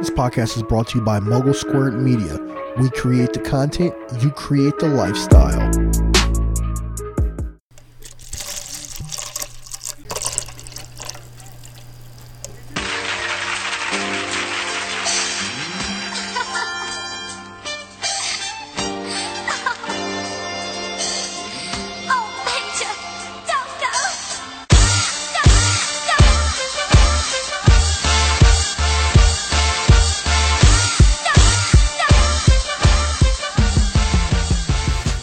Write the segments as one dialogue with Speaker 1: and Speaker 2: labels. Speaker 1: This podcast is brought to you by Mogul Squared Media. We create the content, you create the lifestyle.
Speaker 2: Oh, Major, don't go!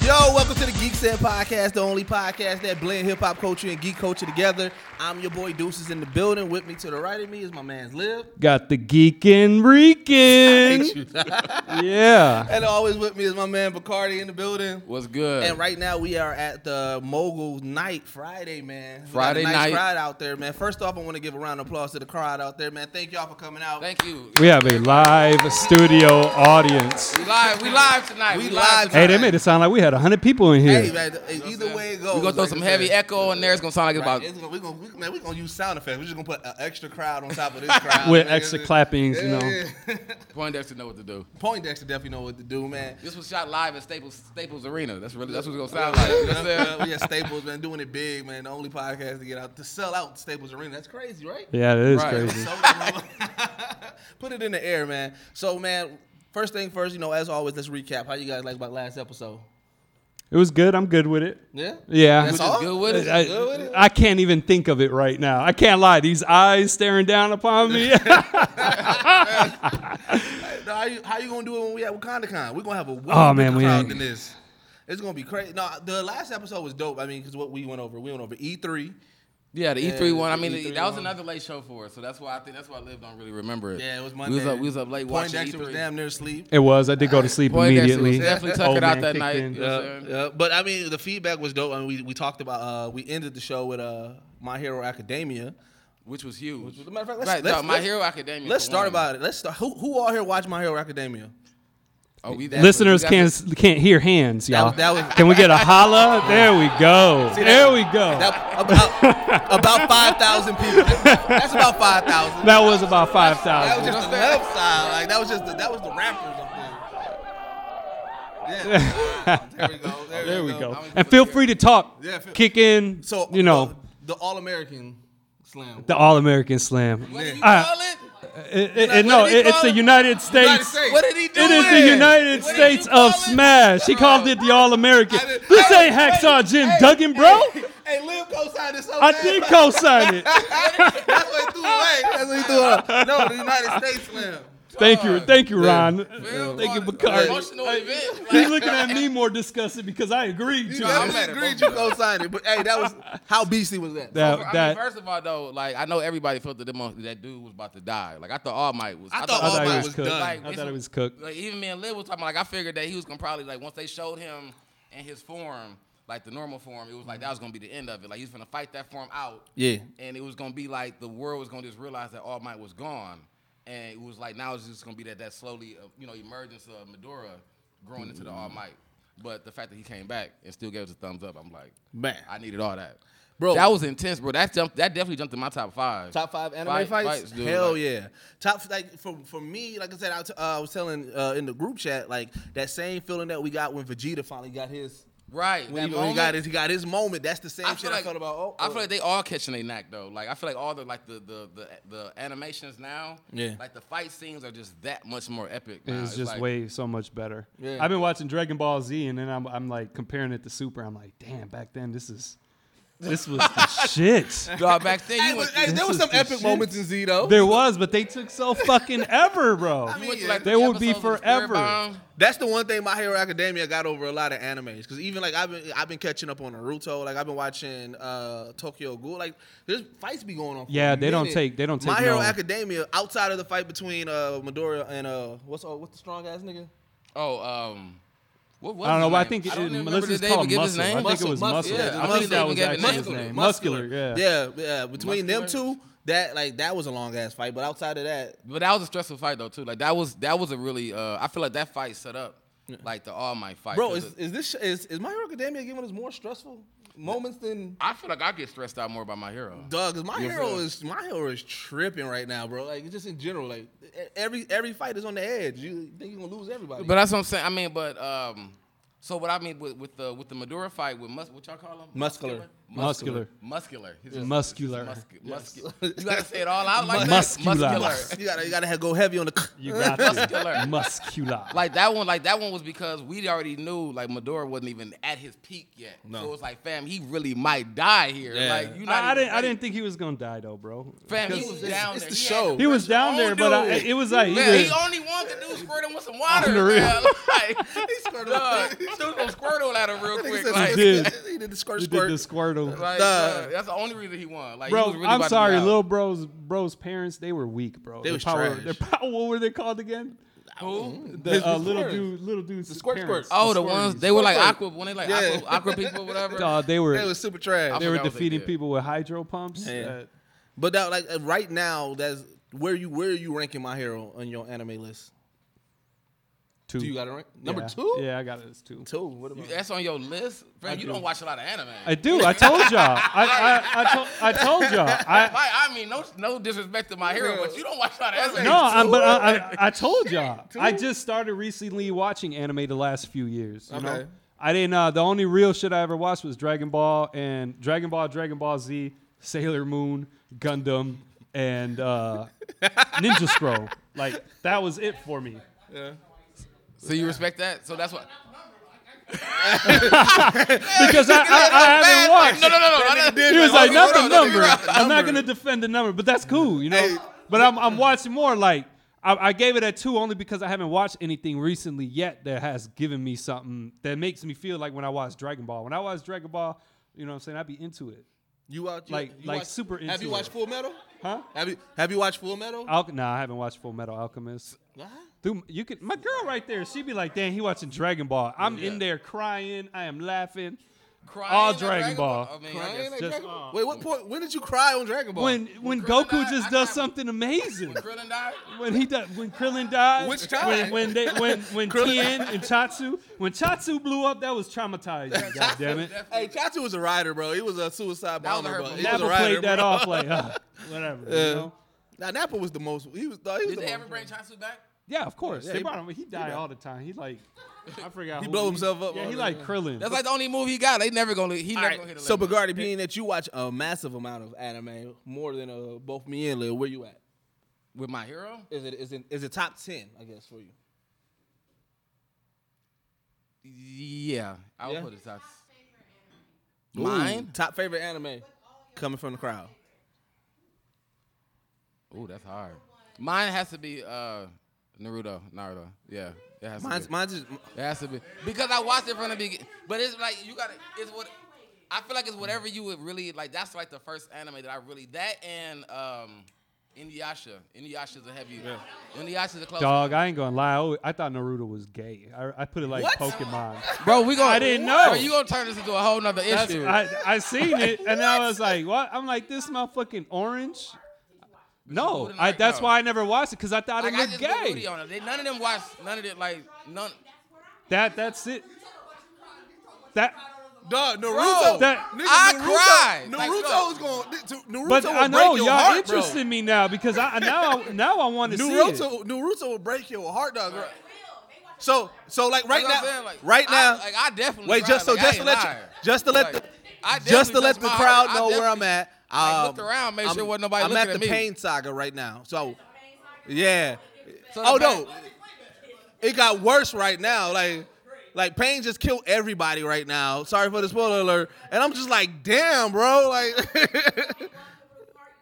Speaker 3: Yo, welcome to the Geek Said Podcast, the only podcast that blend hip hop culture and geek culture together. I'm your boy Deuces in the building. With me to the right of me is my man's Lib.
Speaker 4: Got the geek in reeking. yeah.
Speaker 3: And always with me is my man Bacardi in the building.
Speaker 5: What's good?
Speaker 3: And right now we are at the Mogul Night Friday, man. We got
Speaker 5: Friday
Speaker 3: a nice
Speaker 5: night.
Speaker 3: crowd out there, man. First off, I want to give a round of applause to the crowd out there, man. Thank y'all for coming out.
Speaker 5: Thank you.
Speaker 4: We have a live studio audience.
Speaker 5: We live. We live tonight.
Speaker 3: We live
Speaker 4: Hey,
Speaker 5: tonight.
Speaker 4: they made it sound like we had 100 people in
Speaker 3: hey,
Speaker 4: here.
Speaker 3: man, either way it goes,
Speaker 5: We gonna throw
Speaker 3: like
Speaker 5: some
Speaker 3: I said,
Speaker 5: heavy echo in there. It's gonna sound like it's
Speaker 3: Right.
Speaker 5: about.
Speaker 3: It's gonna, we gonna, we, man, we gonna use sound effects. We're just gonna put an extra crowd on top of this crowd.
Speaker 4: With
Speaker 3: nigga.
Speaker 4: extra clappings, you know.
Speaker 3: Yeah.
Speaker 5: Poindexter know what to do.
Speaker 3: Poindexter definitely know what to do, man.
Speaker 5: This was shot live at Staples Staples Arena. That's really that's what it's gonna sound like. You know what I'm saying?
Speaker 3: we at Staples, man, doing it big, man. The only podcast to get out to sell out Staples Arena. That's crazy, right?
Speaker 4: Yeah, it is
Speaker 5: Right.
Speaker 4: crazy.
Speaker 3: So- Put it in the air, man. So, man, first thing first, you know, as always, let's recap how you guys like about last episode.
Speaker 4: It was good. I'm good with it.
Speaker 3: Yeah.
Speaker 4: Yeah.
Speaker 3: That's
Speaker 5: Just
Speaker 3: all?
Speaker 5: good with it.
Speaker 3: good with
Speaker 4: I,
Speaker 3: it?
Speaker 4: I can't even think of it right now. I can't lie. These eyes staring down upon me.
Speaker 3: Now, how you how you gonna do it when we at WakandaCon? We're gonna have a way
Speaker 4: Oh,
Speaker 3: bigger
Speaker 4: man, we
Speaker 3: crowd
Speaker 4: ain't-
Speaker 3: than this. It's gonna be crazy. No, the last episode was dope. I mean, because what we went over, we went over E3.
Speaker 5: Yeah, the E3 one. I
Speaker 3: the
Speaker 5: mean,
Speaker 3: E3
Speaker 5: that was
Speaker 3: one.
Speaker 5: another late show for us, so that's why I think that's why Liv don't really remember it.
Speaker 3: Yeah, it was
Speaker 5: We
Speaker 3: Monday.
Speaker 5: was up, we was up late
Speaker 3: Poindexter
Speaker 5: watching E
Speaker 3: was
Speaker 5: E3.
Speaker 3: damn near asleep.
Speaker 4: it was. I did go to sleep
Speaker 5: Poindexter was
Speaker 4: immediately.
Speaker 5: definitely
Speaker 4: Old
Speaker 5: tucking
Speaker 4: man
Speaker 5: out that
Speaker 4: kicked
Speaker 5: night.
Speaker 4: in.
Speaker 5: You know what I'm saying?
Speaker 3: Yeah, but I mean, the feedback was dope. I mean, we, we talked about uh, we ended the show with uh, My Hero Academia.
Speaker 5: Which was huge.
Speaker 3: As a matter of fact, let's,
Speaker 5: right,
Speaker 3: let's,
Speaker 5: dog, My
Speaker 3: let's-
Speaker 5: Hero Academia.
Speaker 3: Let's
Speaker 5: for
Speaker 3: start
Speaker 5: one.
Speaker 3: about it. Let's start. Who, who all here watch My Hero Academia?
Speaker 5: Oh, we definitely-
Speaker 4: Listeners
Speaker 5: we got
Speaker 4: can't
Speaker 5: this-
Speaker 4: can't hear hands,
Speaker 3: That
Speaker 4: y'all.
Speaker 3: was- that was-
Speaker 4: Can we get a holla? There we go.
Speaker 3: See, that-
Speaker 4: there we go.
Speaker 3: That, about about five thousand people. That's, that's about five thousand.
Speaker 4: That was about five
Speaker 3: That was
Speaker 4: thousand.
Speaker 3: just the left side. Like that was just the, that was the rappers up there. Yeah. there we go. There,
Speaker 4: There we go.
Speaker 3: I'm-
Speaker 4: And feel free to talk.
Speaker 3: Yeah, feel-
Speaker 4: Kick in.
Speaker 3: So
Speaker 4: you know
Speaker 3: the, the All American Slam.
Speaker 4: the All American Slam.
Speaker 5: What did you
Speaker 4: Uh,
Speaker 5: call it?
Speaker 4: It- it- it- no,
Speaker 5: What did he
Speaker 4: it- it's
Speaker 5: call
Speaker 4: the
Speaker 5: it?
Speaker 4: United States.
Speaker 3: States.
Speaker 5: What did he do?
Speaker 4: It is the United
Speaker 5: What did
Speaker 4: States
Speaker 5: you call
Speaker 4: of
Speaker 5: it?
Speaker 4: Smash. He called it the All American.
Speaker 3: I didn't-
Speaker 4: This
Speaker 3: Hey,
Speaker 4: ain't Hacksaw Jim
Speaker 3: hey,
Speaker 4: Duggan, bro.
Speaker 3: Hey, Lil co-signed it so
Speaker 4: I
Speaker 3: bad.
Speaker 4: did co-sign it.
Speaker 3: That's what he threw away. That's what he threw away. No, the United States Slam.
Speaker 4: Thank you, thank you, Ron.
Speaker 5: Phil
Speaker 4: Thank you,
Speaker 5: called it an
Speaker 4: Bacardi.
Speaker 5: Emotional event.
Speaker 4: He's looking at me more disgusted because I agreed
Speaker 3: You
Speaker 4: to
Speaker 5: know, I'm
Speaker 4: it.
Speaker 3: never
Speaker 5: mad at
Speaker 3: disagreed
Speaker 5: both
Speaker 3: you
Speaker 5: of them.
Speaker 3: co-signed it, but hey, that was how beastly was that?
Speaker 4: That-
Speaker 5: I mean,
Speaker 4: that-
Speaker 5: first of all, though, like I know everybody felt that, them, that dude was about to die. Like I thought All Might was.
Speaker 3: I thought
Speaker 4: I
Speaker 3: All
Speaker 4: thought
Speaker 3: Might
Speaker 4: it
Speaker 3: was
Speaker 4: was cooked.
Speaker 3: done.
Speaker 4: I
Speaker 5: it's-
Speaker 4: thought it was cooked.
Speaker 5: Like even me and Liv was talking. Like I figured that he was gonna probably like once they showed him in his form, like the normal form, it was like that was gonna be the end of it. Like he was gonna fight that form out.
Speaker 3: Yeah.
Speaker 5: And it was gonna be like the world was gonna just realize that All Might was gone, and it was like now it's just gonna be that that slowly uh, you know emergence of Medora growing into the All Might. But the fact that he came back and still gave us a thumbs up, I'm like,
Speaker 3: Man.
Speaker 5: I needed all that.
Speaker 3: Bro.
Speaker 5: that was intense, bro. That jumped. That definitely jumped in my top five.
Speaker 3: Top five anime
Speaker 5: Fight-
Speaker 3: fights?
Speaker 5: dude.
Speaker 3: Hell
Speaker 5: Like,
Speaker 3: yeah. Top like for for me, like I said, I, t- uh, I was telling uh, in the group chat like that same feeling that we got when Vegeta finally got his
Speaker 5: Right.
Speaker 3: when
Speaker 5: that
Speaker 3: he, when he
Speaker 5: moment.
Speaker 3: got his he got his moment. That's the same shit I felt about. Oh,
Speaker 5: I feel like they all catching their knack though. Like I feel like all the like the the the, the animations now.
Speaker 3: Yeah.
Speaker 5: Like the fight scenes are just that much more epic. now.
Speaker 4: It's just
Speaker 5: like,
Speaker 4: way so much better.
Speaker 3: Yeah.
Speaker 4: I've been watching Dragon Ball Z, and then I'm, I'm like comparing it to Super. I'm like, damn, back then this is this was the shit.
Speaker 5: Dog, back then
Speaker 3: Hey,
Speaker 5: you
Speaker 3: but,
Speaker 5: went,
Speaker 3: hey,
Speaker 4: this
Speaker 3: there was
Speaker 4: is
Speaker 3: some
Speaker 4: the
Speaker 3: epic
Speaker 4: shit.
Speaker 3: moments in Z though.
Speaker 4: There was, but they took so fucking ever, bro.
Speaker 5: you went to,
Speaker 3: yeah.
Speaker 5: like,
Speaker 4: They will be
Speaker 5: episodes of the Spirit
Speaker 4: forever.
Speaker 5: Bomb.
Speaker 3: That's the one thing My Hero Academia got over a lot of animes. Cause even like I've been I've been catching up on Naruto. Like I've been watching uh, Tokyo Ghoul. Like there's fights be going on. For
Speaker 4: Yeah,
Speaker 3: a
Speaker 4: they don't
Speaker 3: minute.
Speaker 4: take- they don't
Speaker 3: My
Speaker 4: take
Speaker 3: Hero
Speaker 4: no.
Speaker 3: Academia outside of the fight between uh, Midoriya and uh, what's oh, what's the strong ass nigga?
Speaker 5: Oh, um, what was
Speaker 4: I don't know.
Speaker 5: his
Speaker 4: but I
Speaker 5: name?
Speaker 4: think it,
Speaker 5: don't
Speaker 4: it,
Speaker 5: even remember
Speaker 4: let's
Speaker 5: did
Speaker 4: just
Speaker 5: they
Speaker 4: call
Speaker 5: even
Speaker 4: it
Speaker 5: give his
Speaker 4: muscle. I
Speaker 5: name?
Speaker 4: think it was muscle.
Speaker 3: Muscle, yeah.
Speaker 4: I think
Speaker 5: Muscle,
Speaker 4: that was
Speaker 5: they even gave
Speaker 4: actually
Speaker 5: it
Speaker 4: his name.
Speaker 5: name.
Speaker 4: Muscular, yeah.
Speaker 3: Yeah, yeah. Between them
Speaker 5: Muscular.
Speaker 3: two, that like that was a long ass fight. But outside of that,
Speaker 5: But that was a stressful fight though too. Like that was that was a really uh I feel like that fight set up like the All Might fight.
Speaker 3: Bro,
Speaker 5: 'cause
Speaker 3: is,
Speaker 5: it-
Speaker 3: is this sh- is, is My Hero Academia giving us more stressful moments than
Speaker 5: I feel like I get stressed out more by my hero.
Speaker 3: Doug? 'Cause My
Speaker 5: Yeah,
Speaker 3: Hero
Speaker 5: bro.
Speaker 3: is My Hero is tripping right now, bro. Like just in general, like e- every every fight is on the edge. You think you're gonna lose everybody?
Speaker 5: But that's what I'm saying. I mean, but um, so what I mean with, with the with the Madura fight with mus- what y'all call him
Speaker 3: Muscular.
Speaker 4: Muscular.
Speaker 5: muscular, He's just-
Speaker 4: Muscular.
Speaker 5: muscu- muscu- You gotta say it all out like
Speaker 4: Muscular.
Speaker 5: that.
Speaker 3: Mus- you gotta you gotta have, go heavy on the.
Speaker 4: You got to.
Speaker 5: Muscular.
Speaker 4: Muscular.
Speaker 5: Like that one, like that one was because we already knew like Maduro wasn't even at his peak yet. So it was like, fam, he really might die here.
Speaker 3: Yeah.
Speaker 5: Like you not
Speaker 4: I, I
Speaker 5: even
Speaker 4: didn't. I
Speaker 5: ready.
Speaker 4: didn't think he was gonna die though, bro.
Speaker 5: Fam, he
Speaker 4: Because
Speaker 5: was down
Speaker 3: it's
Speaker 5: there.
Speaker 3: the
Speaker 5: He
Speaker 3: show.
Speaker 5: had-
Speaker 4: he was down there, but I, it was like
Speaker 5: Man, he
Speaker 4: either-
Speaker 5: only wanted to do squirt him with some water.
Speaker 4: the real.
Speaker 5: man. Like, he squirted Dog, threw some squirtle at him real quick. Like,
Speaker 4: He did.
Speaker 3: he did the squirt
Speaker 4: he
Speaker 3: squirt.
Speaker 4: did the squirtle.
Speaker 5: like,
Speaker 3: Nah.
Speaker 5: uh, that's the only reason he won. Like, he
Speaker 4: Bro,
Speaker 5: was really about
Speaker 4: I'm
Speaker 5: to
Speaker 4: sorry,
Speaker 5: be out.
Speaker 4: little bro's bro's parents. They were weak, bro.
Speaker 3: They
Speaker 4: Their
Speaker 3: was
Speaker 4: power,
Speaker 3: trash.
Speaker 4: Their power. What were they called again?
Speaker 5: Who?
Speaker 4: The uh,
Speaker 3: his
Speaker 4: little
Speaker 3: parents.
Speaker 4: dude, little dudes. The
Speaker 3: squirt
Speaker 4: parents.
Speaker 3: squirts.
Speaker 5: Oh, the ones they were like
Speaker 3: Squirtle.
Speaker 5: aqua when they like
Speaker 3: Yeah.
Speaker 5: aqua, aqua people, whatever.
Speaker 4: Dog, they were
Speaker 3: That was super trash.
Speaker 4: they were
Speaker 5: forgot what they
Speaker 4: defeating
Speaker 5: did.
Speaker 4: people with hydro pumps.
Speaker 3: Yeah.
Speaker 4: Uh,
Speaker 3: But that, like uh, right now, that's where you where are you ranking my hero on your anime list?
Speaker 4: two.
Speaker 3: Do you got it rank number
Speaker 4: Yeah.
Speaker 3: two?
Speaker 4: Yeah, I got it as two.
Speaker 3: two. What about?
Speaker 5: That's on your list, fam. You
Speaker 4: do.
Speaker 5: don't watch a lot of anime.
Speaker 4: I do. I told y'all. I I, I, told, I told y'all. I
Speaker 5: Like, I mean, no, no disrespect to my hero, but you don't watch a lot of anime.
Speaker 4: no. I, but I, I I told y'all. I just started recently watching anime the last few years. You know?
Speaker 3: Okay.
Speaker 4: I didn't. Uh, the only real shit I ever watched was Dragon Ball and Dragon Ball, Dragon Ball Z, Sailor Moon, Gundam, and uh, Ninja Scroll. Like that was it for me.
Speaker 5: So you respect that? So that's what.
Speaker 4: Because I, I, I haven't watched.
Speaker 5: No, no, no, no. I-
Speaker 4: He was like,
Speaker 5: Hold
Speaker 4: not the
Speaker 5: on, hold on, let me
Speaker 4: number.
Speaker 5: wrap it.
Speaker 4: I'm not gonna defend the number, but that's cool, you know. But I'm, I'm watching more. Like I, I gave it a two only because I haven't watched anything recently yet that has given me something that makes me feel like when I watch Dragon Ball. When I watch Dragon Ball, you know what I'm saying? I'd be into it.
Speaker 3: You out? You,
Speaker 4: Like-
Speaker 3: you
Speaker 4: like
Speaker 3: watch-
Speaker 4: super
Speaker 3: Have
Speaker 4: into
Speaker 3: you
Speaker 4: it.
Speaker 3: watched Full Metal?
Speaker 4: Huh?
Speaker 3: Have you Have you watched Full Metal?
Speaker 4: Al- nah, I haven't watched Full Metal Alchemist.
Speaker 3: Nah.
Speaker 4: Dude, you could my girl right there. She'd be like, "Damn, he watching Dragon Ball." I'm in there crying. I am laughing.
Speaker 5: Crying
Speaker 4: All
Speaker 5: at
Speaker 4: Dragon Ball.
Speaker 5: I mean, I
Speaker 3: Crying
Speaker 5: guess-
Speaker 3: like
Speaker 4: just-
Speaker 3: Dragon Ball? Wait, what point? When did you cry on Dragon Ball?
Speaker 4: When when
Speaker 5: Krillin
Speaker 4: Goku
Speaker 5: died,
Speaker 4: just does
Speaker 5: I cried.
Speaker 4: something amazing.
Speaker 5: Krillin died?
Speaker 4: When he died, when Krillin died,
Speaker 3: Which time?
Speaker 4: When when they, when when Tien and Chatsu, when Chatsu blew up, that was traumatizing. God damn it!
Speaker 3: Hey, Chachi was a rider, bro. He was a suicide
Speaker 5: That was a
Speaker 3: bomber,
Speaker 5: hurt
Speaker 3: bro.
Speaker 5: move.
Speaker 3: He was a
Speaker 4: Never
Speaker 3: rider,
Speaker 4: played that
Speaker 3: bro.
Speaker 4: off like uh, whatever. you know?
Speaker 3: Now Nappa was the most. He was. dawg, He was
Speaker 5: Did
Speaker 3: the
Speaker 5: they
Speaker 3: most.
Speaker 5: ever bring Chasu back?
Speaker 4: Yeah, of course. they
Speaker 3: he-
Speaker 4: brought him. He died all the time. He like, I forgot.
Speaker 3: He
Speaker 4: who-
Speaker 3: blow himself up
Speaker 4: Yeah,
Speaker 3: all
Speaker 4: he
Speaker 3: the
Speaker 4: like
Speaker 3: time.
Speaker 4: Krillin.
Speaker 5: Oh, That's like the only move he got. They never gonna. He never
Speaker 3: All
Speaker 5: gonna hit
Speaker 3: right.
Speaker 5: a
Speaker 3: So,
Speaker 5: limit.
Speaker 3: Bagardi, being that you watch a massive amount of anime, more than uh, both me and Lil, where you at?
Speaker 5: with my hero,
Speaker 3: Is it is it is it top ten? I guess for you.
Speaker 5: yeah, I would
Speaker 3: Yeah?
Speaker 5: put it top. Mine?
Speaker 3: Top favorite anime coming from the crowd.
Speaker 5: Ooh, that's hard. Mine has to be uh, Naruto. Naruto. Yeah, it has to
Speaker 3: Mine's
Speaker 5: be.
Speaker 3: mine's just
Speaker 5: It has to be because I watched it from the beginning. But it's like you gotta. It's what I feel like it's whatever you would really like. That's like the first anime that I really that and um, Inuyasha. Inuyasha's a heavy. Inuyasha's a close.
Speaker 4: Dog, I ain't gonna lie. I, always, I thought Naruto was gay. I, I put it like
Speaker 3: What?
Speaker 4: Pokemon.
Speaker 5: Bro, we gonna.
Speaker 4: I didn't know.
Speaker 5: Bro, you gonna turn this into a whole nother
Speaker 4: That's,
Speaker 5: issue.
Speaker 4: I, I seen it and I was like, what? I'm like, this motherfucking orange. No,
Speaker 5: Naruto
Speaker 4: I,
Speaker 5: like,
Speaker 4: that's
Speaker 5: no.
Speaker 4: why I never watched it because I thought
Speaker 5: like,
Speaker 4: it
Speaker 5: I
Speaker 4: looked
Speaker 5: just put
Speaker 4: gay.
Speaker 5: Rudy on it. They, none of them watched. None of it. Like none.
Speaker 4: That that's it. That
Speaker 3: Duh, Naruto.
Speaker 4: That-
Speaker 3: nigga,
Speaker 5: I
Speaker 3: Naruto,
Speaker 5: cried. Like,
Speaker 3: Naruto
Speaker 5: look.
Speaker 3: is going. to Naruto
Speaker 4: but
Speaker 3: will
Speaker 4: I know
Speaker 3: break your
Speaker 4: y'all
Speaker 3: heart,
Speaker 4: interested
Speaker 3: bro.
Speaker 4: me now because I now I, now I want to see it.
Speaker 3: Naruto, Naruto will break your heart, dog. Bro. So, so like right
Speaker 5: That's what
Speaker 3: now,
Speaker 5: I'm saying, like,
Speaker 3: right now.
Speaker 5: I, like I definitely.
Speaker 3: wait, just so
Speaker 5: cried, like, I
Speaker 3: just to
Speaker 5: ain't
Speaker 3: let you,
Speaker 5: lying.
Speaker 3: just to let
Speaker 5: Like,
Speaker 3: the,
Speaker 5: I
Speaker 3: just to
Speaker 5: definitely
Speaker 3: let
Speaker 5: touched
Speaker 3: the
Speaker 5: my
Speaker 3: crowd
Speaker 5: heart. I
Speaker 3: know where I'm
Speaker 5: definitely-
Speaker 3: at.
Speaker 5: I
Speaker 3: Um,
Speaker 5: looked around, made
Speaker 3: I'm,
Speaker 5: sure wasn't nobody
Speaker 3: I'm
Speaker 5: looking
Speaker 3: at
Speaker 5: at
Speaker 3: the
Speaker 5: me.
Speaker 3: Pain Saga right now. So, yeah.
Speaker 5: So the
Speaker 3: oh
Speaker 5: fact-
Speaker 3: no, it got worse right now. Like, like Pain just killed everybody right now. Sorry for the spoiler alert. And I'm just like, damn, bro. Like,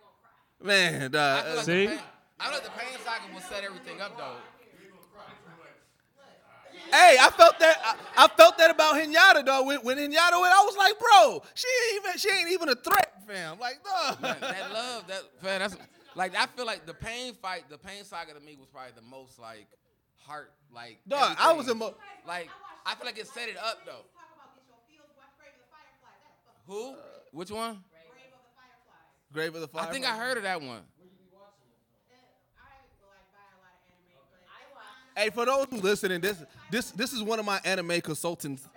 Speaker 3: man,
Speaker 5: I
Speaker 3: uh,
Speaker 5: feel
Speaker 3: dawg.
Speaker 5: like
Speaker 4: See?
Speaker 5: the pain- I feel like the pain saga will set everything up though.
Speaker 3: Hey, I felt that. I, I felt that about Hinata, though. When, when Hinata went, I was like, bro, she ain't even. She ain't even a threat, fam. Like, no.
Speaker 5: That, that love, that man, that's like I feel like the pain fight, the pain saga to me was probably the most like heart like.
Speaker 3: Dog, I
Speaker 5: everything.
Speaker 3: was emo-
Speaker 5: like I feel like it set it up though. Who? Which one?
Speaker 3: Grave of the Fire.
Speaker 5: I think I heard of that one.
Speaker 3: Hey, for those who listening, this this this is one of my anime consultants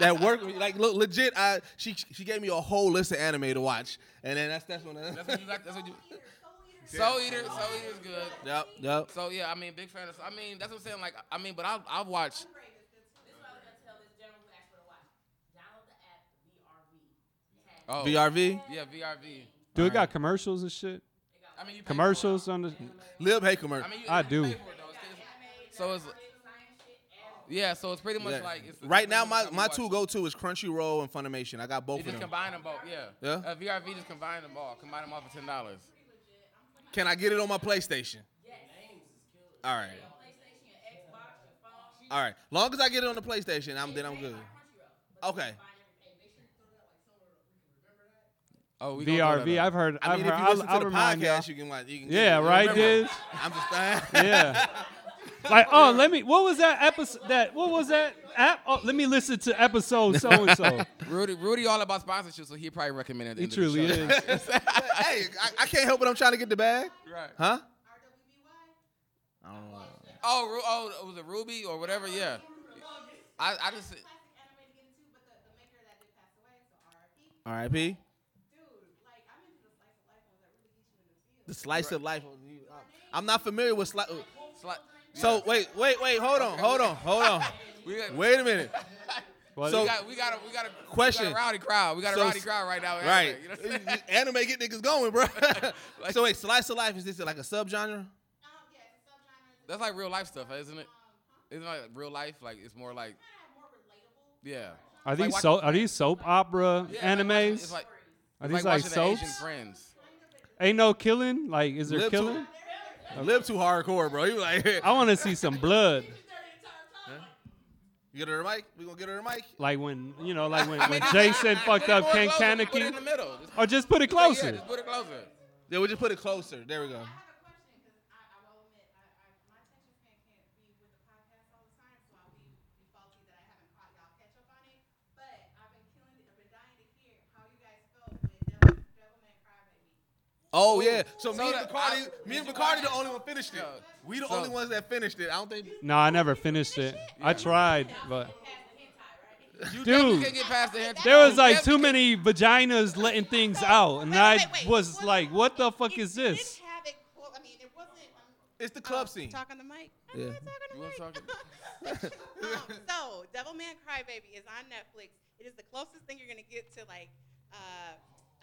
Speaker 3: that work with me. Like look, legit, I she she gave me a whole list of anime to watch, and then that's that's when. I,
Speaker 5: That's what you got. That's what you. Soul Eater, Soul Eater's good.
Speaker 3: yep, yep.
Speaker 5: So yeah, I mean, big fan. Of, I mean, that's what I'm saying. Like, I mean, but I I watch. Oh,
Speaker 3: VRV.
Speaker 5: Yeah, VRV.
Speaker 4: Do it got commercials and shit?
Speaker 5: I mean, you pay for it.
Speaker 4: Commercials on the.
Speaker 3: Lib hate commercial.
Speaker 5: I mean, you,
Speaker 4: I
Speaker 5: you
Speaker 4: do.
Speaker 5: Pay for it, though. It's- it's- so it's. Yeah, so it's pretty much
Speaker 3: Yeah.
Speaker 5: like. It's
Speaker 3: right
Speaker 5: it's
Speaker 3: now,
Speaker 5: pretty
Speaker 3: my,
Speaker 5: much
Speaker 3: my
Speaker 5: like you
Speaker 3: two
Speaker 5: watch-
Speaker 3: go to is Crunchyroll and Funimation. I got
Speaker 5: You
Speaker 3: both of
Speaker 5: just
Speaker 3: them.
Speaker 5: combine them both, yeah.
Speaker 3: Yeah?
Speaker 5: Uh, VRV just combine them all. Combine them all for ten dollars.
Speaker 3: Can I get it on my PlayStation? All right. All right. Long as I get it on the PlayStation, I'm then I'm good. Okay.
Speaker 5: Oh, we gonna throw
Speaker 4: VRV.
Speaker 5: that up.
Speaker 4: I've heard.
Speaker 3: I
Speaker 4: I've
Speaker 3: mean,
Speaker 4: heard.
Speaker 3: if you
Speaker 4: I'll,
Speaker 3: listen
Speaker 4: I'll
Speaker 3: to the
Speaker 4: remind y'all.
Speaker 3: podcast, you can like. You can
Speaker 4: Yeah, right,
Speaker 3: remember.
Speaker 4: Diz?
Speaker 3: I'm just saying.
Speaker 4: Yeah. Like oh let me what was that episode that what was that app oh, let me listen to episode so and so
Speaker 5: Rudy, Rudy, all about sponsorship, so he probably recommended.
Speaker 4: he truly is
Speaker 3: hey, I, I can't help it. I'm trying to get the bag,
Speaker 5: Right.
Speaker 3: huh?
Speaker 5: Oh, Ru- oh, it was a Ruby or whatever. Yeah. I, I just.
Speaker 3: R.I.P. The slice of life. I'm not familiar with slice.
Speaker 5: It's like,
Speaker 3: So wait, wait, wait. Hold on, hold on, hold on.
Speaker 5: we got, we
Speaker 3: Wait a minute.
Speaker 4: But-
Speaker 3: So-
Speaker 5: got, we got a, we got a We
Speaker 3: Question.
Speaker 5: got a rowdy crowd. We got a
Speaker 3: So-
Speaker 5: rowdy crowd right now.
Speaker 3: Right.
Speaker 5: You know what I'm saying?
Speaker 3: Anime get niggas going, bro. so wait, slice of life is this like a subgenre?
Speaker 5: That's like real life stuff, isn't it? Isn't it like real life? Like it's more like. Yeah.
Speaker 4: are
Speaker 5: Like
Speaker 4: these
Speaker 5: watch-
Speaker 4: so are these soap opera
Speaker 5: yeah, like watching-
Speaker 4: animes
Speaker 5: It's like,
Speaker 4: are
Speaker 5: it's
Speaker 4: these
Speaker 5: like,
Speaker 4: like,
Speaker 5: watching the Asian
Speaker 4: soaps
Speaker 5: Friends.
Speaker 4: ain't no killing like is there
Speaker 3: Live too-
Speaker 4: killing
Speaker 3: Live too hardcore, bro. You like
Speaker 4: I want to see some blood
Speaker 3: you get her a mic? We gonna get her a mic?
Speaker 4: like when you know like when, when Jason fucked up Ken
Speaker 5: Put it in the
Speaker 4: Kaneki
Speaker 5: middle. Just,
Speaker 4: or just put it
Speaker 5: Yeah,
Speaker 4: closer
Speaker 5: just put it closer.
Speaker 3: Yeah, we just put it closer. There we go. Oh yeah. So, me and
Speaker 5: that-
Speaker 3: Bacardi,
Speaker 5: I-
Speaker 3: me and Bacardi the only one finished it.
Speaker 5: Yeah.
Speaker 3: We the
Speaker 5: So-
Speaker 3: only ones that finished it. I don't think
Speaker 4: no I never finished it I tried but
Speaker 5: You
Speaker 4: Dude.
Speaker 5: definitely can't get past the hand-
Speaker 4: There was
Speaker 5: you
Speaker 4: like
Speaker 5: definitely
Speaker 4: too many vaginas letting things out, and
Speaker 6: Wait,
Speaker 4: I
Speaker 6: wait, wait.
Speaker 4: was
Speaker 6: Well,
Speaker 4: like, "What the fuck
Speaker 6: it
Speaker 4: is
Speaker 6: did
Speaker 4: this?"
Speaker 6: have it quote- I mean, it wasn't, um,
Speaker 3: it's the club
Speaker 6: oh,
Speaker 3: scene.
Speaker 6: Talk on the mic.
Speaker 3: Yeah.
Speaker 6: Yeah. Talk
Speaker 5: You
Speaker 6: on the
Speaker 5: wanna
Speaker 6: mic.
Speaker 5: talk it?
Speaker 6: um, so, Devil Man Crybaby is on Netflix. It is the closest thing you're gonna get to like uh,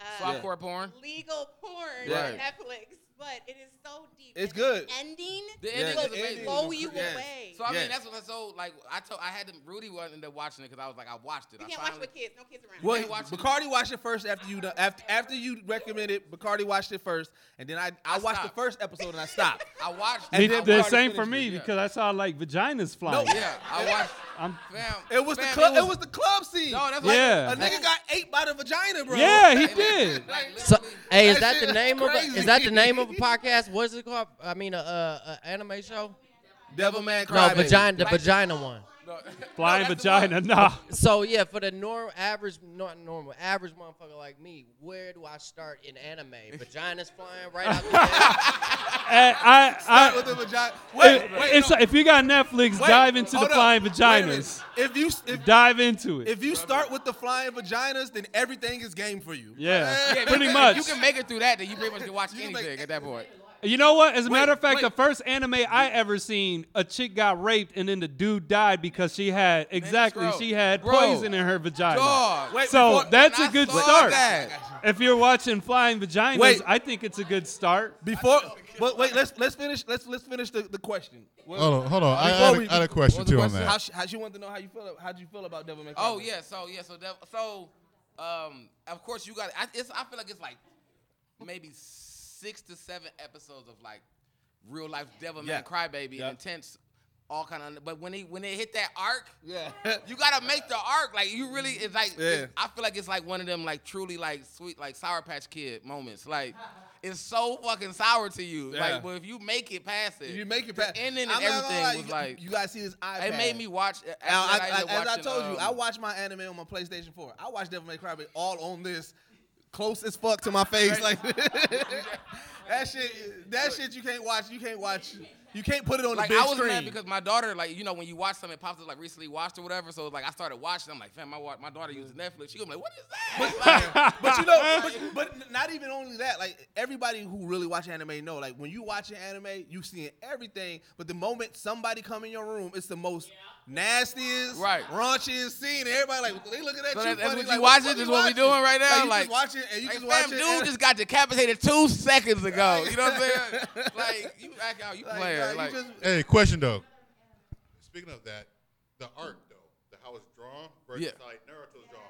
Speaker 6: uh,
Speaker 5: Softcore porn.
Speaker 6: legal porn on
Speaker 5: Right.
Speaker 6: Netflix, but it is so deep. and
Speaker 3: It's
Speaker 6: the
Speaker 3: good.
Speaker 6: Ending
Speaker 5: The
Speaker 3: Yeah.
Speaker 5: ending
Speaker 6: will
Speaker 5: is amazing.
Speaker 6: blow you
Speaker 3: Yes.
Speaker 6: away.
Speaker 5: So I
Speaker 3: Yes.
Speaker 5: mean, that's what I so like. I told I had to Rudy wasn't end up watching it because I was like, I watched it.
Speaker 6: you
Speaker 5: I
Speaker 6: can't watch
Speaker 5: finally-
Speaker 6: with kids. No kids around.
Speaker 3: Well,
Speaker 5: They watch it.
Speaker 3: Bacardi watched it first after you done- after after you recommended. Bacardi watched it first, and then I, I,
Speaker 5: I
Speaker 3: watched
Speaker 5: stopped.
Speaker 3: the first episode and I stopped.
Speaker 5: I watched.
Speaker 3: And
Speaker 4: It-
Speaker 5: it.
Speaker 3: then
Speaker 4: the
Speaker 3: Bacardi
Speaker 4: same for
Speaker 3: finished
Speaker 4: me
Speaker 5: it, yeah.
Speaker 4: because I saw like vaginas flying.
Speaker 5: Yeah, I watched.
Speaker 4: I'm-
Speaker 5: Fam,
Speaker 3: It was the
Speaker 5: fam,
Speaker 3: club. It was, the club scene.
Speaker 5: No, that's
Speaker 4: Yeah.
Speaker 3: a
Speaker 5: like.
Speaker 3: nigga got ate by the vagina, bro.
Speaker 4: yeah, he did.
Speaker 5: Like, literally,
Speaker 7: So, hey, is
Speaker 3: That
Speaker 7: that
Speaker 3: shit
Speaker 7: the
Speaker 3: is
Speaker 7: name of a,
Speaker 3: crazy.
Speaker 7: is that the name of a podcast? What's it called? I mean, a, uh a anime show?
Speaker 3: Devil man
Speaker 7: No,
Speaker 3: cry.
Speaker 7: vagina, the vagina one.
Speaker 5: no,
Speaker 4: Flying
Speaker 5: no, that's the
Speaker 4: vagina,
Speaker 5: one.
Speaker 4: nah.
Speaker 7: So yeah, for the norm, average, not normal, average motherfucker like me, where do I start in anime? Vaginas flying right out the ass?
Speaker 4: And Eh, I,
Speaker 3: Start with
Speaker 4: I,
Speaker 3: the vagina. Wait,
Speaker 4: it-
Speaker 3: wait,
Speaker 4: it's
Speaker 3: no.
Speaker 4: like, if you got Netflix,
Speaker 3: Wait,
Speaker 4: dive into the
Speaker 3: hold up.
Speaker 4: flying
Speaker 3: Wait a minute.
Speaker 4: vaginas.
Speaker 3: If you if,
Speaker 4: Dive into it.
Speaker 3: if you start with the flying vaginas, then everything is game for you.
Speaker 4: Yeah,
Speaker 5: Yeah, if
Speaker 4: pretty
Speaker 5: you can-
Speaker 4: much.
Speaker 5: If you can make it through that, then you pretty much can watch
Speaker 3: can make-
Speaker 5: anything at that point.
Speaker 4: You know what? As a
Speaker 3: Wait,
Speaker 4: matter of fact,
Speaker 3: wait.
Speaker 4: the first anime I ever seen, a chick got raped and then the dude died because she had exactly
Speaker 5: Scrub.
Speaker 4: she had
Speaker 5: Bro.
Speaker 4: poison in her vagina.
Speaker 5: Dog.
Speaker 3: Wait,
Speaker 4: so
Speaker 3: before-
Speaker 4: that's
Speaker 5: when
Speaker 4: a
Speaker 5: I
Speaker 4: good
Speaker 5: saw
Speaker 4: start.
Speaker 5: that-
Speaker 4: If you're watching Flying Vaginas,
Speaker 3: Wait.
Speaker 4: I think it's a good start.
Speaker 3: Before, but wait, let's let's finish let's let's finish the, the question. Well,
Speaker 8: Hold on, hold on. I, I,
Speaker 3: Before
Speaker 8: had,
Speaker 3: we-
Speaker 8: a, I had a
Speaker 5: what
Speaker 8: question
Speaker 5: was the
Speaker 8: too on
Speaker 5: question?
Speaker 8: that.
Speaker 3: How she, how she wanted to know how you feel how'd you feel about Devil May Cry?
Speaker 5: Oh yeah, so yeah, so that, so um, of course you got. I, it's, I feel like it's like maybe six to seven episodes of like real life Devil Man
Speaker 3: Yeah.
Speaker 5: Crybaby,
Speaker 3: Yeah.
Speaker 5: intense, all kind of. But when he when they hit that arc,
Speaker 3: yeah.
Speaker 5: you gotta make the arc. Like you really, it's like
Speaker 3: Yeah.
Speaker 5: I feel like it's like one of them like truly like sweet like Sour Patch Kid moments. Like it's so fucking sour to you.
Speaker 3: Yeah.
Speaker 5: Like, but if you make it past it,
Speaker 3: If you make it
Speaker 5: the
Speaker 3: past
Speaker 5: ending and
Speaker 3: I'm not gonna
Speaker 5: everything
Speaker 3: lie,
Speaker 5: was
Speaker 3: you,
Speaker 5: like
Speaker 3: you guys see this iPad.
Speaker 5: it made me watch. after
Speaker 3: Now, I,
Speaker 5: that,
Speaker 3: I,
Speaker 5: ended up
Speaker 3: as I
Speaker 5: watching,
Speaker 3: told you, I
Speaker 5: um,
Speaker 3: watch my anime on my PlayStation 4. I watch Devil May Cry but all on this, close as fuck to my face. Like that shit, that shit you can't watch. You can't watch. You can't put it on
Speaker 5: Like
Speaker 3: the big
Speaker 5: I was
Speaker 3: screen.
Speaker 5: mad because my daughter, like you know, when you watch something, it pops up like recently watched or whatever. So like I started watching. I'm like, fam, my wa- my daughter uses Netflix. She gonna be like, what is that? Like,
Speaker 3: but you know, but, but not even only that. Like everybody who really watch anime know, like when you watch an anime, you seeing everything. But the moment somebody come in your room, it's the most nastiest,
Speaker 5: Right.
Speaker 3: raunchiest scene. Everybody like they looking at
Speaker 5: So that-
Speaker 3: you.
Speaker 5: that's
Speaker 3: funny,
Speaker 5: what you
Speaker 3: like,
Speaker 5: watching?
Speaker 3: fuck
Speaker 5: This
Speaker 3: you
Speaker 5: what we
Speaker 3: watching?
Speaker 5: doing right now?
Speaker 3: Like, you
Speaker 5: Like-
Speaker 3: just watching and you
Speaker 5: Like,
Speaker 3: just
Speaker 5: fam,
Speaker 3: watching.
Speaker 5: dude
Speaker 3: and-
Speaker 5: just got decapitated two seconds ago. oh, You know what I'm saying? like you act out, you
Speaker 3: like,
Speaker 5: playing.
Speaker 3: nah, you
Speaker 5: like,
Speaker 3: just-
Speaker 8: Hey, question though. Speaking of that, the art though, the how it's drawn versus
Speaker 5: Yeah.
Speaker 8: how, like Naruto's drawn.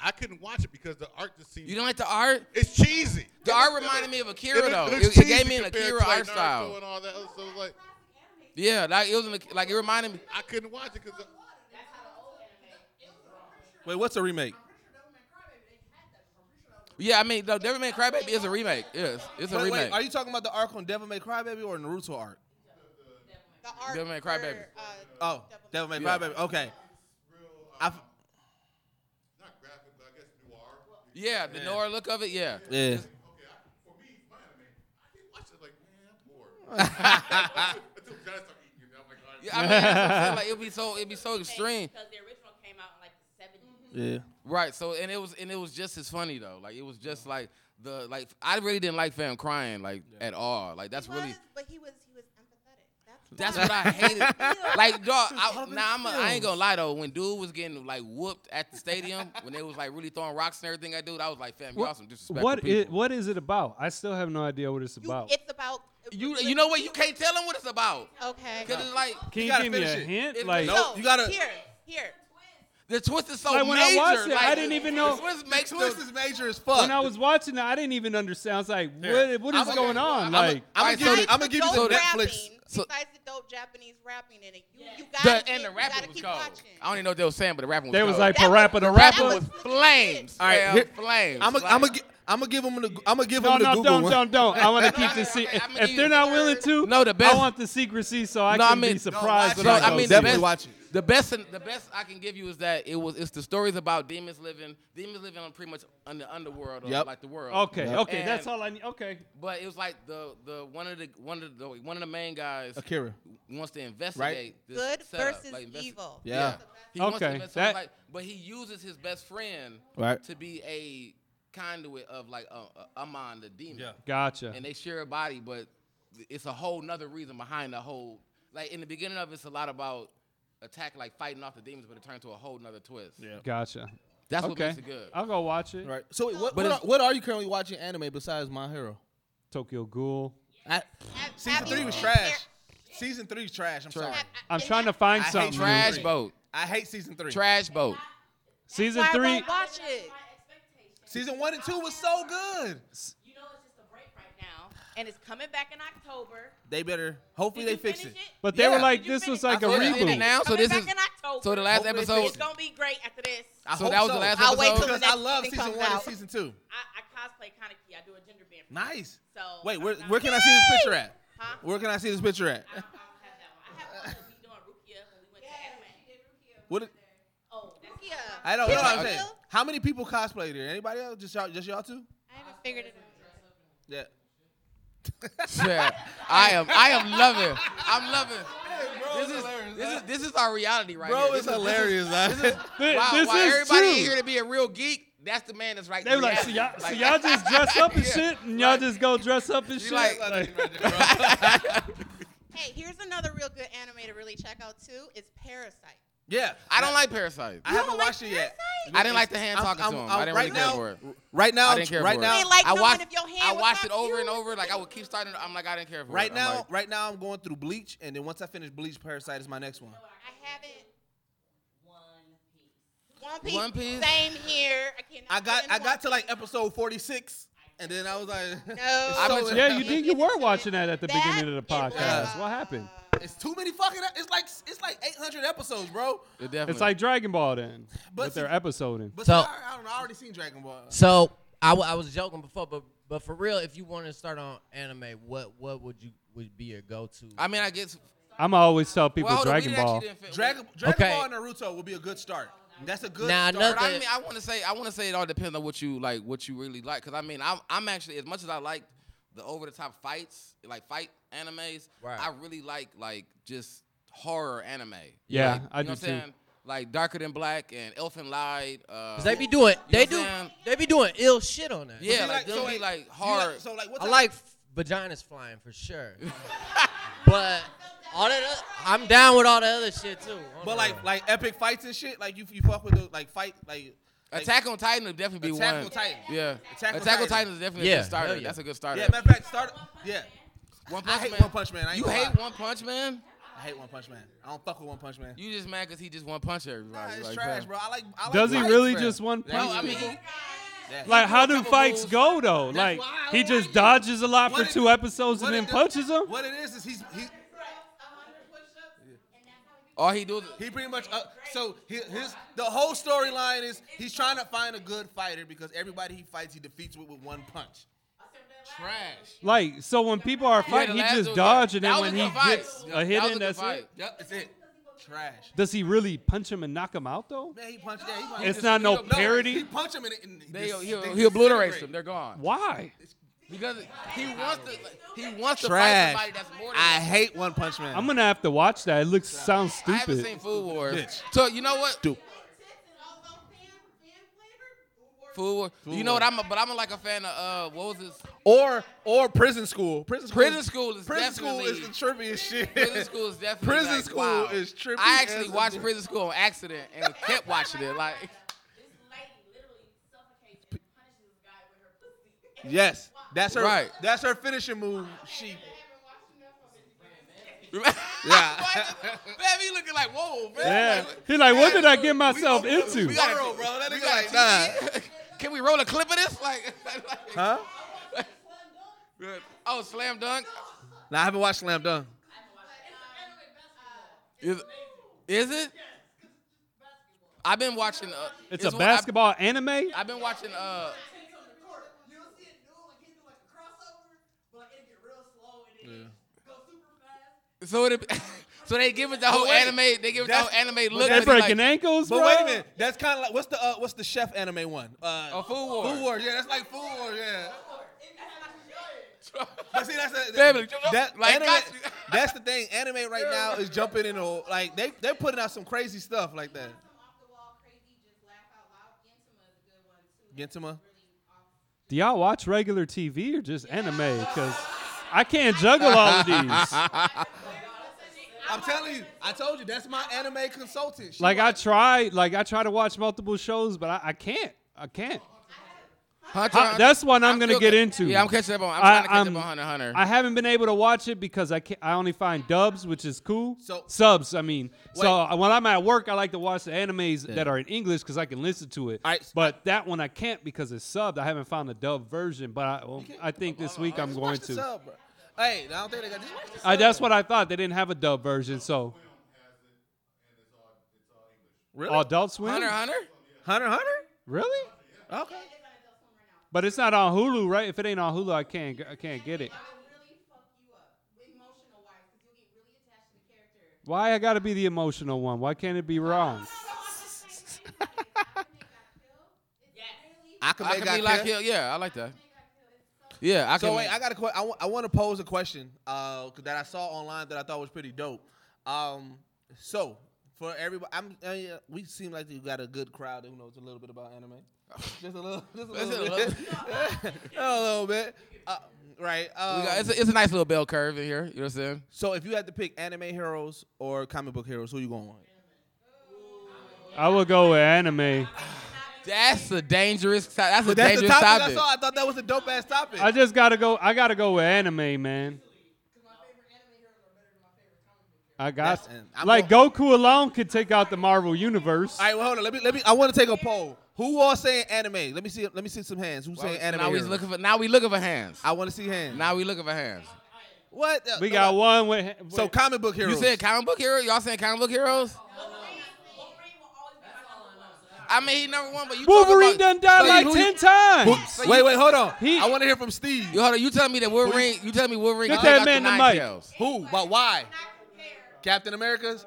Speaker 8: I couldn't watch it because the art just seemed
Speaker 5: you don't like the art?
Speaker 8: it's cheesy.
Speaker 5: The art reminded me of Akira
Speaker 8: look-
Speaker 5: though.
Speaker 8: looks
Speaker 5: It, it
Speaker 8: cheesy
Speaker 5: gave me an
Speaker 8: compared
Speaker 5: Akira
Speaker 8: to, like,
Speaker 5: art
Speaker 8: Naruto
Speaker 5: style.
Speaker 8: And all that other stuff. Like
Speaker 5: Yeah, like it was an, like it reminded me.
Speaker 8: I couldn't watch it because
Speaker 3: Wait, what's a remake?
Speaker 5: Yeah, I mean, the Devilman Crybaby is a remake. Yes, it's a
Speaker 3: Wait,
Speaker 5: remake.
Speaker 3: wait, are you talking about the arc on Devil May Cry Baby or Naruto arc?
Speaker 6: The art
Speaker 5: Devil May
Speaker 6: for,
Speaker 5: Cry Baby.
Speaker 6: uh,
Speaker 3: Oh, Devil May Cry
Speaker 5: Yeah.
Speaker 3: Baby. Okay. I f-
Speaker 8: not graphic, but I guess noir.
Speaker 5: yeah, the Nora look of it. Yeah.
Speaker 3: yeah.
Speaker 8: Okay, I, for me, my anime, I didn't watch it like man, I'm bored. Until Johnny started eating, and I'm like, all right,
Speaker 5: Yeah, I mean, that's what I'm saying, like it'd be so it'd be so extreme,
Speaker 9: Because the original came out in like the 70s.
Speaker 3: Yeah.
Speaker 5: right? So and it was and it was just as funny though. Like it was just like the like I really didn't like fam crying like at all. Like that's
Speaker 6: he
Speaker 5: really
Speaker 6: was, but he was he was empathetic. That's
Speaker 5: That's what I hated. like, dog, I,
Speaker 3: Harvey
Speaker 5: nah, I'm a, I ain't gonna lie though. When dude was getting like whooped at the stadium, when they was like really throwing rocks and everything at dude, I was like, fam, y'all some disrespectful
Speaker 4: What
Speaker 5: people.
Speaker 4: is, what is it about? I still have no idea what it's
Speaker 6: you,
Speaker 4: about.
Speaker 6: It's about
Speaker 5: you you know what? You can't tell them what it's about
Speaker 6: Okay.
Speaker 5: because it's like
Speaker 4: Can you,
Speaker 3: gotta
Speaker 4: give me a
Speaker 3: finish it.
Speaker 4: hint?
Speaker 5: It's-
Speaker 4: like,
Speaker 3: Nope.
Speaker 6: So,
Speaker 3: you gotta-
Speaker 6: here here.
Speaker 5: the twist is so
Speaker 4: Like, when I
Speaker 5: major.
Speaker 4: watched it, I
Speaker 5: like,
Speaker 4: didn't even know-
Speaker 5: The twist makes
Speaker 3: Twist
Speaker 5: the,
Speaker 3: is major as fuck.
Speaker 4: when I was watching it, I didn't even understand. I was like, what, what is
Speaker 5: I'm-
Speaker 4: going on?
Speaker 5: I'm-
Speaker 4: like,
Speaker 3: I'm
Speaker 5: Alright,
Speaker 3: gonna give
Speaker 5: so
Speaker 3: you.
Speaker 5: the-
Speaker 3: I'm gonna give you
Speaker 5: so
Speaker 3: the
Speaker 6: dope
Speaker 5: the-
Speaker 3: Netflix.
Speaker 6: rapping,
Speaker 5: so-
Speaker 6: besides the dope Japanese rapping in it, you, you
Speaker 5: the-
Speaker 6: got
Speaker 5: and the
Speaker 6: you
Speaker 5: rapper
Speaker 6: gotta
Speaker 5: was
Speaker 6: keep
Speaker 5: cold.
Speaker 6: watching.
Speaker 5: I don't even know what they were saying, but the rapper was
Speaker 4: they was
Speaker 5: cold.
Speaker 4: like,
Speaker 6: That was-
Speaker 4: Parappa the
Speaker 6: that
Speaker 5: rapper
Speaker 4: rapper.
Speaker 5: was flames.
Speaker 3: All right,
Speaker 5: fam,
Speaker 3: here-
Speaker 5: flames.
Speaker 3: I'm
Speaker 5: like,
Speaker 3: gonna I'm gi- I'm give him the I'm gonna give
Speaker 4: no,
Speaker 3: him the
Speaker 4: no,
Speaker 3: Google
Speaker 4: don't,
Speaker 3: one.
Speaker 4: don't, don't. I want to
Speaker 5: No,
Speaker 4: keep
Speaker 5: no,
Speaker 4: the
Speaker 5: okay,
Speaker 4: secret.
Speaker 5: I'ma give
Speaker 4: If
Speaker 5: you
Speaker 4: they're
Speaker 5: the
Speaker 4: not
Speaker 5: third.
Speaker 4: willing to,
Speaker 5: No, the
Speaker 4: I
Speaker 5: best-
Speaker 4: want the secrecy so I
Speaker 5: No, I
Speaker 4: can
Speaker 5: mean-
Speaker 4: be
Speaker 5: No,
Speaker 4: surprised.
Speaker 3: watch
Speaker 4: when
Speaker 3: it.
Speaker 4: I
Speaker 5: So,
Speaker 4: go
Speaker 5: I mean, the
Speaker 3: Definitely
Speaker 5: best,
Speaker 3: watch it.
Speaker 5: the best, the best I can give you is that it was it's the stories about demons living, demons living on pretty much on the underworld, or
Speaker 3: Yep.
Speaker 5: like the world.
Speaker 4: Okay, okay,
Speaker 5: And-
Speaker 4: that's all I need. Okay,
Speaker 5: But it was like the the one of the one of the one of the main guys
Speaker 3: Akira.
Speaker 5: wants to investigate this
Speaker 6: Good
Speaker 5: setup,
Speaker 6: versus
Speaker 5: like investi-
Speaker 6: evil.
Speaker 3: Yeah.
Speaker 5: He wants to
Speaker 4: Okay,
Speaker 5: invest-
Speaker 4: that-
Speaker 5: like, but he uses his best friend
Speaker 3: Right.
Speaker 5: to be a conduit of like uh, uh, Amon the demon.
Speaker 3: Yeah.
Speaker 4: gotcha.
Speaker 5: and they share a body, but it's a whole nother reason behind the whole. Like in the beginning of it, it's a lot about attack, like fighting off the demons, but it turned to a whole nother twist. Yeah,
Speaker 4: Gotcha.
Speaker 5: that's what
Speaker 4: Okay,
Speaker 5: makes it good.
Speaker 4: I'll go watch it.
Speaker 3: Right. So wait, what
Speaker 5: But
Speaker 3: what are,
Speaker 5: it's-
Speaker 3: what are you currently watching anime besides My Hero?
Speaker 4: Tokyo Ghoul.
Speaker 3: I,
Speaker 6: Have-
Speaker 3: season
Speaker 6: have you
Speaker 3: three was
Speaker 6: seen
Speaker 3: trash.
Speaker 6: Car-
Speaker 3: Season three is trash. I'm sorry.
Speaker 6: have-
Speaker 4: I'm
Speaker 6: and
Speaker 4: trying to
Speaker 6: that-
Speaker 4: find
Speaker 3: I hate
Speaker 4: something.
Speaker 5: Trash
Speaker 3: Three.
Speaker 5: boat,
Speaker 3: I hate season three.
Speaker 5: trash boat.
Speaker 4: Season
Speaker 6: Why I
Speaker 4: three.
Speaker 6: won't watch it.
Speaker 3: Season one and two was so good.
Speaker 9: You know it's just a break right now, and it's coming back in October.
Speaker 3: They better. Hopefully
Speaker 9: Did you
Speaker 3: they fix it.
Speaker 9: finish
Speaker 4: But they
Speaker 3: Yeah.
Speaker 4: were like,
Speaker 9: Did you
Speaker 4: this was
Speaker 9: finish
Speaker 4: like a
Speaker 5: it? I finished it
Speaker 4: reboot.
Speaker 5: now. so
Speaker 9: coming
Speaker 5: this
Speaker 9: back
Speaker 5: is-
Speaker 9: in October.
Speaker 5: So the last
Speaker 3: Hopefully they
Speaker 5: episode,
Speaker 9: It's gonna be great after this.
Speaker 3: I
Speaker 5: So
Speaker 3: hope
Speaker 5: that was the
Speaker 3: so.
Speaker 5: last
Speaker 3: I'll wait
Speaker 5: episode?
Speaker 3: till because I
Speaker 6: next
Speaker 3: love
Speaker 6: thing
Speaker 3: season
Speaker 6: comes
Speaker 3: one and
Speaker 6: out.
Speaker 3: season two.
Speaker 9: I, I cosplay Kaneki. I do a gender band. for you.
Speaker 3: Nice.
Speaker 9: So
Speaker 3: Wait, where
Speaker 9: I'm not-
Speaker 3: where can I see this picture at?
Speaker 9: Huh?
Speaker 3: Where can I see this picture at?
Speaker 9: I don't, I don't have that one. I have one that we doing Rukia when we went to anime.
Speaker 3: What? it-
Speaker 9: Oh, that's
Speaker 6: Yeah.
Speaker 3: I don't know.
Speaker 6: Can
Speaker 3: what I'm
Speaker 6: you-
Speaker 3: saying. How many people cosplayed here? Anybody else? Just y'all? Just y'all two?
Speaker 6: I haven't figured it out.
Speaker 3: Yeah.
Speaker 5: Yeah. I am, I am loving, I'm loving. This is, this is this is our reality right
Speaker 3: Bro,
Speaker 5: here.
Speaker 3: it's
Speaker 5: This is-
Speaker 3: hilarious.
Speaker 5: This is,
Speaker 4: Th-
Speaker 5: why,
Speaker 4: this
Speaker 5: why
Speaker 4: is
Speaker 5: everybody
Speaker 4: true.
Speaker 5: here to be a real geek? That's the man that's right.
Speaker 4: They were like, so
Speaker 5: reality.
Speaker 4: y'all, so y'all just dress up and
Speaker 5: Yeah.
Speaker 4: shit, and y'all just go dress up and shit.
Speaker 5: like-
Speaker 4: Like,
Speaker 6: Hey, here's another real good anime to really check out too. It's Parasite.
Speaker 3: yeah.
Speaker 5: I don't like parasites.
Speaker 3: I haven't watched it yet.
Speaker 5: I didn't like the hand talking to him. I didn't
Speaker 3: right
Speaker 5: really care
Speaker 3: now,
Speaker 5: for it.
Speaker 3: Right now,
Speaker 5: I didn't care
Speaker 3: right
Speaker 5: for it.
Speaker 3: now,
Speaker 6: They like
Speaker 5: I
Speaker 6: knowing
Speaker 5: watched,
Speaker 6: if your hand
Speaker 5: I
Speaker 6: was
Speaker 5: watched
Speaker 6: not
Speaker 5: it over and
Speaker 6: cute.
Speaker 5: over. Like I would keep starting. I'm like I didn't care for
Speaker 3: right
Speaker 5: it.
Speaker 3: now,
Speaker 5: I'm like,
Speaker 3: right now, I'm going through Bleach, and then once I finish Bleach, Parasite is my next one.
Speaker 6: I haven't. One Piece.
Speaker 5: One Piece?
Speaker 6: Same here. I cannot.
Speaker 3: I got,
Speaker 6: get into
Speaker 3: I got
Speaker 6: One
Speaker 3: to like
Speaker 6: Piece.
Speaker 3: episode 46, and then I was
Speaker 6: No.
Speaker 3: like,
Speaker 5: I've been-
Speaker 3: it's, so,
Speaker 4: yeah, you did. You were watching that at the
Speaker 6: That
Speaker 4: beginning of the
Speaker 6: is-
Speaker 4: podcast. What happened?
Speaker 3: it's too many fucking. e, It's like, it's like 800 episodes, bro.
Speaker 5: it definitely.
Speaker 4: It's like Dragon Ball then,
Speaker 3: But
Speaker 4: with their
Speaker 3: see-
Speaker 4: episoding.
Speaker 3: But
Speaker 7: So-
Speaker 3: I, I don't know. I already seen Dragon Ball.
Speaker 7: So I, w- I was joking before, but but for real, if you wanted to start on anime, what what would you would be your go to?
Speaker 5: I mean, I guess.
Speaker 4: I'm always tell people
Speaker 5: Well, hold on, we
Speaker 4: Dragon
Speaker 5: actually
Speaker 4: Ball.
Speaker 5: didn't fin-
Speaker 3: Dragon, Dragon
Speaker 7: Okay.
Speaker 3: Ball and Naruto will be a good start. That's a good
Speaker 7: Now,
Speaker 3: start.
Speaker 5: But
Speaker 7: another-
Speaker 5: I mean, I want to say, I want to say it all depends on what you like, what you really like. Because I mean, I'm, I'm actually as much as I liked the over the top fights, like fight animes.
Speaker 7: Right.
Speaker 5: I really like like just horror anime.
Speaker 4: Yeah, I
Speaker 5: Like, you
Speaker 4: do
Speaker 5: know what
Speaker 4: too.
Speaker 5: I'm saying? Like Darker Than Black and Elfin Lied. Uh,
Speaker 7: 'Cause they be doing,
Speaker 5: You know
Speaker 7: they
Speaker 5: what
Speaker 7: do,
Speaker 5: I'm saying?
Speaker 7: they be doing ill shit on that.
Speaker 5: Yeah,
Speaker 3: You
Speaker 5: like, they'll be like
Speaker 3: you
Speaker 5: hard.
Speaker 3: so like what
Speaker 7: I
Speaker 3: type-
Speaker 7: like f- vaginas flying for sure, but all that, oth- I'm down with all the other shit too. on
Speaker 3: But
Speaker 7: the
Speaker 3: like
Speaker 7: real.
Speaker 3: like epic fights and shit. Like you you fuck with those like fight like. like-
Speaker 5: Attack on Titan would definitely be
Speaker 3: Attack
Speaker 5: one.
Speaker 3: on Titan.
Speaker 5: Yeah. Attack,
Speaker 3: Attack on
Speaker 5: on
Speaker 3: Titan.
Speaker 5: Titan is definitely
Speaker 7: Yeah,
Speaker 5: a good starter.
Speaker 7: hell yeah.
Speaker 5: That's a good starter.
Speaker 3: Yeah, matter of fact, start. Yeah,
Speaker 5: One
Speaker 3: I
Speaker 5: Punch
Speaker 3: hate
Speaker 5: Man.
Speaker 3: One Punch Man. I ain't
Speaker 5: You
Speaker 3: gonna
Speaker 5: hate
Speaker 3: lie.
Speaker 5: One Punch Man?
Speaker 3: I hate One Punch Man. I don't fuck with One Punch Man.
Speaker 5: You just mad because he just one punch everybody.
Speaker 3: Nah, it's
Speaker 5: Like,
Speaker 3: trash,
Speaker 5: bruh.
Speaker 3: bro. I like. I like
Speaker 4: Does he
Speaker 3: fights,
Speaker 4: really
Speaker 3: bruh.
Speaker 4: just one
Speaker 5: No,
Speaker 4: punch?
Speaker 5: I mean, he-
Speaker 3: Yeah.
Speaker 4: like, how do
Speaker 5: couple
Speaker 4: fights
Speaker 5: moves.
Speaker 4: go though? Like,
Speaker 5: why I
Speaker 4: he
Speaker 5: don't
Speaker 4: just
Speaker 5: like it.
Speaker 4: dodges a lot for
Speaker 3: What it-
Speaker 4: two episodes and
Speaker 3: what
Speaker 4: then
Speaker 3: it is-
Speaker 4: punches him.
Speaker 3: What it is is he's he
Speaker 5: all he do is
Speaker 3: he pretty much uh, so his, his the whole storyline is he's trying to find a good fighter because everybody he fights he defeats with, with one punch.
Speaker 5: trash.
Speaker 4: Like, so when people are
Speaker 5: Yeah, the
Speaker 4: fighting,
Speaker 5: last
Speaker 4: he just
Speaker 5: one-
Speaker 4: dodge, and
Speaker 5: that
Speaker 4: then
Speaker 5: was
Speaker 4: when
Speaker 5: a
Speaker 4: he
Speaker 5: good fight.
Speaker 4: gets
Speaker 5: That
Speaker 4: a
Speaker 5: was
Speaker 4: hit
Speaker 5: good
Speaker 4: in, that's
Speaker 5: fight.
Speaker 4: it.
Speaker 3: Yep, that's it. Trash.
Speaker 4: Does he really punch him and knock him out though?
Speaker 3: Man, he punched. Yeah, he punched.
Speaker 4: It's not no
Speaker 3: He
Speaker 4: parody.
Speaker 3: punched him in it. And
Speaker 5: They,
Speaker 3: just-
Speaker 5: he'll,
Speaker 3: they
Speaker 5: he obliterates
Speaker 3: disintegrate.
Speaker 5: them. They're gone.
Speaker 4: Why?
Speaker 5: Because he wants to. He wants to
Speaker 3: Trash.
Speaker 5: fight somebody that's more. Than
Speaker 3: I
Speaker 5: him.
Speaker 3: hate One Punch Man.
Speaker 4: I'm gonna have to watch that. It looks sounds
Speaker 5: I haven't seen
Speaker 4: stupid.
Speaker 5: Food Wars.
Speaker 3: Bitch.
Speaker 5: So you know what?
Speaker 3: Stupid.
Speaker 5: Food Wars. You know what? I'm a, but I'm like a fan of uh, what was this?
Speaker 3: Or or prison school. Prison school.
Speaker 5: Prison school is
Speaker 3: prison school is
Speaker 5: definitely-
Speaker 3: the trivia shit.
Speaker 5: Prison school is definitely.
Speaker 3: Prison
Speaker 5: like,
Speaker 3: school
Speaker 5: wow.
Speaker 3: is trippy.
Speaker 5: I actually
Speaker 3: as a
Speaker 5: watched
Speaker 3: bitch.
Speaker 5: Prison School on accident and kept watching it. Like
Speaker 3: Yes, that's her.
Speaker 5: Right.
Speaker 3: That's her finishing move. She.
Speaker 5: yeah. Baby, you looking like whoa, man.
Speaker 4: Yeah.
Speaker 5: Like,
Speaker 4: He's like, what did I get
Speaker 5: we-
Speaker 4: myself
Speaker 5: we-
Speaker 4: into?
Speaker 5: We gotta,
Speaker 3: Bro, bro, that
Speaker 5: we
Speaker 3: nigga
Speaker 5: gotta
Speaker 3: like, nah.
Speaker 5: TV? Can we roll a clip of this? Like,
Speaker 3: Huh?
Speaker 5: oh, slam dunk.
Speaker 3: Nah, I haven't watched Slam Dunk.
Speaker 5: Is, is it? I've been watching. Uh,
Speaker 4: It's a
Speaker 5: one- I've-
Speaker 4: basketball anime.
Speaker 5: I've been watching. Uh, so it. So they give it the whole
Speaker 3: Oh, wait.
Speaker 5: anime. They give it the
Speaker 3: That's-
Speaker 5: whole anime look.
Speaker 4: They're
Speaker 5: but it's
Speaker 4: breaking
Speaker 5: like,
Speaker 4: ankles,
Speaker 3: But
Speaker 4: bro.
Speaker 3: wait a minute, that's kind of like what's the uh, what's the chef anime one? Uh,
Speaker 5: Oh, Food Wars.
Speaker 3: Food Wars, yeah, that's like Food Wars, yeah. But see, that's a,
Speaker 5: Family,
Speaker 3: that,
Speaker 5: like,
Speaker 3: anime-
Speaker 5: guys-
Speaker 3: that's the thing. Anime right now is jumping in a like they they're putting out some crazy stuff like that. Gintama.
Speaker 4: Do y'all watch regular TV or just anime? Because I can't juggle all of these.
Speaker 3: I'm telling you, I told you that's my anime consultant. She
Speaker 4: Like I try, like I try to watch multiple shows, but I, I can't. I can't.
Speaker 5: Hunter,
Speaker 4: I- that's one I'm, gonna
Speaker 5: still-
Speaker 4: get into.
Speaker 5: Yeah, I'm catching up on. I'm
Speaker 4: I-
Speaker 5: trying to catch
Speaker 4: I'm-
Speaker 5: up on Hunter x Hunter.
Speaker 4: I haven't been able to watch it because I can I only find dubs, which is cool.
Speaker 3: So-
Speaker 4: subs, I mean. So uh, when I'm at work, I like to watch the animes that are in English because I can listen to it.
Speaker 3: All right.
Speaker 4: But that one I can't because it's subbed. I haven't found a dub version, but I, well, I think this week I'm
Speaker 3: Just
Speaker 4: going
Speaker 3: watch the
Speaker 4: to.
Speaker 3: sub, bro. Hey, I don't think they got just watch the
Speaker 4: I,
Speaker 3: sub.
Speaker 4: that's what I thought. They didn't have a dub version, so
Speaker 3: really
Speaker 4: Adult Swim.
Speaker 5: Hunter x Hunter.
Speaker 3: Hunter Hunter.
Speaker 4: Really?
Speaker 3: Okay.
Speaker 4: But it's not on Hulu, right? If it ain't on Hulu, I can't g- I can't get it. Why I gotta be the emotional one? Why can't it be wrong?
Speaker 3: I could
Speaker 5: I
Speaker 3: make
Speaker 5: can be like him. Yeah, I like that. Yeah, I can.
Speaker 3: So wait, I got a que- I want to pose a question uh, that I saw online that I thought was pretty dope. Um, so for everybody, I'm, uh, yeah, we seem like you got a good crowd who knows a little bit about anime. Just a little, just a
Speaker 5: Listen,
Speaker 3: little bit, a little bit, uh, right?
Speaker 5: we got-
Speaker 3: Um,
Speaker 5: it's, a, it's a nice little bell curve in here. You know what I'm saying?
Speaker 3: so if you had to pick anime heroes or comic book heroes, who you going with?
Speaker 4: I will go with anime.
Speaker 5: That's a dangerous. to- That's a
Speaker 3: But that's the
Speaker 5: dangerous
Speaker 3: topic, I
Speaker 5: topic.
Speaker 3: saw. I thought that was a dope ass topic.
Speaker 4: I just gotta go. I gotta go with anime, man. I got
Speaker 3: That's- and I'm
Speaker 4: like Goku alone could take out the Marvel universe.
Speaker 3: all right, well, hold on. Let me, let me. I want to take a poll. Who all saying anime? Let me see. Let me see some hands. Who saying anime?
Speaker 5: now we
Speaker 3: heroes?
Speaker 5: looking for. Now we looking for hands.
Speaker 3: I want to see hands.
Speaker 5: Now we looking for hands.
Speaker 3: What?
Speaker 4: we got
Speaker 3: one.
Speaker 4: one with, with
Speaker 3: So comic book heroes.
Speaker 5: You said comic book hero? Y'all saying comic book heroes? I mean, he number one, but you talking
Speaker 4: Wolverine done
Speaker 5: about,
Speaker 4: died
Speaker 5: so
Speaker 4: like
Speaker 5: who you-
Speaker 4: ten times.
Speaker 5: So
Speaker 3: wait,
Speaker 5: you-
Speaker 3: wait, hold on.
Speaker 4: He-
Speaker 3: I want to hear from Steve.
Speaker 5: You hold on. You telling me that Wolverine? You telling me Wolverine?
Speaker 4: Get
Speaker 5: can take
Speaker 4: that
Speaker 5: out
Speaker 4: man the
Speaker 5: Nine
Speaker 4: mic.
Speaker 5: Tails?
Speaker 3: Who? But why? Captain America's.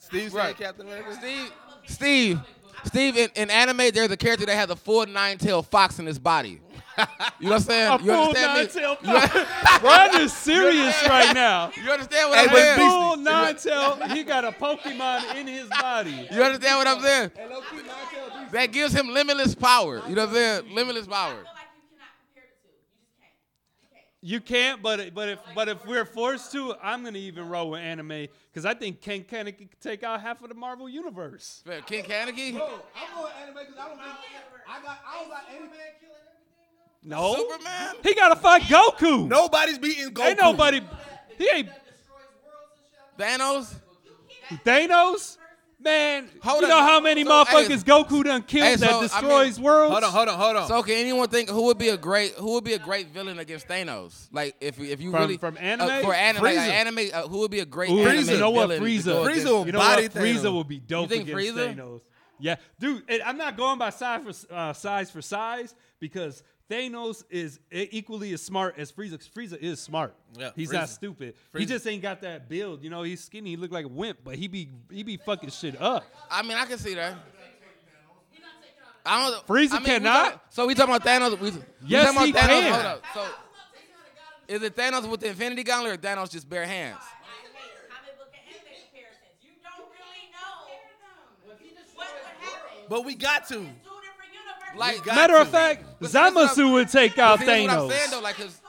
Speaker 3: Steve said
Speaker 5: Right.
Speaker 3: Captain America.
Speaker 5: Steve, Steve, Steve. In, in anime, there's a character that has a full nine tail fox in his body. You know what I'm saying?
Speaker 4: A
Speaker 5: You
Speaker 4: full
Speaker 5: understand me?
Speaker 4: nine-tail pop. Ron is serious right now.
Speaker 5: You understand what I'm
Speaker 4: A
Speaker 5: saying?
Speaker 4: full nine-tail. He got a Pokemon in his body.
Speaker 5: You understand what I'm saying? That gives him limitless power. You know what I'm saying? Limitless power.
Speaker 9: like you cannot compare the two. You just can't.
Speaker 4: You can't, but but if but if we're forced to, I'm gonna even roll with anime because I think Ken Kaneki could take out half of the Marvel universe.
Speaker 5: Man, King Kaneki,
Speaker 3: I'm on anime because I don't think I got I don't got anime killing everything.
Speaker 4: No,
Speaker 5: Superman.
Speaker 4: he gotta fight Goku.
Speaker 3: Nobody's beating Goku.
Speaker 4: ain't nobody. He ain't
Speaker 5: Thanos.
Speaker 4: Thanos. Man,
Speaker 5: Hold
Speaker 4: you know
Speaker 5: up.
Speaker 4: how many
Speaker 5: So,
Speaker 4: motherfuckers
Speaker 5: hey,
Speaker 4: Goku done killed
Speaker 5: hey, so, I
Speaker 4: that
Speaker 5: mean-
Speaker 4: destroys worlds?
Speaker 3: Hold on, hold on, hold on.
Speaker 5: So can anyone think who would be a great who would be a great villain against Thanos? Like if if you
Speaker 4: From-
Speaker 5: really
Speaker 4: from anime?
Speaker 5: uh, for anime like,
Speaker 4: Frieza.
Speaker 5: anime uh, who would be a great
Speaker 4: Ooh,
Speaker 5: anime
Speaker 4: you know what?
Speaker 5: villain to
Speaker 4: Frieza.
Speaker 5: go against-
Speaker 3: Frieza will
Speaker 4: You know
Speaker 3: body
Speaker 4: what? Frieza
Speaker 3: Thanos.
Speaker 4: would be dope
Speaker 5: think
Speaker 4: against
Speaker 5: Frieza?
Speaker 4: Thanos. Yeah, dude. And I'm not going by size for uh, size for size because Thanos is e- equally as smart as Frieza. 'cause Frieza is smart.
Speaker 3: Yeah,
Speaker 4: he's not
Speaker 3: Frieza.
Speaker 4: stupid. He
Speaker 3: Frieza.
Speaker 4: just ain't got that build. You know, he's skinny. He look like a wimp, but he be he be fucking shit up.
Speaker 5: I mean, I can see that. I don't.
Speaker 4: Frieza
Speaker 5: I mean, we
Speaker 4: cannot?
Speaker 5: talk- so we talking about Thanos? We, we
Speaker 4: Yes,
Speaker 5: talking
Speaker 4: he
Speaker 5: about Thanos.
Speaker 4: can.
Speaker 5: Hold up. So is it Thanos with the Infinity Gauntlet or Thanos just bare hands?
Speaker 9: I hate comic book and anime comparisons. You don't really know what would happen.
Speaker 3: but we got to.
Speaker 9: Two different universes.
Speaker 5: Like
Speaker 3: got
Speaker 4: Matter of
Speaker 3: to.
Speaker 4: fact,
Speaker 5: But see, that's what
Speaker 4: Zamasu would take out
Speaker 5: See, that's what I'm saying though.
Speaker 4: Thanos.
Speaker 5: Like, 'cause-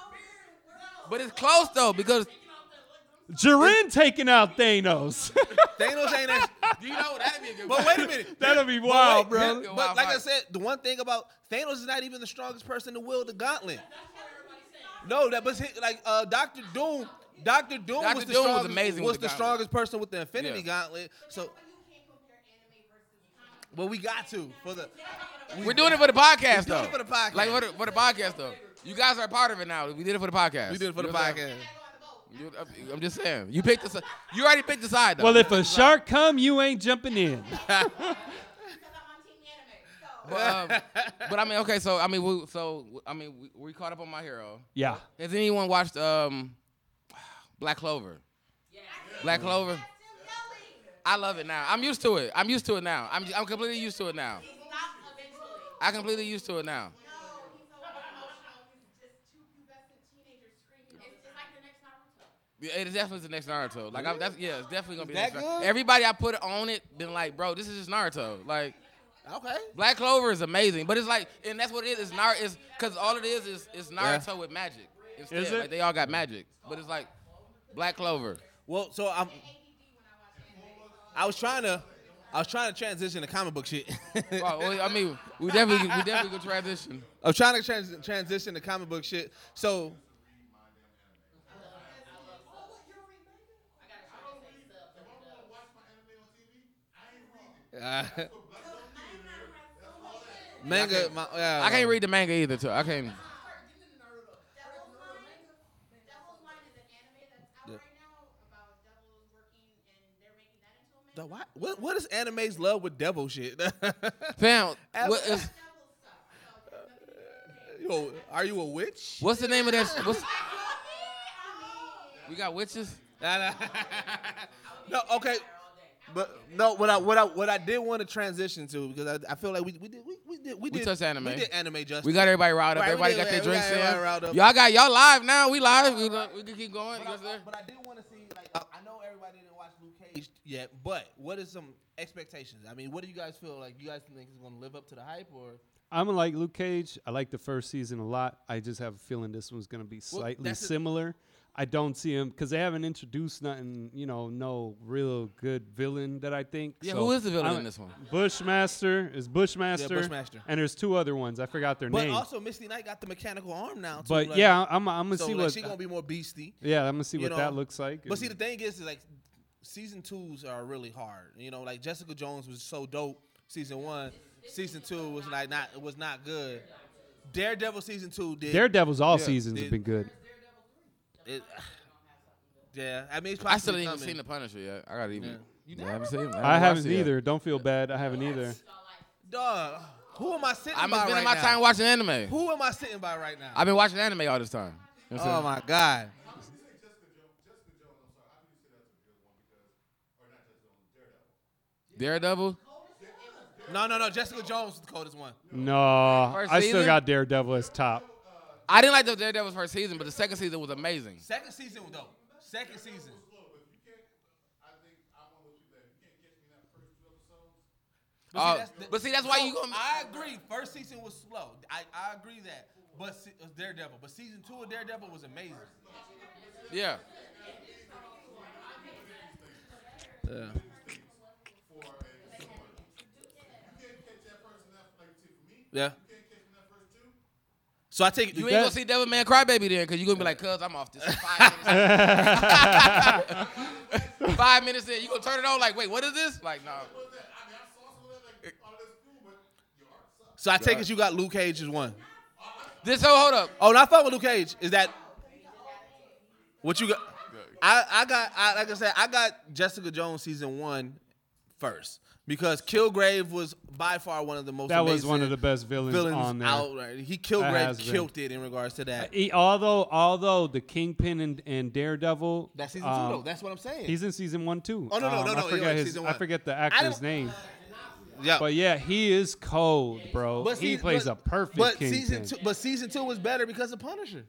Speaker 5: but it's close though because
Speaker 4: Jiren taking out Thanos.
Speaker 3: Thanos ain't that.
Speaker 5: you know that'd be a good.
Speaker 3: But wait a minute.
Speaker 4: That'll be
Speaker 3: But
Speaker 4: wild,
Speaker 3: wait,
Speaker 4: bro.
Speaker 3: But like I said, the one thing about Thanos is not even the strongest person to wield the gauntlet. No, that was hit, like uh, Doctor Doom. Doctor Doom
Speaker 5: Dr.
Speaker 3: was the
Speaker 5: Doom was
Speaker 3: strongest,
Speaker 5: amazing
Speaker 3: was
Speaker 5: with the
Speaker 3: the
Speaker 5: gauntlet.
Speaker 3: strongest person with the Infinity
Speaker 5: Yeah.
Speaker 3: Gauntlet. So, well, we got to for the
Speaker 5: We're doing it for the podcast
Speaker 3: We're
Speaker 5: though.
Speaker 3: doing it for the podcast.
Speaker 5: Like for the, for the podcast though. You guys are a part of it now. We did it for the podcast.
Speaker 3: we did it for the
Speaker 5: You know what I'm saying?
Speaker 3: podcast.
Speaker 5: You- I'm just saying. You picked this. You already picked the side though.
Speaker 4: Well, if a shark come, you ain't jumping in.
Speaker 5: But, um, but I mean, okay. So I mean, we, so I mean, we, we caught up on my hero.
Speaker 4: Yeah.
Speaker 5: Has anyone watched um, Black Clover? Black Clover. I love it now. I'm used to it. I'm used to it now. I'm I'm completely used to it now. I completely used to it now. Yeah, It is definitely the next Naruto. Like, I, that's yeah, it's definitely gonna be
Speaker 3: that
Speaker 5: the next Naruto.
Speaker 3: good?
Speaker 5: Everybody I put on it been like, bro, this is just Naruto. Like,
Speaker 3: Okay.
Speaker 5: Black Clover is amazing, but it's like, and that's what it is. It's Naruto, it's because all it is is is Naruto with magic. Instead.
Speaker 4: Is it?
Speaker 5: Like, they all got magic, but it's like Black Clover.
Speaker 3: Well, so I'm. I was trying to, I was trying to transition to comic book shit.
Speaker 5: Well, well, I mean, we definitely we definitely could transition.
Speaker 3: I'm trying to trans- transition to comic book shit. So, Uh, manga, my, yeah.
Speaker 5: I can't read the manga either, too. I can't.
Speaker 3: The why- What, what is anime's love with devil shit?
Speaker 5: Fam, what is,
Speaker 3: Uh, Yo, are you a witch?
Speaker 5: what's the name of that? What's, we got witches.
Speaker 3: Nah, nah. no, okay. But no, what I what I what I did want to transition to because I, I feel like we we did we, we did
Speaker 5: We
Speaker 3: we, did
Speaker 5: touched anime.
Speaker 3: We did anime justice.
Speaker 5: We got everybody riled up.
Speaker 3: Right, we
Speaker 5: everybody
Speaker 3: did-
Speaker 5: got their
Speaker 3: we got
Speaker 5: drinks
Speaker 3: everybody riled up.
Speaker 5: in. Y'all got y'all live now. We live. We, lo- we can keep going.
Speaker 3: But I,
Speaker 5: Yes, sir.
Speaker 3: but I did want to see like I I know everybody didn't watch Luke Cage yet, but what is some expectations? I mean, what do you guys feel like? You guys think it's going to live up to the hype or?
Speaker 4: I'm like Luke Cage. I like the first season a lot. I just have a feeling this one's going to be slightly
Speaker 3: that's the-
Speaker 4: similar. I don't see him because they haven't introduced nothing, you know, no real good villain that I think.
Speaker 5: Yeah,
Speaker 4: so
Speaker 5: who is the villain
Speaker 4: I'm-
Speaker 5: in this one?
Speaker 4: Bushmaster is Bushmaster.
Speaker 3: Bushmaster.
Speaker 4: And there's two other ones. I forgot their
Speaker 3: But
Speaker 4: name.
Speaker 3: also, Misty Knight got the mechanical arm now. Too,
Speaker 4: but
Speaker 3: like-
Speaker 4: yeah, I'm, I'm gonna
Speaker 3: so
Speaker 4: see
Speaker 3: like,
Speaker 4: what.
Speaker 3: she gonna be more beastie.
Speaker 4: yeah, I'm gonna see
Speaker 3: you
Speaker 4: what
Speaker 3: know.
Speaker 4: that looks like.
Speaker 3: But see, the
Speaker 4: and-
Speaker 3: thing is, is like season twos are really hard. You know, like Jessica Jones was so dope. Season one, season two was like not it was not good. Daredevil season two did.
Speaker 4: Daredevil's all seasons
Speaker 3: the-
Speaker 4: have been good.
Speaker 3: it- yeah, I mean, it's
Speaker 5: I still
Speaker 3: possibly
Speaker 5: ain't even
Speaker 3: coming.
Speaker 5: seen the Punisher yet. I gotta even.
Speaker 3: Yeah.
Speaker 5: You haven't seen. it?
Speaker 4: I
Speaker 5: haven't
Speaker 4: haven't
Speaker 5: watched it yet.
Speaker 4: either. Don't feel bad. I haven't either.
Speaker 3: Dog, who am I sitting
Speaker 5: I'm
Speaker 3: by
Speaker 5: spending
Speaker 3: right
Speaker 5: my
Speaker 3: now?
Speaker 5: time watching anime.
Speaker 3: Who am I sitting by right now?
Speaker 5: I've been watching anime all this time. You know what I'm
Speaker 3: oh
Speaker 5: saying?
Speaker 3: my god.
Speaker 5: Daredevil.
Speaker 3: No, no, no. Jessica Jones was the coldest one.
Speaker 4: No,
Speaker 5: First
Speaker 4: I still
Speaker 5: season?
Speaker 4: got Daredevil as top.
Speaker 5: I didn't like the Daredevil's first season, but the second season was amazing.
Speaker 3: Second season was dope. Second season. But
Speaker 5: Uh,
Speaker 3: see, that's the-
Speaker 5: but see, that's why
Speaker 3: no,
Speaker 5: you gonna-
Speaker 3: I agree. First season was slow. I, I agree that. But se- it was Daredevil. But season two of Daredevil was amazing.
Speaker 5: Yeah.
Speaker 3: Yeah. Yeah. So I take it
Speaker 5: You
Speaker 3: you
Speaker 5: ain't
Speaker 4: that-
Speaker 5: gonna see Devil Man Crybaby then, cause you gonna be like, cuz I'm off this. in Five minutes. five minutes in, you gonna turn it on like, wait, what is this? Like, no.
Speaker 3: so I take it you got Luke Cage as one.
Speaker 5: This so hold up.
Speaker 3: Oh, not fuck with Luke Cage. Is that what you got? I, I got I, like I said I got Jessica Jones season one first because Kilgrave was by far one of the most
Speaker 4: That was one of
Speaker 3: amazing
Speaker 4: the best villains, on there.
Speaker 3: out right he
Speaker 4: That
Speaker 3: Kilgrave
Speaker 4: has been.
Speaker 3: killed it in regards to that.
Speaker 4: He- although, although the Kingpin and, and Daredevil.
Speaker 3: That's season
Speaker 4: um,
Speaker 3: two though. That's what I'm saying.
Speaker 4: He's in season one too.
Speaker 3: Oh, no, no,
Speaker 4: Um,
Speaker 3: no,
Speaker 4: I
Speaker 3: no,
Speaker 4: forget
Speaker 3: yeah,
Speaker 4: his,
Speaker 3: season
Speaker 4: I
Speaker 3: one.
Speaker 4: forget the
Speaker 3: don't-
Speaker 4: actor's name.
Speaker 3: yeah.
Speaker 4: But yeah, he is cold, bro. he
Speaker 3: season-
Speaker 4: plays
Speaker 3: but-
Speaker 4: a perfect
Speaker 3: But
Speaker 4: Kingpin.
Speaker 3: season two, but season two was better because of Punisher.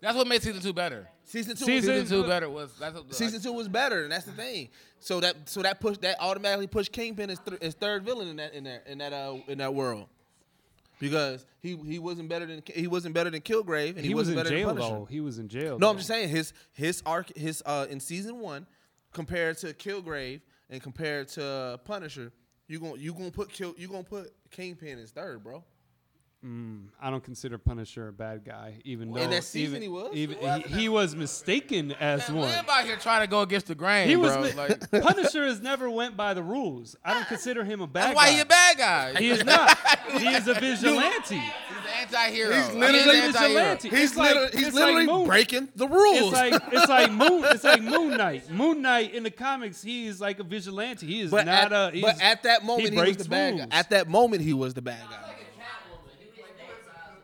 Speaker 5: That's what made season two better.
Speaker 3: Season two,
Speaker 4: Season-
Speaker 3: was,
Speaker 5: Season two better was that's what,
Speaker 3: season two was better, and that's the thing. So that so that pushed that automatically pushed Kingpin as, th- as third villain in that in that in that uh in that world. Because he he wasn't better than he wasn't better than Kilgrave, and he,
Speaker 4: he, was
Speaker 3: wasn't
Speaker 4: in
Speaker 3: better
Speaker 4: jail
Speaker 3: than Punisher.
Speaker 4: though. He was in jail.
Speaker 3: No,
Speaker 4: though.
Speaker 3: I'm just saying his his arc his uh in season one compared to Kilgrave and compared to Punisher, you going you gonna put Kill you gonna put Kingpin as third, bro.
Speaker 4: Mm, I don't consider Punisher a bad guy, even though
Speaker 3: In that season
Speaker 4: even,
Speaker 3: he was?
Speaker 4: Even, he, he was mistaken as
Speaker 5: Man,
Speaker 4: one.
Speaker 5: Liam out here trying to go against the grain,
Speaker 4: He
Speaker 5: bro.
Speaker 4: was mi-
Speaker 5: like,
Speaker 4: Punisher has never went by the rules. I don't consider him a bad
Speaker 5: that's
Speaker 4: guy.
Speaker 5: why he a bad guy.
Speaker 4: He is not. he is a vigilante.
Speaker 5: He's an anti-hero.
Speaker 3: He's
Speaker 5: I mean,
Speaker 3: literally
Speaker 5: an anti-hero.
Speaker 4: vigilante.
Speaker 3: He's
Speaker 4: It's like-
Speaker 3: literally he's
Speaker 4: it's like
Speaker 3: literally
Speaker 4: Moon-
Speaker 3: breaking the rules.
Speaker 4: It's like it's like moon. It's like Moon Knight. Moon Knight in the comics, he is like a vigilante. He is
Speaker 3: But,
Speaker 4: not
Speaker 3: at,
Speaker 4: a. uh,
Speaker 3: but
Speaker 4: He's,
Speaker 3: at that moment, he, was
Speaker 4: breaks
Speaker 3: the bad guy.
Speaker 4: rules.
Speaker 3: At that moment, he was the bad guy.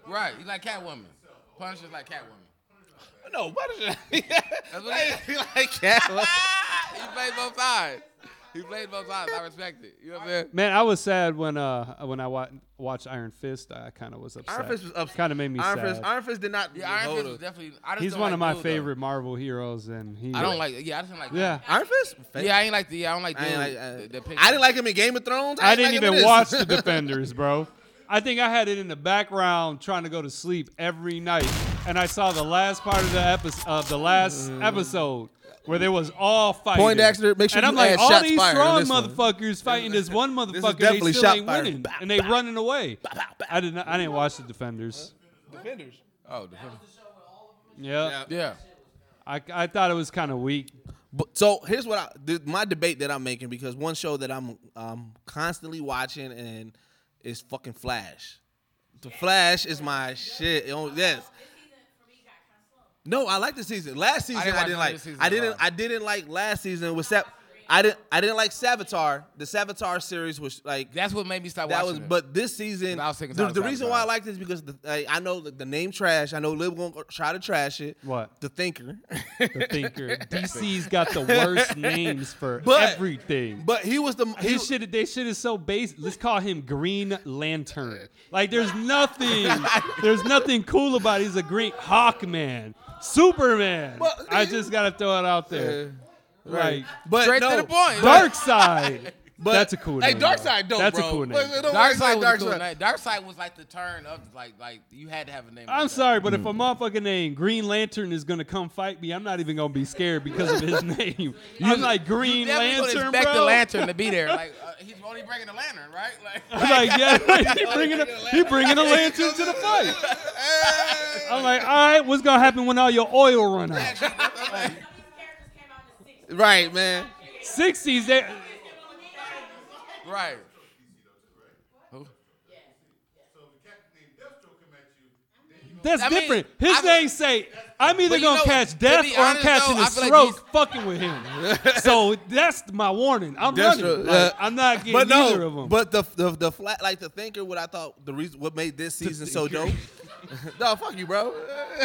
Speaker 5: Right. He's like Catwoman. Punisher's like Catwoman.
Speaker 3: No, Punisher.
Speaker 5: That's what he
Speaker 3: he like Catwoman.
Speaker 5: He played both sides. He played both sides. I respect it. You know what I'm saying?
Speaker 4: Man, I was sad when uh when I wa- watched Iron Fist. I kind of was upset.
Speaker 3: Iron Fist was upset.
Speaker 4: Kind of made me
Speaker 3: Iron
Speaker 4: sad.
Speaker 3: Fist, Iron Fist did not.
Speaker 5: Yeah, Iron
Speaker 3: hold
Speaker 5: Fist was
Speaker 3: up.
Speaker 5: definitely. I just
Speaker 4: He's
Speaker 5: don't
Speaker 4: one
Speaker 5: like
Speaker 4: of my
Speaker 5: Blue, though.
Speaker 4: favorite Marvel heroes, and he.
Speaker 5: I don't like. Yeah, I just don't like.
Speaker 4: Yeah.
Speaker 3: Iron Fist.
Speaker 5: Yeah, I ain't like the. Yeah, I don't like.
Speaker 3: I,
Speaker 5: Blue,
Speaker 3: ain't like,
Speaker 5: the, the
Speaker 3: uh,
Speaker 5: picture.
Speaker 3: I didn't like him in Game of Thrones.
Speaker 4: I
Speaker 3: ain't
Speaker 4: didn't
Speaker 3: like him in
Speaker 4: even
Speaker 3: this.
Speaker 4: watch the Defenders, bro. I think I had it in the background trying to go to sleep every night, and I saw the last part of the episode of the last episode where there was all fighting.
Speaker 3: Poindexter, Mm. make sure
Speaker 4: and I'm
Speaker 3: you
Speaker 4: like,
Speaker 3: add
Speaker 4: all
Speaker 3: shots
Speaker 4: these
Speaker 3: fired on
Speaker 4: strong
Speaker 3: this one.
Speaker 4: motherfuckers fighting this one
Speaker 3: is
Speaker 4: motherfucker. They
Speaker 3: definitely
Speaker 4: still
Speaker 3: shot
Speaker 4: ain't
Speaker 3: fired.
Speaker 4: winning,
Speaker 3: Bow,
Speaker 4: and they running away. I did not. I didn't watch the Defenders.
Speaker 3: Defenders.
Speaker 5: Oh, the,
Speaker 4: Yeah,
Speaker 5: yeah.
Speaker 4: I, I thought it was kind of weak.
Speaker 3: But, so here's what I the, my debate that I'm making because one show that I'm um constantly watching and is fucking Flash. The Flash is my shit. Oh, yes. No, I like the season. Last season I
Speaker 5: didn't
Speaker 3: didn't,
Speaker 5: watch none of
Speaker 3: like.
Speaker 5: this season
Speaker 3: I
Speaker 5: at
Speaker 3: didn't.
Speaker 5: all.
Speaker 3: I didn't like last season with Sap. I didn't. I didn't like Savitar. The Savitar series was like
Speaker 5: That's what made me stop
Speaker 3: that was.
Speaker 5: watching. it.
Speaker 3: But this season,
Speaker 5: I was sick and
Speaker 3: the,
Speaker 5: tired of
Speaker 3: the reason
Speaker 5: Savitar.
Speaker 3: why I like this is because the, like, I know the, the name trash. I know Lib gonna try to trash it.
Speaker 4: What?
Speaker 3: the Thinker.
Speaker 4: The thinker. DC's got the worst names for
Speaker 3: But-
Speaker 4: everything.
Speaker 3: But he was the he,
Speaker 4: His shit, they shit is so basic. Let's call him Green Lantern. Like, there's nothing, there's nothing cool about. It. He's a Green Hawkman, Superman.
Speaker 3: But-
Speaker 4: I just gotta throw it out there. Like
Speaker 3: But
Speaker 5: Straight
Speaker 3: no,
Speaker 5: to the point.
Speaker 4: Dark Side.
Speaker 3: But
Speaker 4: That's a cool
Speaker 3: Hey,
Speaker 4: name.
Speaker 3: Dark
Speaker 4: though.
Speaker 3: Side dope,
Speaker 4: That's
Speaker 3: bro.
Speaker 4: a cool
Speaker 3: Like,
Speaker 4: name.
Speaker 3: I
Speaker 5: Dark
Speaker 3: don't like
Speaker 5: side was Dark
Speaker 3: Dark
Speaker 5: cool.
Speaker 3: Side.
Speaker 5: Side. Dark side was like the turn of like like you had to have a name. like
Speaker 4: I'm
Speaker 5: that.
Speaker 4: sorry, but if a motherfucking named Green Lantern is gonna come fight me, I'm not even gonna be scared because of his name. I'm like Green
Speaker 5: Definitely gonna
Speaker 4: Lantern,
Speaker 5: expect
Speaker 4: bro.
Speaker 5: the lantern to be there. Like uh, he's only bringing the lantern, right? Like,
Speaker 4: I'm like, yeah, he bringing a, he bringing a lantern to the fight. I'm like, all right, what's gonna happen when all your oil run out?
Speaker 3: Right, man.
Speaker 4: Sixties, they
Speaker 5: right.
Speaker 4: that's
Speaker 5: I mean,
Speaker 4: different. His
Speaker 5: I-
Speaker 4: name say, I'm either
Speaker 5: But you
Speaker 4: gonna
Speaker 5: know,
Speaker 4: catch
Speaker 5: to
Speaker 4: death
Speaker 5: be
Speaker 4: or I'm
Speaker 5: honest,
Speaker 4: catching
Speaker 5: though,
Speaker 4: a
Speaker 5: I feel like
Speaker 4: stroke
Speaker 5: he's-
Speaker 4: fucking with him. so that's my warning. I'm
Speaker 3: That's
Speaker 4: running.
Speaker 3: true.
Speaker 4: Like,
Speaker 3: Uh,
Speaker 4: I'm not getting
Speaker 3: But
Speaker 4: either
Speaker 3: no,
Speaker 4: of them.
Speaker 3: but the the the flat like the thinker. What I thought the reason what made this season so dope no, fuck you, bro.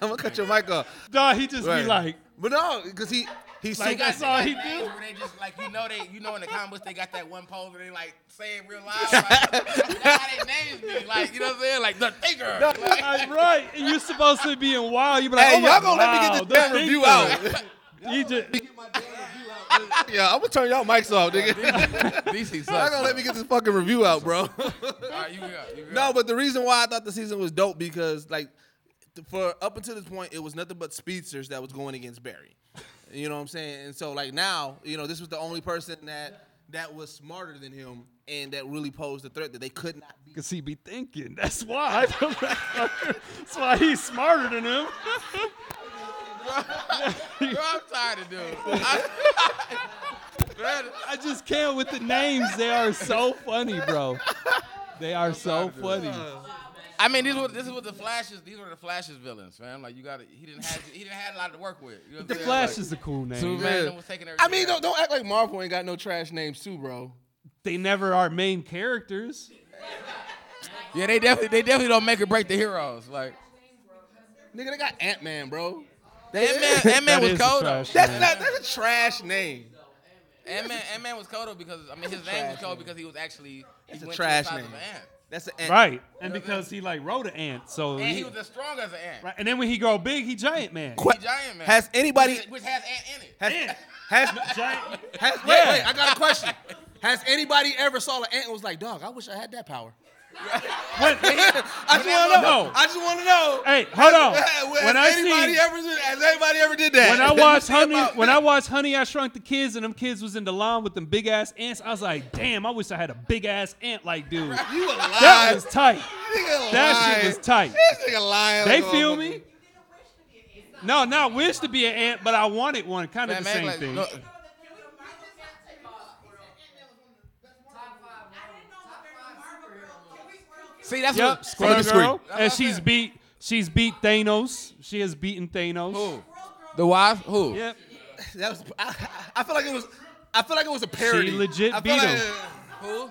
Speaker 3: I'm gonna cut your mic off.
Speaker 4: Nah, he just
Speaker 3: Right.
Speaker 4: be like,
Speaker 3: but no, because he he's
Speaker 4: Like,
Speaker 3: singing.
Speaker 4: that's all he
Speaker 5: Days
Speaker 4: do.
Speaker 5: where they just like you know they you know in the comics they got that one pose where they like say it real loud. Like, that's how they names be like you know what I'm saying like the thinker. Like,
Speaker 4: That's right. And you're supposed to be in wow. You be like,
Speaker 3: Hey,
Speaker 4: oh my
Speaker 3: y'all gonna let me get
Speaker 4: wow,
Speaker 3: this
Speaker 4: the
Speaker 3: damn review
Speaker 4: thinker. You just,
Speaker 3: yeah, I'm gonna turn y'all mics off, nigga.
Speaker 5: DC sucks.
Speaker 3: Y'all gonna let me get this fucking review out, bro.
Speaker 5: All right, you good, you good.
Speaker 3: No, but the reason why I thought the season was dope because like th- for up until this point, it was nothing but speedsters that was going against Barry. You know what I'm saying? And so like now, you know, this was the only person that that was smarter than him and that really posed a threat that they could not beat.
Speaker 4: Cause he be thinking. That's why. That's why he's smarter than him.
Speaker 5: Bro, I'm tired of doing. I,
Speaker 4: I just can't with the names. They are so funny, bro. They are so funny.
Speaker 5: I mean, these were this is what the flashes. These were the flashes villains, man. Like you got to he didn't have he didn't have a lot to work with. You know what
Speaker 4: The
Speaker 5: I'm saying?
Speaker 4: Flash
Speaker 5: Like,
Speaker 4: is a cool name.
Speaker 5: Superman
Speaker 3: Yeah.
Speaker 5: was taking
Speaker 3: I
Speaker 5: everything
Speaker 3: mean,
Speaker 5: out.
Speaker 3: don't, don't act like Marvel ain't got no trash names too, bro.
Speaker 4: They never are main characters.
Speaker 5: Yeah, they definitely they definitely don't make or break the heroes. Like
Speaker 3: Nigga, they got Ant Man, bro.
Speaker 5: Ant Man, Ant Man
Speaker 4: That
Speaker 5: was
Speaker 4: is a
Speaker 5: cold.
Speaker 4: trash
Speaker 5: though.
Speaker 3: That's not that's a trash name.
Speaker 5: Ant Man, Ant Man was cold though because I mean his name was cold because he was actually he went
Speaker 3: It's a
Speaker 5: to the
Speaker 3: trash
Speaker 5: size
Speaker 3: name.
Speaker 5: of an ant.
Speaker 3: That's an ant.
Speaker 4: Right. And because he like rode an ant, so
Speaker 5: And
Speaker 4: he-
Speaker 5: he was as strong as an ant.
Speaker 4: right. And then when he grow big, he giant man.
Speaker 3: Qu-
Speaker 5: He giant man.
Speaker 3: Has anybody
Speaker 5: Which, which has ant in it.
Speaker 3: has, has,
Speaker 4: Giant.
Speaker 3: has wait,
Speaker 4: Yeah.
Speaker 3: wait, I got a question. Has anybody ever saw an ant and was like, dog, I wish I had that power?
Speaker 4: What?
Speaker 3: I just want to know.
Speaker 4: No.
Speaker 3: I just want to know.
Speaker 4: Hey, hold on.
Speaker 3: Has
Speaker 4: When I
Speaker 3: anybody
Speaker 4: see
Speaker 3: ever has anybody ever did that?
Speaker 4: when I
Speaker 3: Let me
Speaker 4: watched
Speaker 3: see
Speaker 4: Honey,
Speaker 3: about-
Speaker 4: when I watched Honey, I Shrunk the Kids, and them kids was in the lawn with them big ass ants. I was like, damn, I wish I had a big ass ant like dude.
Speaker 3: you a
Speaker 4: That
Speaker 3: liar.
Speaker 4: was tight.
Speaker 3: Nigga
Speaker 4: That shit
Speaker 3: lying.
Speaker 4: was tight.
Speaker 3: This nigga lying.
Speaker 4: They
Speaker 3: like a
Speaker 4: feel
Speaker 3: motherfucker.
Speaker 4: me. No, not wish to be an ant, but I wanted one. Kind of the
Speaker 5: Man,
Speaker 4: same
Speaker 5: like,
Speaker 4: thing.
Speaker 5: no, See, that's
Speaker 4: Yep,
Speaker 5: what.
Speaker 4: Squirrel
Speaker 3: Squeak.
Speaker 4: Girl,
Speaker 5: That's what I'm
Speaker 4: and she's
Speaker 5: saying.
Speaker 4: beat. She's beat Thanos. She has beaten Thanos.
Speaker 5: Who? The wife? Who?
Speaker 4: Yep.
Speaker 3: That was. I, I feel like it was. I feel like it was a parody.
Speaker 4: legit
Speaker 3: I feel
Speaker 4: beat
Speaker 3: like,
Speaker 4: him.
Speaker 5: Who?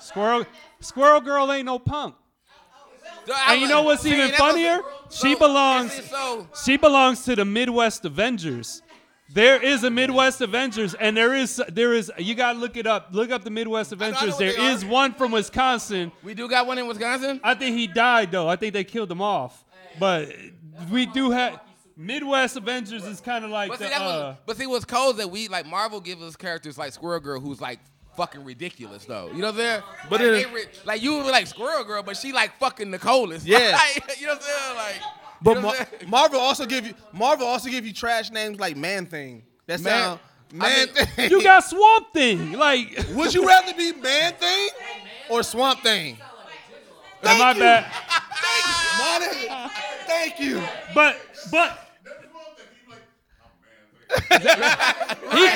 Speaker 4: Squirrel. Squirrel Girl ain't no punk.
Speaker 5: So I
Speaker 4: And you
Speaker 5: was-
Speaker 4: know what's
Speaker 5: see,
Speaker 4: even
Speaker 5: that was-
Speaker 4: funnier? She
Speaker 5: so-
Speaker 4: belongs.
Speaker 5: and see, So,
Speaker 4: She belongs to the Midwest Avengers. There is a Midwest Avengers, and there is there is you gotta look it up. Look up the Midwest
Speaker 3: know
Speaker 4: Avengers.
Speaker 3: what
Speaker 4: There
Speaker 3: they are.
Speaker 4: is one from Wisconsin.
Speaker 5: we do got one in Wisconsin.
Speaker 4: I think he died though. I think they killed him off. But we do have Midwest Avengers is kind of like
Speaker 5: But see,
Speaker 4: the
Speaker 5: that
Speaker 4: uh,
Speaker 5: was, but see, what's cold is that we like Marvel gives us characters like Squirrel Girl, who's like fucking ridiculous though. You know what I'm saying? But like,
Speaker 3: it-
Speaker 5: they re- like you would be like Squirrel Girl, but she like fucking Nicholas.
Speaker 3: Yeah.
Speaker 5: like, you know what I'm saying? Like,
Speaker 3: But
Speaker 5: you know
Speaker 3: Mar-
Speaker 5: what I'm saying?
Speaker 3: Marvel also give you Marvel also give you trash names like Man Thing. That
Speaker 5: Man-
Speaker 3: sound
Speaker 5: I
Speaker 3: Man
Speaker 5: mean-
Speaker 3: Thing.
Speaker 4: you got Swamp Thing. Like,
Speaker 3: Would you rather be Man Thing or Swamp Thing?
Speaker 4: am my bad.
Speaker 3: Thank you. Marty. Thank you.
Speaker 4: But but he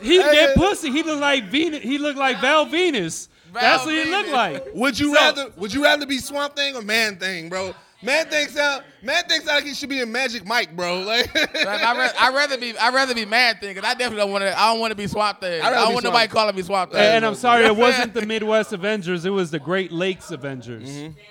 Speaker 4: he did pussy. He looked like Venus. He looked like Val Venus. That's what he looked
Speaker 5: Venus.
Speaker 4: like.
Speaker 3: Would you
Speaker 4: So-
Speaker 3: rather Would you rather be Swamp Thing or Man Thing, bro? Man Thing sound Man Thing sound like he should be in Magic Mike, bro. Like
Speaker 5: Like, I rather, I rather be I rather be mad thing, 'cause I definitely don't want to. I don't want to be Swamp Thing. I,
Speaker 3: rather
Speaker 5: don't
Speaker 3: be
Speaker 5: want
Speaker 3: Swamp
Speaker 5: nobody
Speaker 3: Thing.
Speaker 5: calling me Swamp Thing.
Speaker 4: And, and I'm sorry,
Speaker 5: You know
Speaker 4: it
Speaker 5: what I'm saying?
Speaker 4: wasn't the Midwest Avengers. It was the Great Lakes Avengers.
Speaker 8: With the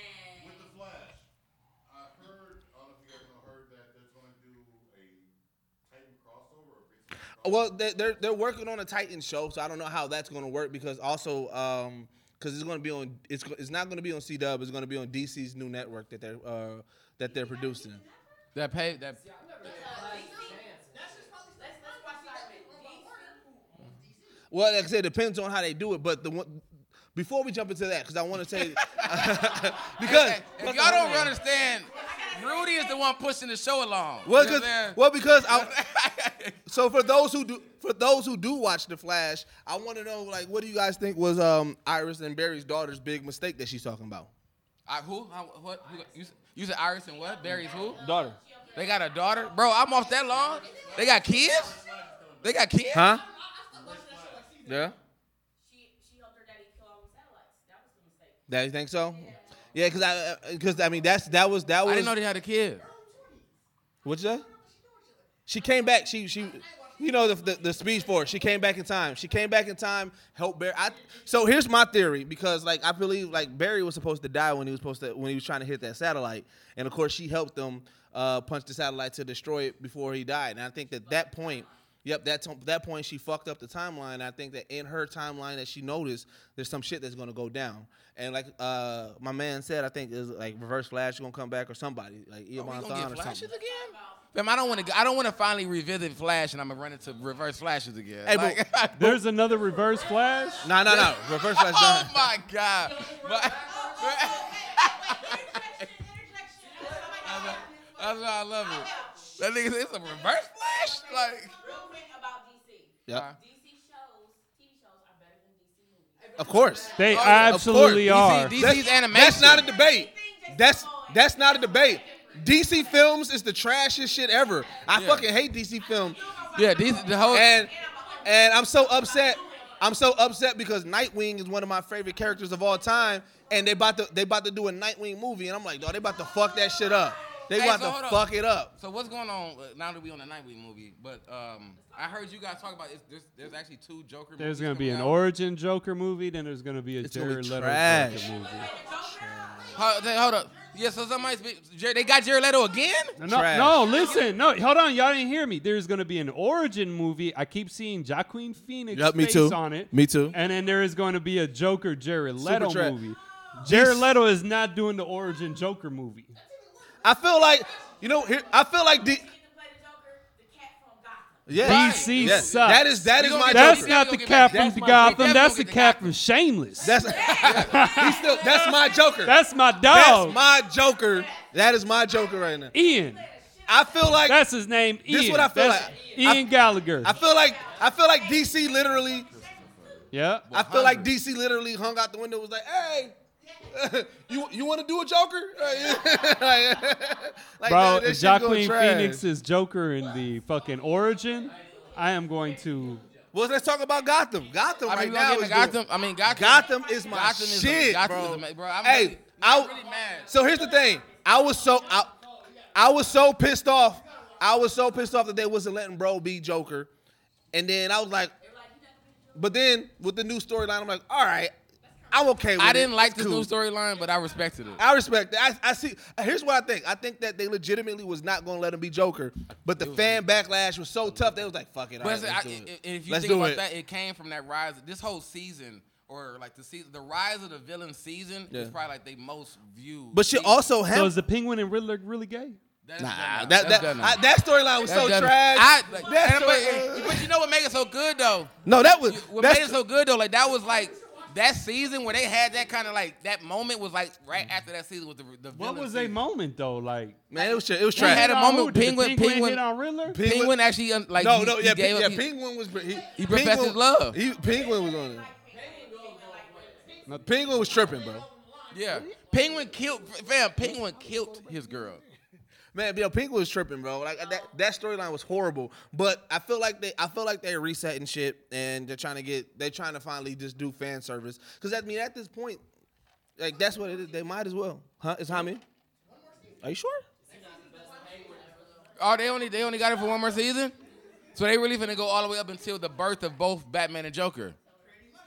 Speaker 8: Flash, I heard, I don't know if you guys know, heard that they're going to do a Titan crossover. Or a Titan crossover.
Speaker 3: Well, they- they're they're working on a Titan show, so I don't know how that's going to work because also um because it's going to be on it's go- it's not going to be on CW, it's going to be on DC's new network that they're uh that they're producing.
Speaker 5: That pay that.
Speaker 3: Well, like I said, it depends on how they do it, but the one before we jump into that because I want to say because
Speaker 5: Hey, if y'all don't understand, Rudy is the one pushing the show along.
Speaker 3: Well,
Speaker 5: You know
Speaker 3: because
Speaker 5: what I'm saying?
Speaker 3: well, because I. So for those who do, for those who do watch The Flash, I want to know like, what do you guys think was um Iris and Barry's daughter's big mistake that she's talking about?
Speaker 5: I, who? I, what? Who, you, s- you said Iris and what? Barry's who?
Speaker 3: Daughter.
Speaker 5: They got a daughter, bro. I'm off that long. They got kids. They got kids.
Speaker 3: Huh? Yeah. That you think so? Yeah, cause I, uh, cause I mean that's that was that
Speaker 5: I
Speaker 3: was.
Speaker 5: didn't know they had a kid.
Speaker 3: What's that? She came back. She she you know the, the the speech for it. She came back in time. She came back in time. Help Barry. I, so here's my theory because like I believe like Barry was supposed to die when he was supposed to when he was trying to hit that satellite, and of course she helped them uh, punch the satellite to destroy it before he died. And I think that that point. Yep, that t- that point she fucked up the timeline. I think that in her timeline that she noticed, there's some shit that's gonna go down. And like uh, my man said, I think is like Reverse Flash gonna come back or somebody
Speaker 5: Are
Speaker 3: like
Speaker 5: Oh, we
Speaker 3: Ilman
Speaker 5: gonna
Speaker 3: Thon
Speaker 5: get
Speaker 3: or
Speaker 5: flashes
Speaker 3: something.
Speaker 5: again? Fam, I don't want to. I don't want to finally revisit Flash, and I'm gonna run into reverse flashes again.
Speaker 3: Hey,
Speaker 5: Like-
Speaker 4: There's another reverse flash.
Speaker 3: No, no, no. Reverse Flash.
Speaker 5: oh
Speaker 3: done.
Speaker 5: my god! But-
Speaker 9: Interjection, interjection. Oh my God.
Speaker 5: That's why I love it. That nigga, said it's a reverse flash. Like,
Speaker 9: Real quick about DC.
Speaker 3: Yep.
Speaker 9: DC shows, TV shows are better than DC movies.
Speaker 3: Of course.
Speaker 4: They
Speaker 5: Oh, yeah, of
Speaker 4: absolutely
Speaker 5: course.
Speaker 4: are.
Speaker 5: DC
Speaker 3: That's-
Speaker 5: DC's animation.
Speaker 3: That's not a debate. That's that's not a debate. DC films is the trashiest shit ever. I
Speaker 5: Yeah.
Speaker 3: fucking hate DC films,
Speaker 5: yeah, these the whole.
Speaker 3: and and I'm so upset. I'm so upset because Nightwing is one of my favorite characters of all time, and they about to they about to do a Nightwing movie, and I'm like, dog, they about to fuck that shit up. They
Speaker 5: Hey,
Speaker 3: about
Speaker 5: so hold
Speaker 3: to
Speaker 5: on.
Speaker 3: fuck it up.
Speaker 5: so what's going on uh, now that we on the Nightwing movie? But um, I heard you guys talk about it's, there's, there's actually two Joker.
Speaker 4: There's
Speaker 5: movies
Speaker 4: gonna be
Speaker 5: coming
Speaker 4: an
Speaker 5: out.
Speaker 4: origin Joker movie. Then there's gonna be a
Speaker 3: It's gonna be
Speaker 4: Jared Leto
Speaker 3: trash.
Speaker 4: Joker movie.
Speaker 5: Hold, they- hold up. Yeah, so somebody's been, Jer- they got Jared Leto again.
Speaker 4: No,
Speaker 3: Trash.
Speaker 4: no, listen, no, hold on, y'all didn't hear me. There's gonna be an origin movie. I keep seeing Joaquin Phoenix
Speaker 3: Yup, me
Speaker 4: face
Speaker 3: too.
Speaker 4: on it.
Speaker 3: Me too.
Speaker 4: And then there is going to be a Joker Jared Leto
Speaker 3: trash.
Speaker 4: movie. Jared
Speaker 3: This-
Speaker 4: Leto is not doing the origin Joker movie.
Speaker 3: I feel like you know here, I feel like D-
Speaker 9: Get to play the Joker, the cat from Gotham.
Speaker 3: yeah,
Speaker 4: DC
Speaker 3: Yes.
Speaker 4: sucks.
Speaker 3: That is that is
Speaker 5: We
Speaker 3: my
Speaker 5: gonna get
Speaker 4: That's
Speaker 3: Joker.
Speaker 4: not
Speaker 5: Definitely
Speaker 4: the
Speaker 5: gonna get
Speaker 4: cat
Speaker 5: that.
Speaker 4: from
Speaker 3: That's
Speaker 4: the
Speaker 3: my-
Speaker 4: Gotham.
Speaker 5: definitely
Speaker 4: That's the
Speaker 5: gonna get
Speaker 4: cat
Speaker 5: that.
Speaker 4: from Shameless.
Speaker 3: That's he's still that's my Joker.
Speaker 4: That's my
Speaker 3: That's
Speaker 4: dog,
Speaker 3: my Joker. That is my Joker right now.
Speaker 4: Ian.
Speaker 3: I feel like
Speaker 4: That's his name. Ian.
Speaker 3: This what I feel
Speaker 4: That's
Speaker 3: like.
Speaker 4: Ian
Speaker 3: I-
Speaker 4: Gallagher.
Speaker 3: I feel like I feel like DC literally.
Speaker 4: yeah.
Speaker 3: I feel like DC literally hung out the window. and Was like, hey, you you want to do a Joker? like, like,
Speaker 4: Bro,
Speaker 3: nah, this shit going
Speaker 4: Joaquin
Speaker 3: trash.
Speaker 4: Phoenix's Joker in the fucking origin. I am going to.
Speaker 3: Well, let's talk about Gotham. Gotham
Speaker 5: I
Speaker 3: right
Speaker 5: mean,
Speaker 3: now
Speaker 5: we gonna
Speaker 3: is
Speaker 5: get
Speaker 3: doing-
Speaker 5: into Gotham. I mean, Gotham.
Speaker 3: Gotham is my
Speaker 5: Gotham is a-
Speaker 3: shit,
Speaker 5: Gotham
Speaker 3: bro.
Speaker 5: is a ma- bro, I'm
Speaker 3: hey,
Speaker 5: really-
Speaker 3: I,
Speaker 5: I'm really mad.
Speaker 3: So here's the thing. I was so I, I was so pissed off. I was so pissed off that they wasn't letting bro be Joker, and then I was like, but then with the new storyline, I'm like, all right, I'm okay. with
Speaker 5: I
Speaker 3: it.
Speaker 5: didn't like
Speaker 3: It's
Speaker 5: this
Speaker 3: cool.
Speaker 5: new storyline, but I respected it.
Speaker 3: I respect that. I, I see. Here's what I think. I think that they legitimately was not going to let him be Joker, but the fan backlash was so tough. They was like, "Fuck it, all
Speaker 5: But
Speaker 3: right,
Speaker 5: I-
Speaker 3: let's
Speaker 5: I-
Speaker 3: do it."
Speaker 5: i- if you
Speaker 3: Let's
Speaker 5: think
Speaker 3: do
Speaker 5: about
Speaker 3: it.
Speaker 5: that, it came from that rise. This whole season, or like the season, the rise of the villain season is
Speaker 3: Yeah.
Speaker 5: probably like they most viewed.
Speaker 3: But she
Speaker 5: season.
Speaker 3: also
Speaker 4: So
Speaker 3: had
Speaker 4: is the Penguin and Riddler really gay?
Speaker 5: That's
Speaker 3: Nah,
Speaker 5: done now.
Speaker 3: that that
Speaker 5: That's done now.
Speaker 3: I- that storyline was
Speaker 5: That's
Speaker 3: so
Speaker 5: done now.
Speaker 3: trash.
Speaker 5: I, like,
Speaker 3: That
Speaker 5: and-
Speaker 3: story-
Speaker 5: but, but you know what made it so good though?
Speaker 3: no, that was
Speaker 5: What
Speaker 3: that's
Speaker 5: made it so good though? Like that was like that season where they had that kind of like that moment was like right after that season with the the
Speaker 4: What
Speaker 5: villain
Speaker 4: was a
Speaker 5: season.
Speaker 4: moment though? Like
Speaker 3: man. It was tra- it was
Speaker 5: They
Speaker 3: trash.
Speaker 5: had a
Speaker 4: Hit on
Speaker 5: moment
Speaker 4: who?
Speaker 5: with
Speaker 4: Did the
Speaker 5: Penguin- Penguin-
Speaker 4: hit on Riddler.
Speaker 5: Penguin, actually un- like
Speaker 3: no,
Speaker 5: he-
Speaker 3: no,
Speaker 5: he
Speaker 3: yeah,
Speaker 5: gave
Speaker 3: Pe-
Speaker 5: up-
Speaker 3: yeah.
Speaker 5: he-
Speaker 3: Penguin was he,
Speaker 5: He professed
Speaker 3: Penguin-
Speaker 5: his love.
Speaker 3: He, Penguin was on it. Penguin was tripping, bro.
Speaker 5: yeah. Penguin killed fam. Penguin killed his girl.
Speaker 3: Man, yo, Penguin was tripping, bro. Like that, that storyline was horrible. But I feel like they, I feel like they're resetting shit, and they're trying to get, they're trying to finally just do fan service. Because I mean, at this point, like that's what it is. They might as well, huh? It's how many? Are you sure?
Speaker 5: Oh, they only they only got it for one more season. So they really finna go all the way up until the birth of both Batman and Joker.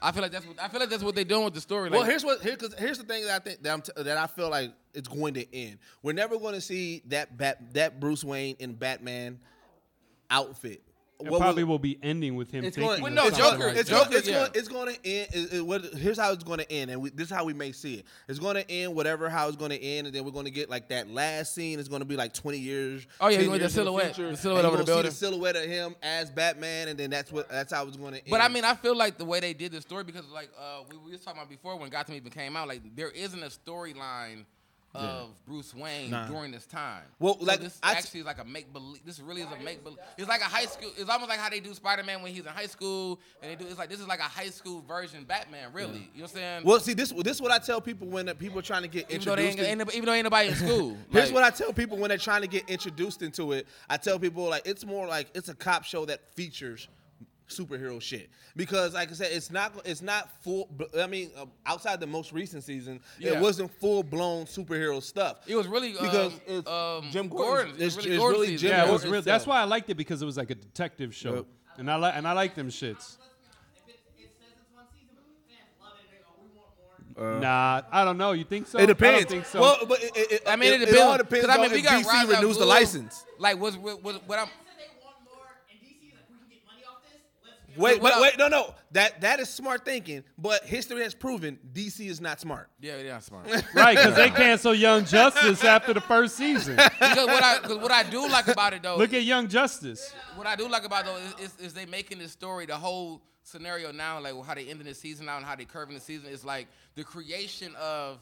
Speaker 5: I feel like that's what I feel like that's what they're doing with the story.
Speaker 3: Well,
Speaker 5: like-
Speaker 3: here's what here, cause here's the thing that I think that I'm t- that I feel like it's going to end. We're never going to see that bat, that Bruce Wayne in Batman outfit.
Speaker 4: It
Speaker 3: What was-
Speaker 4: probably will be ending with him
Speaker 3: it's
Speaker 4: thinking.
Speaker 3: going.
Speaker 4: of
Speaker 5: no,
Speaker 3: it's
Speaker 4: something
Speaker 5: Joker-
Speaker 3: Going,
Speaker 4: like
Speaker 3: it's,
Speaker 4: that.
Speaker 5: Joker-
Speaker 3: going, it's,
Speaker 5: yeah.
Speaker 3: going, it's going to end. Is, is what, here's how it's going to end, and we, this is how we may see it. It's going to end whatever how it's going to end, and then we're going to get like that last scene. is going to be like 20 years.
Speaker 5: Oh, yeah,
Speaker 3: 10
Speaker 5: you want the
Speaker 3: years in
Speaker 5: silhouette-
Speaker 3: future,
Speaker 5: the silhouette
Speaker 3: and
Speaker 5: over
Speaker 3: you're
Speaker 5: the
Speaker 3: gonna see
Speaker 5: building.
Speaker 3: silhouette of him as Batman, and then that's what that's how it's going to end.
Speaker 5: But I mean, I feel like the way they did the story because, like, uh, we, we was talking about before when Gotham even came out. Like, there isn't a storyline of Bruce Wayne
Speaker 3: Nah.
Speaker 5: during this time.
Speaker 3: Well,
Speaker 5: So
Speaker 3: like,
Speaker 5: this
Speaker 3: I t-
Speaker 5: actually is like a make believe. This really is a make believe. It's like a high school. It's almost like how they do Spider Man when he's in high school, and they do. It's like this is like a high school version Batman. Really, you know what I'm saying?
Speaker 3: well, see, this this is what I tell people when uh, people are trying to get
Speaker 5: even though, they
Speaker 3: introduced.
Speaker 5: ain't,
Speaker 3: to-
Speaker 5: ain't nobody- even though ain't nobody in school.
Speaker 3: Here's
Speaker 5: Like,
Speaker 3: what I tell people when they're trying to get introduced into it. I tell people like it's more like it's a cop show that features superhero shit because like I said it's not it's not full I mean uh, outside the most recent season
Speaker 5: Yeah.
Speaker 3: it wasn't full blown superhero stuff.
Speaker 5: It was really
Speaker 3: because
Speaker 5: um,
Speaker 3: it's
Speaker 5: um,
Speaker 3: Jim
Speaker 5: Gordon.
Speaker 3: Gordon. It's,
Speaker 5: really
Speaker 3: it's
Speaker 5: Gordon
Speaker 3: really
Speaker 5: season.
Speaker 3: Jim
Speaker 4: Yeah, it
Speaker 3: Gordon
Speaker 4: was real. That's
Speaker 3: itself.
Speaker 4: why I liked it because it was like a detective show.
Speaker 3: Yep.
Speaker 4: and I like and I like them shits. nah, I don't know. You think so?
Speaker 3: Uh. It depends.
Speaker 4: I don't think so.
Speaker 3: Well, but it, it,
Speaker 5: I mean, it,
Speaker 3: It all
Speaker 5: depends.
Speaker 3: depends
Speaker 5: 'cause,
Speaker 3: on
Speaker 5: I mean,
Speaker 3: if
Speaker 5: we got
Speaker 3: DC
Speaker 5: Ra's al
Speaker 3: renews the
Speaker 5: Ghul.
Speaker 3: license.
Speaker 5: Like, what's what, what, what I'm?
Speaker 3: Wait, wait,
Speaker 5: What I-
Speaker 3: wait, no, no. That that is smart thinking, but history has proven DC is not smart.
Speaker 5: Yeah, yeah, I'm smart.
Speaker 4: right? Because they cancel Young Justice after the first season.
Speaker 5: because what I, because what I do like about it though,
Speaker 4: Look at Young Justice.
Speaker 5: what I do like about though is, is, is they making this story the whole scenario now, like how they ending the season out and how they curving the season is like the creation of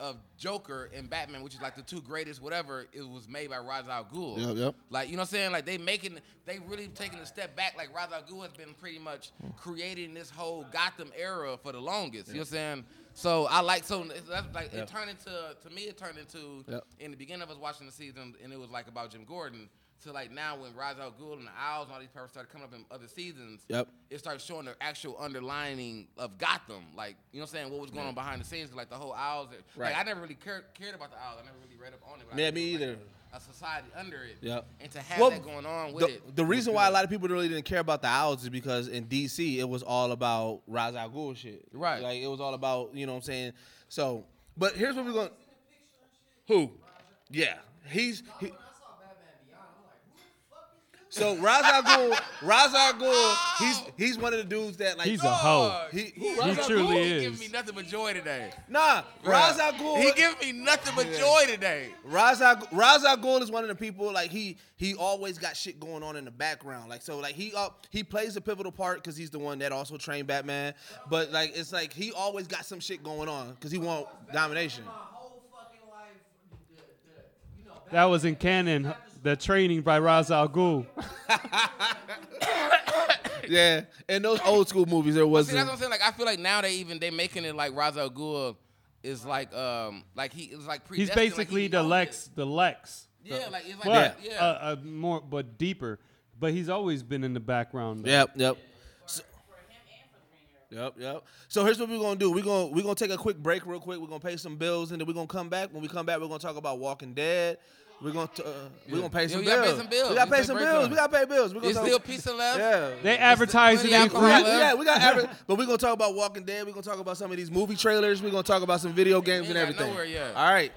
Speaker 5: of Joker and Batman, which is like the two greatest whatever. It was made by Ra's al Ghul.
Speaker 1: Yep, yep.
Speaker 5: Like you know what I'm saying? Like they making they really taking a step back. Like Ra's al Ghul has been pretty much creating this whole Gotham era for the longest. You know what I'm saying? So I like so it's- that's like it turned into to me it turned into
Speaker 3: Yep.
Speaker 5: in the beginning of us watching the season and it was like about Jim Gordon to like now when Ra's al Ghul and the Owls and all these people started coming up in other seasons.
Speaker 3: Yep.
Speaker 5: It started showing the actual underlining of Gotham, like you know what I'm saying, what was going on behind the scenes, like the whole Owls.
Speaker 3: Right.
Speaker 5: Like I never really cared, cared about the Owls. I never really read up on it. but I
Speaker 3: Yeah,
Speaker 5: knew
Speaker 3: me
Speaker 5: it was, like,
Speaker 3: either.
Speaker 5: A society under it.
Speaker 3: Yep.
Speaker 5: And to have
Speaker 3: Well,
Speaker 5: that going on with
Speaker 3: The,
Speaker 5: it.
Speaker 3: the
Speaker 5: was
Speaker 3: reason why a
Speaker 5: good.
Speaker 3: lot of people really didn't care about the owls is because in DC it was all about Ra's al Ghul shit.
Speaker 5: Right.
Speaker 3: Like it was all about you know what I'm saying. So, but here's what we're going. Who? Yeah, he's. He, so Ra's al Ghul, Raz al Ghul, he's he's one of the dudes that like
Speaker 4: He's a hoe.
Speaker 3: he, he,
Speaker 5: Ra's al
Speaker 4: truly
Speaker 5: Ghul
Speaker 4: is.
Speaker 5: giving me nothing but joy today.
Speaker 3: nah Ra's al Ghul.
Speaker 5: He giving me nothing but joy today.
Speaker 3: Ra's al, Ra's al Ghul is one of the people like he he always got shit going on in the background like so like he up he plays a pivotal part because he's the one that also trained Batman but like it's like he always got some shit going on because he want domination
Speaker 4: That was in canon. The training by Ra's al Ghul.
Speaker 3: yeah in those old school movies there
Speaker 5: See, that's what
Speaker 3: wasn't
Speaker 5: I'm saying. Like I feel like now they even they making it like Ra's al Ghul is like um like he it was like
Speaker 4: He's
Speaker 5: predestined, like,
Speaker 4: basically
Speaker 5: he
Speaker 4: the
Speaker 5: knows it.
Speaker 4: Lex. The Lex.
Speaker 5: Yeah, like it's like
Speaker 4: But
Speaker 5: yeah.
Speaker 4: Uh, uh, more, but deeper. But he's always been in the background. though.
Speaker 3: yep yep So- Yep, yep. So here's what we're gonna do. We're gonna we're gonna take a quick break, real quick. We're gonna pay some bills, and then we're gonna come back. When we come back, we're gonna talk about Walking Dead. We're gonna t- uh, we're gonna pay
Speaker 5: Yeah,
Speaker 3: some,
Speaker 5: we gotta pay
Speaker 3: bills.
Speaker 5: some bills.
Speaker 3: We gotta
Speaker 5: We
Speaker 3: pay
Speaker 5: take
Speaker 3: some
Speaker 5: break
Speaker 3: bills.
Speaker 5: time.
Speaker 3: We gotta pay bills. We're gonna
Speaker 5: It's
Speaker 3: talk-
Speaker 5: still pizza left.
Speaker 3: Yeah.
Speaker 4: They advertise it
Speaker 5: plenty
Speaker 4: in
Speaker 5: alcohol
Speaker 3: We got,
Speaker 4: free.
Speaker 5: left.
Speaker 3: we got, we got average, but we're gonna talk about Walking Dead. We're gonna talk about some of these movie trailers. We're gonna talk about some video games
Speaker 5: ain't
Speaker 3: and
Speaker 5: got
Speaker 3: everything.
Speaker 5: nowhere yet.
Speaker 3: All right.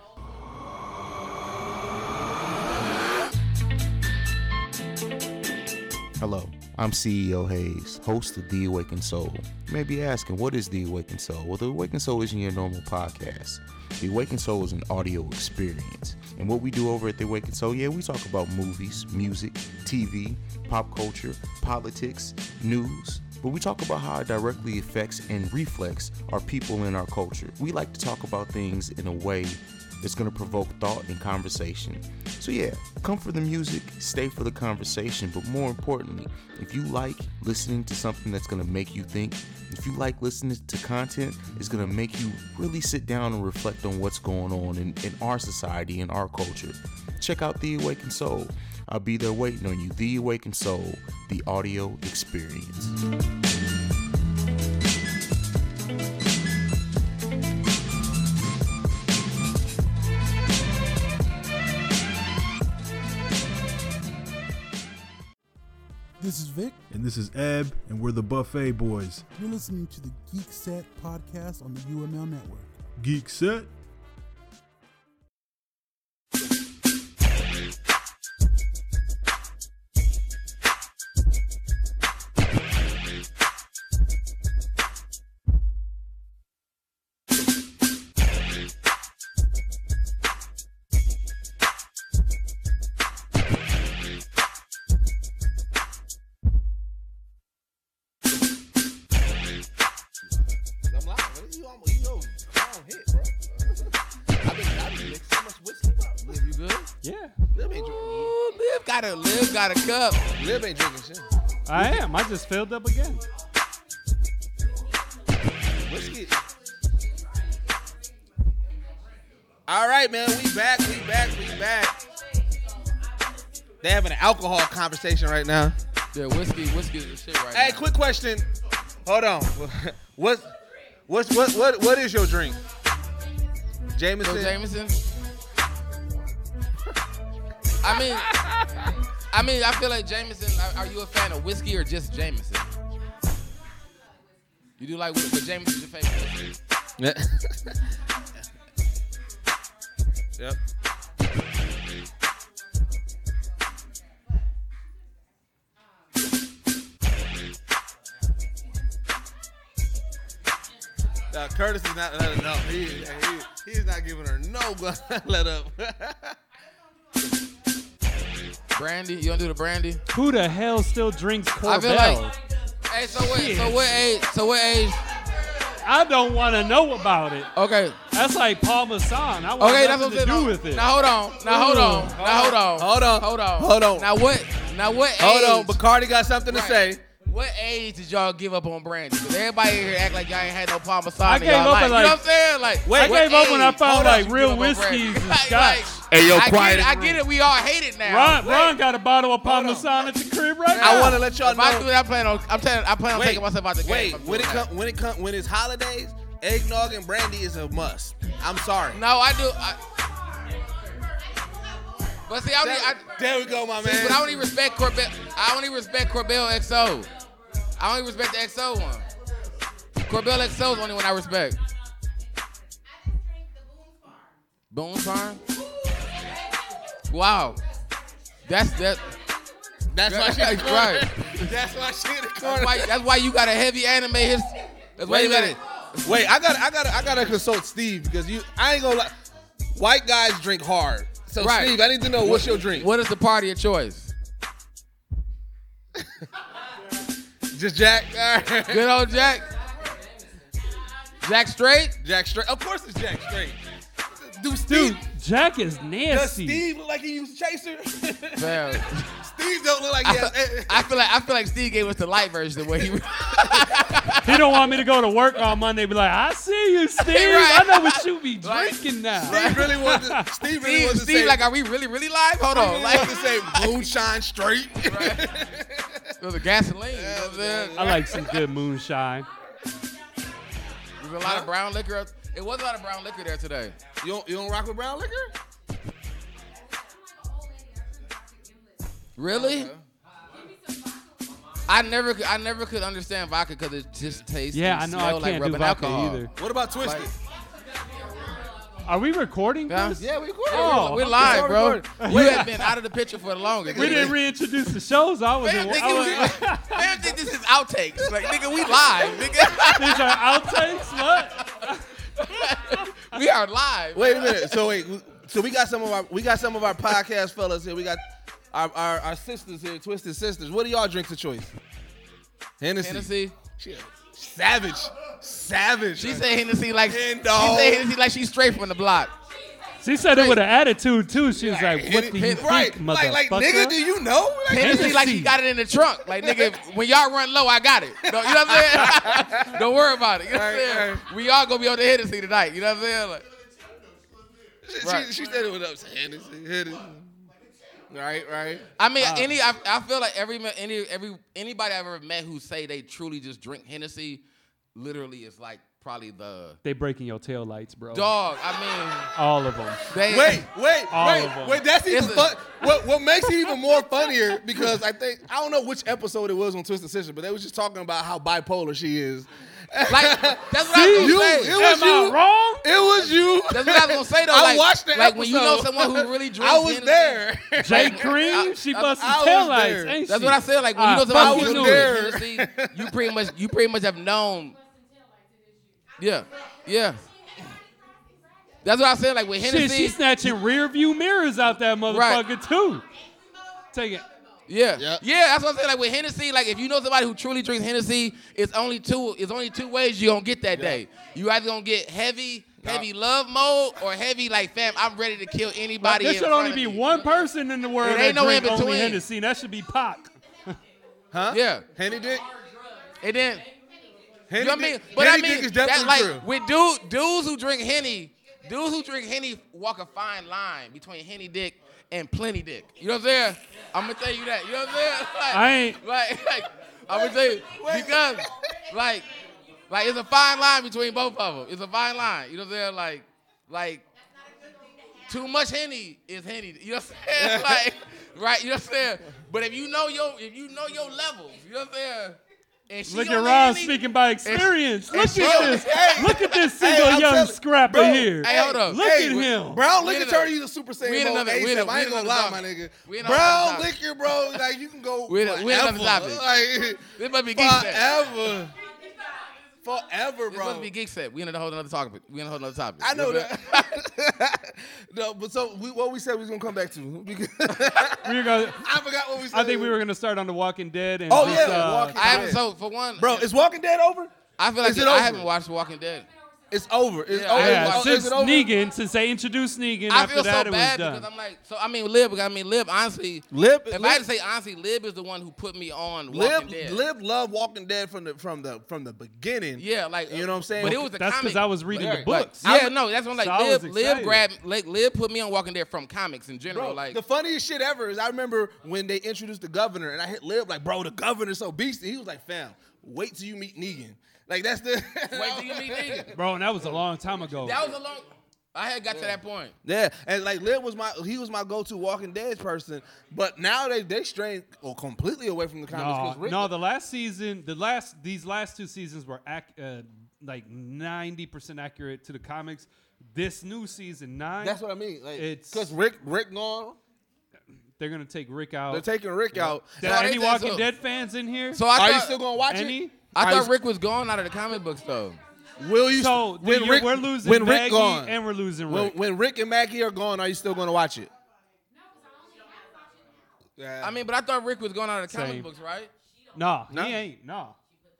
Speaker 10: Hello, I'm CEO Hayes, host of The Awakened Soul. You may be asking, what is The Awakened Soul? Well, The Awakened Soul isn't your normal podcast. The Awakened Soul is an audio experience. And what we do over at The Awakened Soul, yeah, we talk about movies, music, TV, pop culture, politics, news, but we talk about how it directly affects and reflects our people in our culture. We like to talk about things in a way that's going to provoke thought and conversation. So, yeah, come for the music, stay for the conversation, but more importantly, if you like listening to something that's going to make you think, if you like listening to content, it's going to make you really sit down and reflect on what's going on in, in our society, in our culture. Check out The Awakened Soul. I'll be there waiting on you. The Awakened Soul, the audio experience.
Speaker 11: This is Vic.
Speaker 12: And this is Eb, and we're the Buffet Boys.
Speaker 11: You're listening to the Geek Set podcast on the UML network.
Speaker 12: Geek set.
Speaker 3: I'm lying. What are you almost, you know, I'm on hit, bro. I've been, I've been mixing so much whiskey, bro. Liv, you good?
Speaker 4: Yeah,
Speaker 3: Liv ain't drinking.
Speaker 5: Ooh, Liv got a Liv got a cup.
Speaker 3: Liv ain't drinking shit.
Speaker 4: I am. I just filled up again.
Speaker 3: Whiskey. All right, man. We back. We back. We back. They having an alcohol conversation right now.
Speaker 5: Yeah, whiskey, whiskey is the shit right
Speaker 3: Hey,
Speaker 5: now.
Speaker 3: quick question. Hold on. What's what's what what what is your drink? Jameson.
Speaker 5: Jameson. I mean, I mean, I feel like Jameson. are- Are you a fan of whiskey or just Jameson? You do like, whi- but Jameson's your favorite. whiskey.
Speaker 3: Yep. Now, Uh, Curtis is not letting up. He, he, he's not giving her no gu- let up.
Speaker 5: Brandy, you don't do the brandy.
Speaker 4: Who the hell still drinks Corbel?
Speaker 5: I feel like. Hey, so what? So
Speaker 4: Shit.
Speaker 5: what age? So what age?
Speaker 4: I don't want to know about it.
Speaker 5: Okay.
Speaker 4: That's like Paul Masson. I want
Speaker 5: Okay, that's
Speaker 4: nothing
Speaker 5: what
Speaker 4: to
Speaker 5: I'm saying.
Speaker 4: do
Speaker 5: Now-
Speaker 4: with it.
Speaker 5: Now hold on. Now hold on.
Speaker 3: Ooh.
Speaker 5: Now hold on.
Speaker 3: Hold on.
Speaker 5: Hold on.
Speaker 3: Hold on.
Speaker 5: Now what? Now what?
Speaker 3: Hold on.
Speaker 5: age-
Speaker 3: Bacardi got something to
Speaker 5: Right.
Speaker 3: say.
Speaker 5: What age did y'all give up on brandy? 'Cause everybody here act like y'all ain't had no Parmesan
Speaker 4: I
Speaker 5: in
Speaker 4: gave
Speaker 5: y'all
Speaker 4: up
Speaker 5: life.
Speaker 4: at
Speaker 5: you know
Speaker 4: like-
Speaker 5: what I'm saying? Like,
Speaker 4: I
Speaker 5: what
Speaker 4: gave up when I
Speaker 5: age?
Speaker 4: found
Speaker 5: Hold on,
Speaker 4: like
Speaker 5: you
Speaker 4: real
Speaker 5: give up on brandy.
Speaker 4: whiskeys and
Speaker 5: Like,
Speaker 4: scotch.
Speaker 5: Hey, yo,
Speaker 4: I get
Speaker 5: quiet
Speaker 4: it,
Speaker 5: I
Speaker 4: I
Speaker 5: get it. We all hate it now.
Speaker 4: Ron, Ron got a bottle of Paul Masson at the crib right now.
Speaker 5: I
Speaker 3: wanna let y'all
Speaker 5: if I
Speaker 3: know-
Speaker 5: do that, I plan on. I'm telling. I plan on
Speaker 3: Wait,
Speaker 5: taking myself out the
Speaker 3: wait,
Speaker 5: game. if I'm
Speaker 3: when it
Speaker 5: doing that.
Speaker 3: come, when it come, when it's holidays, eggnog and brandy is a must. I'm sorry.
Speaker 5: No, I do. I, but see, I, don't I
Speaker 3: there we go, my
Speaker 5: see,
Speaker 3: man.
Speaker 5: But I don't even respect Corbell. I don't even respect Corbell XO. I don't even respect the XO one. Corbell XO is the only one I respect. Boone Farm. Wow, that's that.
Speaker 3: That's why she in the corner.
Speaker 5: right.
Speaker 3: That's why she in the
Speaker 8: Oh,
Speaker 3: corner.
Speaker 5: That's why, that's why you got a heavy anime. His, that's why
Speaker 3: Wait
Speaker 5: you
Speaker 3: a
Speaker 5: got
Speaker 3: minute.
Speaker 5: it.
Speaker 3: Wait, I got I got I got to consult Steve because you I ain't gonna lie. White guys drink hard. So
Speaker 5: Right.
Speaker 3: Steve, I need to know what's your drink?
Speaker 5: What is the party of choice?
Speaker 3: Just Jack. All right.
Speaker 5: Good old Jack. Jack Straight.
Speaker 3: Jack Straight. Of course it's Jack Straight. Do Steve
Speaker 4: Dude, Jack is
Speaker 3: Does
Speaker 4: nasty.
Speaker 3: Steve look like he used chaser? Steve
Speaker 5: Fam.
Speaker 3: don't look like he has
Speaker 5: I feel like I feel like Steve gave us the light version of what he.
Speaker 4: He don't want me to go to work on Monday. Be like, I see you, Steve.
Speaker 5: Right.
Speaker 4: I know what you be
Speaker 5: Right.
Speaker 4: drinking now.
Speaker 3: Steve really wants to Steve really
Speaker 5: Steve,
Speaker 3: wants to
Speaker 5: Steve
Speaker 3: say
Speaker 5: like, are we really really live? Hold on,
Speaker 3: like
Speaker 5: like
Speaker 3: to say moonshine straight.
Speaker 5: it was a gasoline. you know what I'm saying?
Speaker 4: I like some good moonshine.
Speaker 5: There was a lot of brown liquor. up- It was a lot of brown liquor there today.
Speaker 3: You don't, you don't rock with brown liquor?
Speaker 5: Really? I never, could- I never could understand vodka because it just tastes.
Speaker 4: Yeah, I
Speaker 5: and
Speaker 4: know I
Speaker 5: smell like
Speaker 4: can't do
Speaker 5: rubbing
Speaker 4: vodka
Speaker 5: alcohol.
Speaker 4: either.
Speaker 3: What about Twisted?
Speaker 4: Are we recording
Speaker 5: Yeah.
Speaker 4: this?
Speaker 3: yeah, we recorded.
Speaker 4: Oh,
Speaker 5: We're
Speaker 4: okay.
Speaker 5: live, bro.
Speaker 4: Recording.
Speaker 5: You have been out of the picture for the longest.
Speaker 4: We didn't reintroduce the shows. I was
Speaker 5: Man,
Speaker 4: in.
Speaker 5: think,
Speaker 4: I was,
Speaker 5: it was, man think this is outtakes. Like, nigga, we live, nigga.
Speaker 4: these are outtakes. What?
Speaker 5: We are live.
Speaker 3: Wait a minute. So wait, so we got some of our we got some of our podcast fellas here. We got our our, our sisters here, Twisted Sisters. What do y'all drink to choice? Hennessy.
Speaker 5: Hennessy.
Speaker 3: Shit. Savage. Savage.
Speaker 5: She said Hennessy like she
Speaker 3: And
Speaker 5: said
Speaker 3: dog.
Speaker 5: Hennessy like she's straight from the block.
Speaker 4: She said it with an attitude too. She was like, "What do you
Speaker 3: right.
Speaker 4: think,
Speaker 3: like, like, nigga, do
Speaker 4: motherfucker?"
Speaker 3: you know? Like,
Speaker 5: Hennessy like she
Speaker 4: Hennessy.
Speaker 5: got it in the trunk. Like nigga, when y'all run low, I got it. Don't, you know what I'm saying? Don't worry about it. You know what I'm
Speaker 3: Right,
Speaker 5: saying? We all gonna be on the Hennessy tonight. You know what I'm saying? Like,
Speaker 3: she,
Speaker 5: right.
Speaker 3: she, she said it with us. Hennessy, Hennessy. Right, right.
Speaker 5: I mean,
Speaker 4: Ah.
Speaker 5: any I, I feel like every ma- any every anybody I've ever met who say they truly just drink Hennessy, literally is like probably the
Speaker 4: They breaking your taillights, bro.
Speaker 5: dog. I
Speaker 4: All of them.
Speaker 5: mean, they
Speaker 3: Wait, wait,
Speaker 4: All of
Speaker 3: wait,
Speaker 4: 'em.
Speaker 3: wait. That's even
Speaker 5: It's a-
Speaker 3: fun. What what makes it even more funnier because I think I don't know which episode it was on Twisted Sister, but they was just talking about how bipolar she is.
Speaker 5: Like that's what I was
Speaker 3: you,
Speaker 5: gonna
Speaker 3: it
Speaker 5: say.
Speaker 3: was
Speaker 4: Am I
Speaker 3: you.
Speaker 4: wrong?
Speaker 3: It was you.
Speaker 5: That's what I was gonna say though.
Speaker 3: I
Speaker 5: like,
Speaker 3: watched the
Speaker 5: like when you know
Speaker 3: episode.
Speaker 5: someone who really drinks.
Speaker 3: I was
Speaker 5: Hennessy-
Speaker 3: there.
Speaker 4: Jay Cream, she
Speaker 5: I-
Speaker 4: busted
Speaker 3: I was
Speaker 4: taillights.
Speaker 3: there.
Speaker 4: ain't
Speaker 5: That's
Speaker 4: she? Ah,
Speaker 5: what I said. Like when you
Speaker 4: I
Speaker 5: know someone
Speaker 4: fucking
Speaker 5: who
Speaker 4: knew
Speaker 5: really
Speaker 4: it.
Speaker 5: drinks Hennessy, you pretty much you pretty much have known. Yeah, yeah. That's what I said. Like with
Speaker 4: Shit,
Speaker 5: Hennessy,
Speaker 4: she snatching rear view mirrors out that
Speaker 5: Right.
Speaker 4: motherfucker too. Take it.
Speaker 5: yeah,
Speaker 3: Yep.
Speaker 5: yeah. That's what I said. Like with Hennessy, like if you know somebody who truly drinks Hennessy, it's only two. It's only two ways you are gonna get that day. You either gonna get heavy, heavy love mode, or heavy like fam. I'm ready to kill
Speaker 4: Like,
Speaker 5: anybody.
Speaker 4: there
Speaker 5: in
Speaker 4: should
Speaker 5: front
Speaker 4: only
Speaker 5: of
Speaker 4: be
Speaker 5: me.
Speaker 4: one person in the world
Speaker 5: It
Speaker 4: that
Speaker 5: ain't no
Speaker 4: drink only
Speaker 5: in-between.
Speaker 4: Hennessy. and That should be Pac.
Speaker 3: Huh?
Speaker 5: Yeah,
Speaker 3: Henny dick.
Speaker 5: and then. You
Speaker 3: Henny
Speaker 5: know what I mean?
Speaker 3: dick.
Speaker 5: But
Speaker 3: Henny
Speaker 5: I mean,
Speaker 3: dick is
Speaker 5: that,
Speaker 3: definitely
Speaker 5: like
Speaker 3: true.
Speaker 5: with dude, dudes who drink henny, dudes who drink henny walk a fine line between henny dick and plenty dick. You know what I'm saying? I'm gonna tell you that. You know what I'm saying? Like,
Speaker 4: I ain't-
Speaker 5: like, like I'm gonna tell you because like like it's a fine line between both of them. It's a fine line. You know what I'm saying? Like like Too much henny is henny. You know what I'm saying? like, right? You know what I'm saying? But if you know your if you know your level, you know what I'm saying? And she
Speaker 4: Look
Speaker 5: on
Speaker 4: at
Speaker 5: the
Speaker 4: Ron
Speaker 5: henny-
Speaker 4: speaking by
Speaker 5: and-
Speaker 4: experience.
Speaker 5: and
Speaker 4: Look
Speaker 5: she
Speaker 4: at
Speaker 5: on-
Speaker 4: this.
Speaker 5: Hey,
Speaker 4: Look at this
Speaker 5: hey,
Speaker 4: single
Speaker 5: I'm
Speaker 4: young
Speaker 5: telling-
Speaker 4: scrapper
Speaker 5: bro,
Speaker 4: here.
Speaker 5: Hey, hold up.
Speaker 4: Look
Speaker 5: Hey,
Speaker 4: at
Speaker 5: we-
Speaker 4: him.
Speaker 5: Brown,
Speaker 4: Brown,
Speaker 5: look
Speaker 4: look
Speaker 5: We at
Speaker 4: at
Speaker 5: in another-
Speaker 4: turn
Speaker 5: Turner,
Speaker 4: you
Speaker 5: you
Speaker 4: to
Speaker 5: the
Speaker 4: Super
Speaker 5: Super
Speaker 4: Saiyan.
Speaker 5: Saiyan we in Mode another- we in- 87. I ain't we in gonna lie, another- my nigga. we in another Brown
Speaker 3: Brown
Speaker 5: topic.
Speaker 3: liquor, bro. Like you can go.
Speaker 5: We in a- we in another
Speaker 3: forever.
Speaker 5: topic.
Speaker 3: Like,
Speaker 5: This must be geek set.
Speaker 3: forever, forever,
Speaker 5: This must
Speaker 3: bro.
Speaker 5: be geek set. We in a whole another topic. We in a whole another topic.
Speaker 3: I know
Speaker 5: You
Speaker 3: that. no, but so we, what we said we was gonna come back to. we
Speaker 4: were gonna.
Speaker 3: I forgot what we said.
Speaker 4: I think we were gonna start on The Walking Dead. And
Speaker 3: Oh
Speaker 4: just,
Speaker 3: yeah,
Speaker 4: uh,
Speaker 3: Walking
Speaker 5: I haven't.
Speaker 3: Dead.
Speaker 5: So for one,
Speaker 3: Bro, is Walking Dead over?
Speaker 5: I feel like
Speaker 3: Is
Speaker 5: it-
Speaker 3: it
Speaker 5: I
Speaker 3: over?
Speaker 5: haven't watched Walking Dead.
Speaker 3: It's over. It's
Speaker 5: Yeah, I
Speaker 3: over.
Speaker 5: haven't
Speaker 4: yeah,
Speaker 5: watched-
Speaker 4: since
Speaker 5: is it over?
Speaker 4: Negan, since they introduced Negan,
Speaker 5: I
Speaker 4: after
Speaker 5: feel
Speaker 4: that
Speaker 5: so
Speaker 4: it
Speaker 5: bad
Speaker 4: was
Speaker 5: because
Speaker 4: done.
Speaker 5: I'm like, so I mean, Lib. I mean, Lib. Honestly,
Speaker 3: Lib-
Speaker 5: If
Speaker 3: Lib-
Speaker 5: I had to say honestly, Lib is the one who put me on Walking
Speaker 3: Lib,
Speaker 5: Dead.
Speaker 3: Lib loved Walking Dead from the from the from the beginning.
Speaker 5: Yeah, like
Speaker 3: you know what I'm saying.
Speaker 5: But it was the
Speaker 4: That's 'cause
Speaker 5: comic.
Speaker 4: I was reading the
Speaker 5: Like,
Speaker 4: books.
Speaker 5: Yeah,
Speaker 4: I-
Speaker 5: no, that's what I'm
Speaker 4: So
Speaker 5: like.
Speaker 4: I
Speaker 5: Lib,
Speaker 4: was
Speaker 5: Lib
Speaker 4: excited.
Speaker 5: grabbed, like, Lib put me on Walking Dead from comics in general.
Speaker 3: Bro,
Speaker 5: like,
Speaker 3: the funniest shit ever is I remember when they introduced the governor, and I hit Lib like, "Bro, the governor's so beastie." He was like, "Fam, wait till you meet Negan." Like that's the
Speaker 5: wait till you meet Negan.
Speaker 4: bro, and that was a long time ago.
Speaker 5: That was a long. I had got to that point.
Speaker 3: Yeah, and like Lib was my he was my go to Walking Dead person, but now they they strayed oh, completely away from the comics. 'cause
Speaker 4: No,
Speaker 3: Rick-
Speaker 4: no, the last season, the last these last two seasons were ac- uh, like ninety percent accurate to the comics. This new season nine,
Speaker 3: that's what I mean. Like,
Speaker 4: It's-
Speaker 3: because Rick Rick gone,
Speaker 4: they're gonna take Rick out.
Speaker 3: they're taking Rick out.
Speaker 4: There
Speaker 5: No,
Speaker 4: are
Speaker 5: they
Speaker 4: any
Speaker 5: said
Speaker 4: Walking
Speaker 5: so.
Speaker 4: Dead fans in here?
Speaker 5: So I
Speaker 3: Are
Speaker 5: thought,
Speaker 3: you still gonna watch
Speaker 4: Any?
Speaker 3: it?
Speaker 5: I
Speaker 3: Are
Speaker 5: thought
Speaker 3: you-
Speaker 5: Rick was gone out of the comic books though.
Speaker 3: Will you
Speaker 4: So
Speaker 3: when
Speaker 4: the-
Speaker 3: Rick
Speaker 4: we're losing
Speaker 3: when Rick
Speaker 4: Maggie
Speaker 3: gone
Speaker 4: and we're losing
Speaker 3: when,
Speaker 4: Rick.
Speaker 3: when Rick and Maggie are gone, are you still going to watch it? Yeah.
Speaker 5: I mean, but I thought Rick was gone out of the comic
Speaker 4: Same.
Speaker 5: books, right?
Speaker 4: Nah,
Speaker 3: No.
Speaker 4: he ain't. Nah,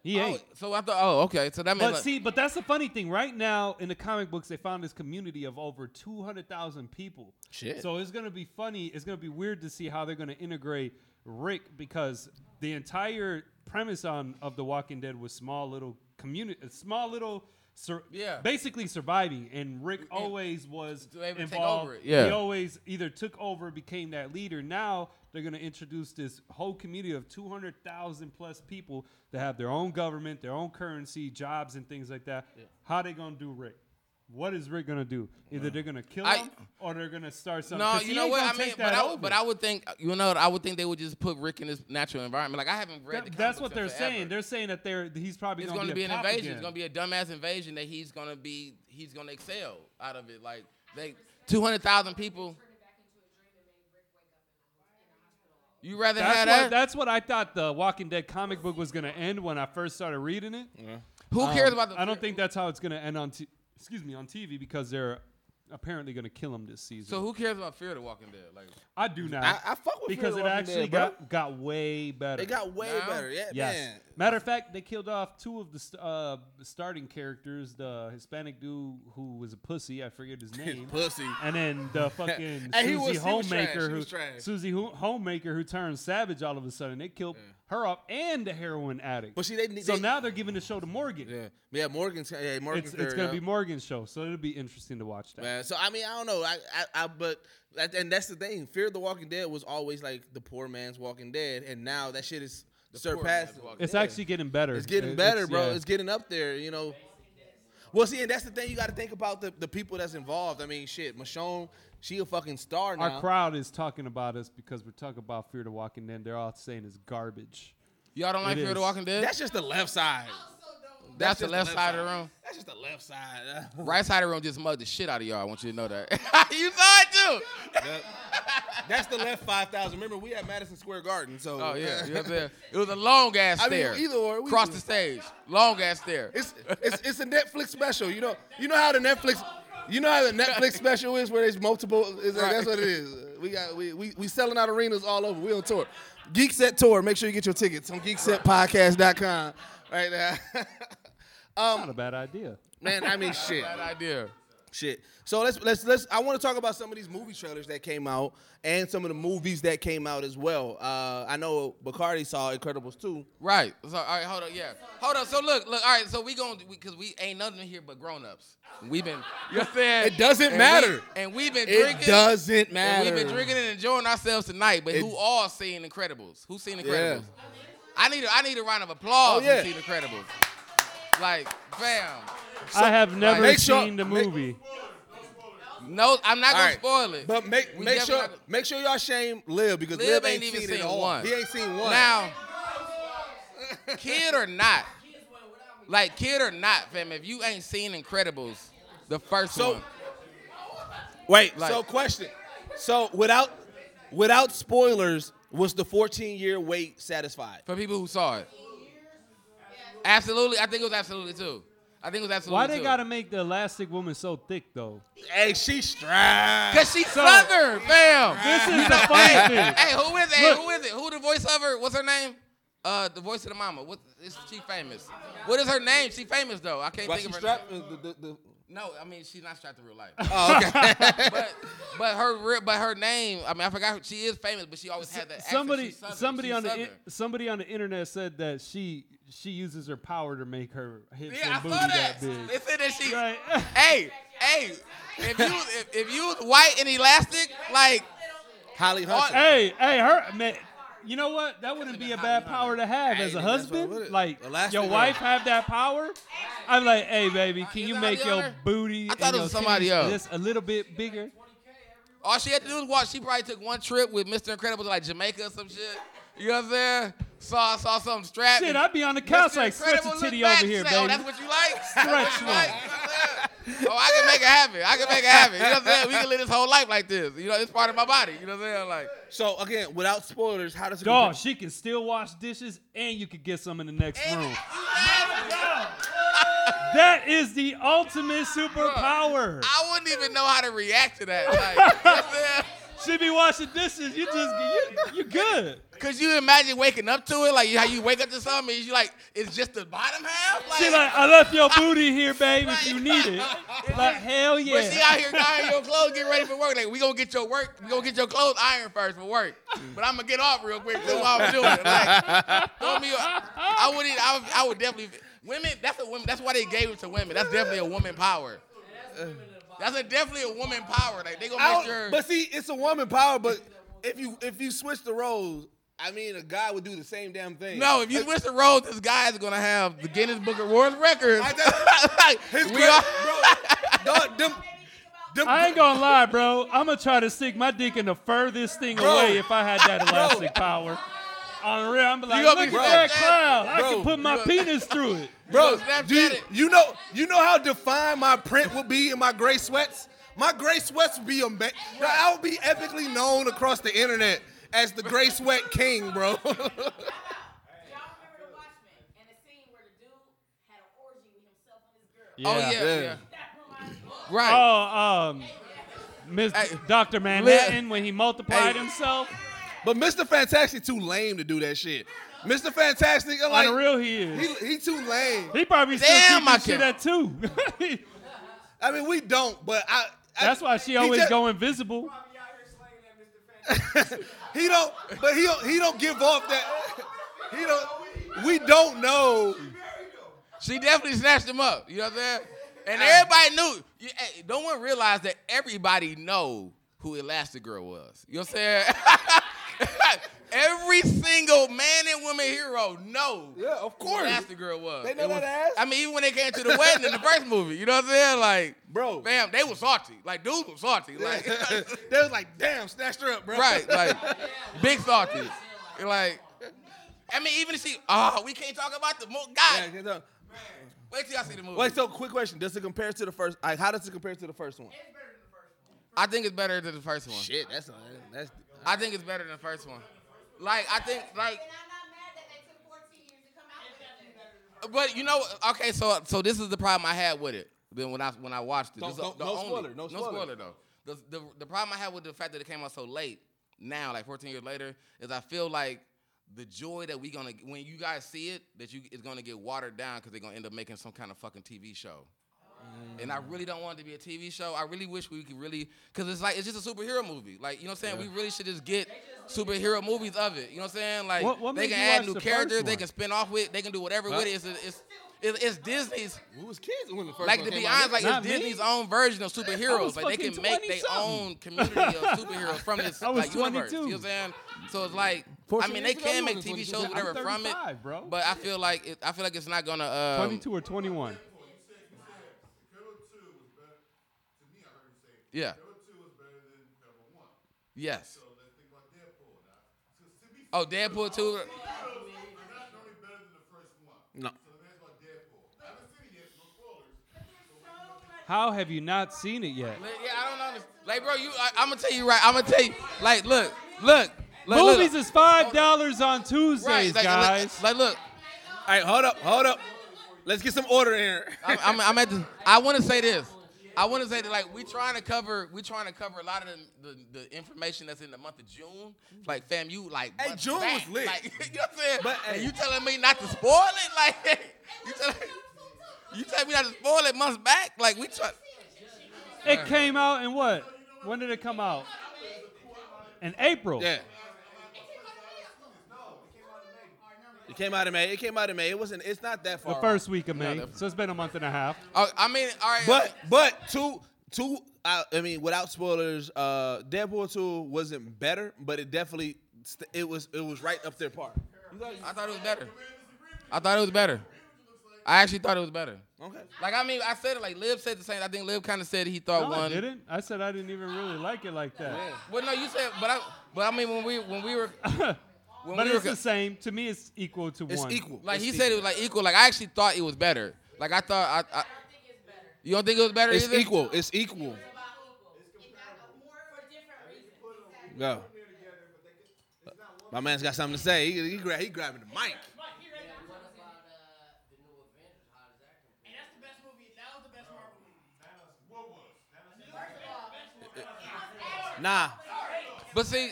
Speaker 4: he
Speaker 5: Oh,
Speaker 4: ain't.
Speaker 5: so I thought, oh, okay. So that means
Speaker 4: But
Speaker 5: like,
Speaker 4: see, but that's the funny thing. Right now, in the comic books, they found this community of over two hundred thousand people.
Speaker 5: Shit.
Speaker 4: So it's gonna be funny. It's gonna be weird to see how they're gonna integrate Rick because the entire premise on of The Walking Dead was small little community, small little. Sur-
Speaker 5: Yeah.
Speaker 4: basically surviving, and Rick always was
Speaker 5: They would take
Speaker 4: involved.
Speaker 5: over it, yeah.
Speaker 4: he always either took over, became that leader. Now they're going to introduce this whole community of 200,000 plus people that have their own government, their own currency, jobs, and things like that. How they going to do Rick? What is Rick going to do? Either they're going to kill
Speaker 5: I-
Speaker 4: him or they're going to start something.
Speaker 5: No,
Speaker 4: 'cause
Speaker 5: you
Speaker 4: he
Speaker 5: know
Speaker 4: ain't
Speaker 5: what
Speaker 4: gonna
Speaker 5: I mean.
Speaker 4: take
Speaker 5: But
Speaker 4: that
Speaker 5: I, would-
Speaker 4: over.
Speaker 5: but I would think you know I would think they would just put Rick in his natural environment. Like I haven't read.
Speaker 4: That-
Speaker 5: the comic
Speaker 4: that's what
Speaker 5: books
Speaker 4: they're
Speaker 5: in forever.
Speaker 4: saying. They're saying that they're he's probably
Speaker 5: It's
Speaker 4: going to
Speaker 5: be an
Speaker 4: a cop
Speaker 5: invasion.
Speaker 4: Again.
Speaker 5: It's going to be a dumbass invasion that he's going to be he's going to excel out of it. Like they two hundred thousand people. You rather
Speaker 4: that's,
Speaker 5: have
Speaker 4: what,
Speaker 5: that?
Speaker 4: that's what I thought the Walking Dead comic book was going to end when I first started reading it.
Speaker 5: Who
Speaker 4: Um,
Speaker 5: cares about the?
Speaker 4: I don't think that's how it's going to end on. T- excuse me, on TV because they're apparently going to kill him this season.
Speaker 5: So who cares about Fear the Walking Dead? Like
Speaker 4: I
Speaker 5: Mm.
Speaker 4: do now.
Speaker 3: I- I fuck with Fear
Speaker 4: because
Speaker 3: the
Speaker 4: it
Speaker 3: Walking
Speaker 4: actually
Speaker 3: Dead, bro.
Speaker 4: got got way better.
Speaker 3: It got way
Speaker 5: Now?
Speaker 3: better. Yeah,
Speaker 4: yes.
Speaker 3: man.
Speaker 4: Matter of fact, they killed off two of the st- uh, starting characters: the Hispanic dude who was a pussy. I forget his name.
Speaker 3: pussy.
Speaker 4: And then the fucking
Speaker 3: Hey, he
Speaker 4: Susie
Speaker 3: was- he was trash. He
Speaker 4: Homemaker
Speaker 3: was trash.
Speaker 4: who Susie Ho- Homemaker who turned savage all of a sudden. They killed her off and the heroin addict.
Speaker 3: But see, they-
Speaker 4: so
Speaker 3: they-
Speaker 4: now they're giving the show to Morgan.
Speaker 3: Yeah, yeah. Morgan's yeah,
Speaker 4: It's,
Speaker 3: Morgan's
Speaker 4: it's
Speaker 3: there,
Speaker 4: gonna be
Speaker 3: yeah.
Speaker 4: Morgan's show, so it'll be interesting to watch that.
Speaker 3: Man, so I mean, I don't know. I, I, I but that- and that's the thing. Fear the Walking Dead was always like the poor man's Walking Dead, and now that shit is
Speaker 5: poor man's
Speaker 3: surpassed.
Speaker 5: Walking
Speaker 4: It's
Speaker 3: Yeah.
Speaker 4: actually getting better.
Speaker 3: It's getting
Speaker 4: It-
Speaker 3: better, bro.
Speaker 4: yeah.
Speaker 3: It's getting up there, you know. Well, see, and that's the thing you got to think about the, the people that's involved. I mean, shit, Michonne, she a fucking star now.
Speaker 4: Our crowd is talking about us because we're talking about Fear the Walking Dead. They're all saying it's garbage.
Speaker 5: y'all don't like
Speaker 4: It
Speaker 5: Fear the
Speaker 4: is.
Speaker 5: Walking Dead.
Speaker 3: That's just the left side.
Speaker 5: That's the
Speaker 3: just
Speaker 5: left side of the room.
Speaker 3: That's just the left side.
Speaker 5: Right side of the room just mugged the shit out of y'all. I want you to know that. you saw it too.
Speaker 3: that's the left five thousand. Remember, we at Madison Square Garden, so
Speaker 5: Oh yeah, you know what I'm saying? It was a long ass
Speaker 3: I mean,
Speaker 5: stare.
Speaker 3: either or, we-
Speaker 5: cross the stage, long ass stare.
Speaker 3: It's, it's it's a Netflix special. You know you know how the Netflix you know how the Netflix special is where there's multiple. Is
Speaker 5: Right.
Speaker 3: That's what it is. We got we, we we selling out arenas all over. We on tour. Geek Set tour. Make sure you get your tickets on GeeksetPodcast.com right now. Um,
Speaker 4: Not a bad idea.
Speaker 3: Man, I mean shit,
Speaker 5: Bad idea.
Speaker 3: shit. So let's let's let's. I want to talk about some of these movie trailers that came out and some of the movies that came out as well. Uh, I know Bacardi saw Incredibles 2.
Speaker 5: Right. So all right, hold up, yeah. Hold up. So look, look, all right, so we gonna we, cause we ain't nothing here but grown ups. We've been you know what I'm saying?
Speaker 3: It doesn't
Speaker 5: And we-
Speaker 3: matter.
Speaker 5: and we've been
Speaker 3: It
Speaker 5: drinking
Speaker 3: doesn't
Speaker 5: and we've
Speaker 3: matter.
Speaker 5: been drinking and enjoying ourselves tonight, but who
Speaker 3: It-
Speaker 5: all seen Incredibles? Who seen
Speaker 3: Yeah.
Speaker 5: Incredibles? I need a, I need a round of applause
Speaker 3: Oh, yeah.
Speaker 5: who seen Incredibles. Like, fam.
Speaker 4: I have never
Speaker 5: make
Speaker 4: seen
Speaker 3: sure-
Speaker 4: the
Speaker 3: make-
Speaker 4: movie.
Speaker 5: No, I'm not gonna
Speaker 3: All right.
Speaker 5: spoil it.
Speaker 3: But make
Speaker 5: We definitely
Speaker 3: make sure
Speaker 5: not gonna-
Speaker 3: make sure y'all shame Lil because Lil,
Speaker 5: Lib
Speaker 3: ain't, even seen, it all.
Speaker 5: one.
Speaker 3: He ain't seen one.
Speaker 5: Now, kid or not, like kid or not, fam, if you ain't seen Incredibles, the first one.
Speaker 3: wait.
Speaker 5: like-
Speaker 3: so question. So without without spoilers, was the 14 year wait satisfied
Speaker 5: for people who saw it? Absolutely, I think it was absolutely too. I think it was absolutely
Speaker 4: Why they
Speaker 5: too.
Speaker 4: gotta make the elastic woman so thick though?
Speaker 3: Hey, she strapped.
Speaker 5: Cause she's Southern, fam.
Speaker 4: This is
Speaker 5: You
Speaker 4: the
Speaker 5: know,
Speaker 4: funny
Speaker 5: hey,
Speaker 4: thing.
Speaker 5: Hey, who is it? Hey,
Speaker 4: Look.
Speaker 5: who is it? Who the voice of her? What's her name? Uh, the voice of the mama. What is she famous? What is her name? She famous though. I can't
Speaker 3: Why
Speaker 5: think
Speaker 3: she
Speaker 5: of her.
Speaker 3: strapped?
Speaker 5: name.
Speaker 3: Uh, the- the- the-
Speaker 5: No, I mean she's not strapped in real life.
Speaker 3: Oh, okay.
Speaker 5: but but her real- but her name. I mean I forgot. Who, she is famous, but she always had that. accent.
Speaker 4: somebody
Speaker 5: She's Southern.
Speaker 4: somebody
Speaker 5: She's
Speaker 4: on the
Speaker 5: Southern.
Speaker 4: in- somebody on the internet said that she she uses her power to make her hips
Speaker 5: Yeah, I
Speaker 4: and booty
Speaker 5: saw
Speaker 4: that.
Speaker 5: that. They
Speaker 4: big.
Speaker 5: said that she. Hey, hey, if you if, if you was white and elastic, like
Speaker 3: Holly
Speaker 5: Hunter.
Speaker 4: Hey, hey, her man. You know what? That wouldn't be a bad power to have as a husband. Like your
Speaker 5: Elastigirl.
Speaker 4: wife have that power. I'm like, hey, baby, can you
Speaker 5: that
Speaker 4: make
Speaker 5: the
Speaker 4: your
Speaker 5: other?
Speaker 4: booty?
Speaker 5: I thought
Speaker 4: and
Speaker 5: it
Speaker 4: your
Speaker 5: was somebody
Speaker 4: titties
Speaker 5: else.
Speaker 4: Just a little bit bigger.
Speaker 5: All she had to do was watch. She probably took one trip with Mr. Incredible to like Jamaica or some shit. You know what I'm saying? Saw saw something strapped.
Speaker 4: Shit,
Speaker 5: and
Speaker 4: I'd be on the couch
Speaker 5: Mr.
Speaker 4: like, stretch a
Speaker 5: Incredible
Speaker 4: titty
Speaker 5: looked back,
Speaker 4: over here,
Speaker 5: she said, Oh,
Speaker 4: baby.
Speaker 5: that's what you like?
Speaker 4: Stretch
Speaker 5: you like? You know what I'm saying? Oh, I can make it happen. I can make it happen. You know what I'm saying? We can live this whole life like this. You know, it's part of my body. You know what I'm saying? Like,
Speaker 3: so again, without spoilers, how does it?
Speaker 4: Dog, she can still wash dishes, and you could get some in the next room. That is the ultimate superpower.
Speaker 5: I wouldn't even know how to react to that. Like, you know what I'm saying?
Speaker 4: She be washing dishes. You just you, you good.
Speaker 5: Cause you imagine waking up to it, like how you wake up to something, and you like, it's just the bottom half. Like,
Speaker 4: She like, I left your booty here, babe, if you need it. Like, hell yeah.
Speaker 5: But she out here ironing your clothes, getting ready for work. Like, we gonna get your work, we gonna get your clothes ironed first for work. But I'm gonna get off real quick too while I'm doing it. Like, throw me, a- I would, I would, I would definitely. Women, that's a woman. That's why they gave it to women. That's definitely a woman power. That's a, definitely a woman power. Like they
Speaker 3: I
Speaker 5: gonna
Speaker 3: don't-
Speaker 5: make sure.
Speaker 3: But see, it's a woman power. But if you if you switch the roles, I mean, a guy would do the same damn thing.
Speaker 5: No, if you switch the roles, this guy is gonna have the Guinness Book of World Records.
Speaker 3: His
Speaker 5: we
Speaker 3: credit-
Speaker 5: are,
Speaker 3: bro, dog, them, them,
Speaker 4: I ain't gonna lie, bro. I'm gonna try to stick my dick in the furthest thing
Speaker 3: Bro.
Speaker 4: away if I had that
Speaker 3: Bro.
Speaker 4: elastic power. On real, I'm like,
Speaker 3: You
Speaker 4: look
Speaker 3: gonna
Speaker 4: at
Speaker 3: be
Speaker 4: that
Speaker 3: Snapchat?
Speaker 4: cloud. I
Speaker 3: Bro,
Speaker 4: can put
Speaker 3: you
Speaker 4: my
Speaker 3: gonna-
Speaker 4: penis through it.
Speaker 3: bro.
Speaker 5: Snapchat
Speaker 3: Do you,
Speaker 5: it.
Speaker 3: you know you know how defined my print would be in my gray sweats? My gray sweats would be a ama- I would be epically known across the internet as the gray sweat king, bro.
Speaker 5: Oh, yeah, yeah. Right.
Speaker 4: Oh, um, Miss Doctor Manhattan when he multiplied
Speaker 3: Hey.
Speaker 4: himself.
Speaker 3: But Mr. Fantastic too lame to do that shit. Mr. Fantastic, I'm like,
Speaker 4: On the real, he is.
Speaker 3: he, he too lame.
Speaker 4: He probably still
Speaker 3: Damn,
Speaker 4: keep
Speaker 3: I
Speaker 4: his shit
Speaker 3: can't.
Speaker 4: at two.
Speaker 3: I mean, we don't, but I. I-
Speaker 4: That's why she
Speaker 3: he
Speaker 4: always
Speaker 3: just-
Speaker 4: go invisible.
Speaker 3: He don't, but he don't, he don't give off that. He don't. We don't know.
Speaker 5: She definitely snatched him up. You know what I'm saying? And everybody knew. You, hey, no one realized that everybody know who Elastigirl was. You know what I'm saying? Every single man and woman hero know. Yeah,
Speaker 3: of course.
Speaker 5: Elastigirl was.
Speaker 3: They know
Speaker 5: It was-
Speaker 3: that ass.
Speaker 5: I mean, even when they came to the wedding in the first movie, you know what I'm saying? Like,
Speaker 3: Bro.
Speaker 5: fam, they was salty. Like, dudes was salty. Like,
Speaker 3: They was like, damn, snatched her up, bro.
Speaker 5: Right, like big salty. Like, I mean, even if she, oh, we can't talk about the movie. God,
Speaker 3: Yeah, so-
Speaker 5: wait till y'all see the movie.
Speaker 3: Wait, so quick question: Does it compare to the first? Like, how does it compare to the first one?
Speaker 5: I think it's better than the first one.
Speaker 3: Shit, that's a, that's.
Speaker 5: I think it's better than the first one. Like, I think, like, but you know, okay, so so this is the problem I had with it. Then when I when I watched it,
Speaker 3: Don't-
Speaker 5: This is
Speaker 3: don't-
Speaker 5: the
Speaker 3: no
Speaker 5: only-
Speaker 3: spoiler, no spoiler.
Speaker 5: though. The, the the problem I had with the fact that it came out so late, now like 14 years later, is I feel like the joy that we gonna when you guys see it that you it's gonna get watered down because they're gonna end up making some kind of fucking TV show. And
Speaker 3: Mm.
Speaker 5: I really don't want it to be a TV show. I really wish we could really, cause it's like it's just a superhero movie. Like you know what I'm saying? We really should just get superhero movies of it. You know what I'm saying? Like
Speaker 4: What- what
Speaker 5: they
Speaker 4: made
Speaker 5: can
Speaker 4: you
Speaker 5: add
Speaker 4: watch
Speaker 5: new
Speaker 4: the first
Speaker 5: characters, they
Speaker 4: one?
Speaker 5: can spin off with, they can do whatever
Speaker 3: Huh?
Speaker 5: with it. It's it's, it's, it's Disney's.
Speaker 3: We was kids when the first
Speaker 5: Like
Speaker 3: one
Speaker 5: to
Speaker 3: came
Speaker 5: be
Speaker 3: out.
Speaker 5: honest, like
Speaker 4: Not
Speaker 5: it's
Speaker 4: me.
Speaker 5: Disney's own version of superheroes.
Speaker 4: was
Speaker 5: Like they can
Speaker 4: fucking
Speaker 5: make their
Speaker 4: 20-something.
Speaker 5: own community of superheroes from this
Speaker 4: I was
Speaker 5: like universe. You
Speaker 4: 22.
Speaker 5: know what I'm saying? So it's like I
Speaker 4: 14
Speaker 5: mean they
Speaker 4: years ago, you
Speaker 5: can make
Speaker 4: was
Speaker 5: TV
Speaker 4: 22.
Speaker 5: shows
Speaker 4: I'm
Speaker 5: whatever from it,
Speaker 4: 35, bro.
Speaker 5: but I feel like it, I feel like it's not gonna. Um,
Speaker 4: 22 or 21.
Speaker 5: Yeah.
Speaker 8: Number two is better than number one.
Speaker 5: Yes.
Speaker 8: So let's think about Deadpool now. So to be
Speaker 5: Oh, Deadpool too?
Speaker 8: They're not only better than the first one.
Speaker 5: No.
Speaker 8: So that's why Deadpool. I haven't seen it yet, no spoilers.
Speaker 4: How have you not seen it yet?
Speaker 5: Like, Yeah, I don't understand. Like, bro, you, I, I'm gonna tell you right. I'm gonna tell you. Like, look, look, look
Speaker 4: Movies is five dollars on Tuesdays,
Speaker 5: Right, like, like-
Speaker 4: guys.
Speaker 5: Like, look. All right, hold up, hold up. Let's get some order in here. I'm, I'm, I'm at the. I want to say this. I want to say that like we trying to cover we trying to cover a lot of the, the, the information that's in the month of June. Like fam, you like hey
Speaker 3: June was lit.
Speaker 5: Like, you know what I'm saying? But you telling me not to spoil it? Like you telling you telling me not to spoil it months back? Like we try.
Speaker 4: It came out in what? When did it come out? In April.
Speaker 3: Yeah. It came out in May. It came out in May. It wasn't. It's not that
Speaker 4: The
Speaker 3: far.
Speaker 4: first week of May. So it's been a month and a half.
Speaker 5: Oh, I mean, all right.
Speaker 3: But but two two. I, I mean, without spoilers, uh, Deadpool two wasn't better, but it definitely st- it was it was right up there par.
Speaker 5: I thought it was better. I thought it was better. I actually thought it was better.
Speaker 3: Okay.
Speaker 5: Like I mean, I said it. Like Liv said the same. I think Liv kind of said he thought
Speaker 4: No, I
Speaker 5: one.
Speaker 4: didn't. I said I didn't even really like it like that.
Speaker 5: Well, no, you said, but I, but I mean, when we when we were, when
Speaker 4: But
Speaker 5: we
Speaker 4: it's
Speaker 5: were,
Speaker 4: the same. To me, it's equal to one.
Speaker 5: Like he said, it was like equal. Like I actually thought it was better. Like I thought I. I you don't think it was better
Speaker 3: It's
Speaker 5: either?
Speaker 3: equal. It's equal. Go. My man's got something to say. He, he, gra- he grabbing the mic. Nah.
Speaker 5: But see,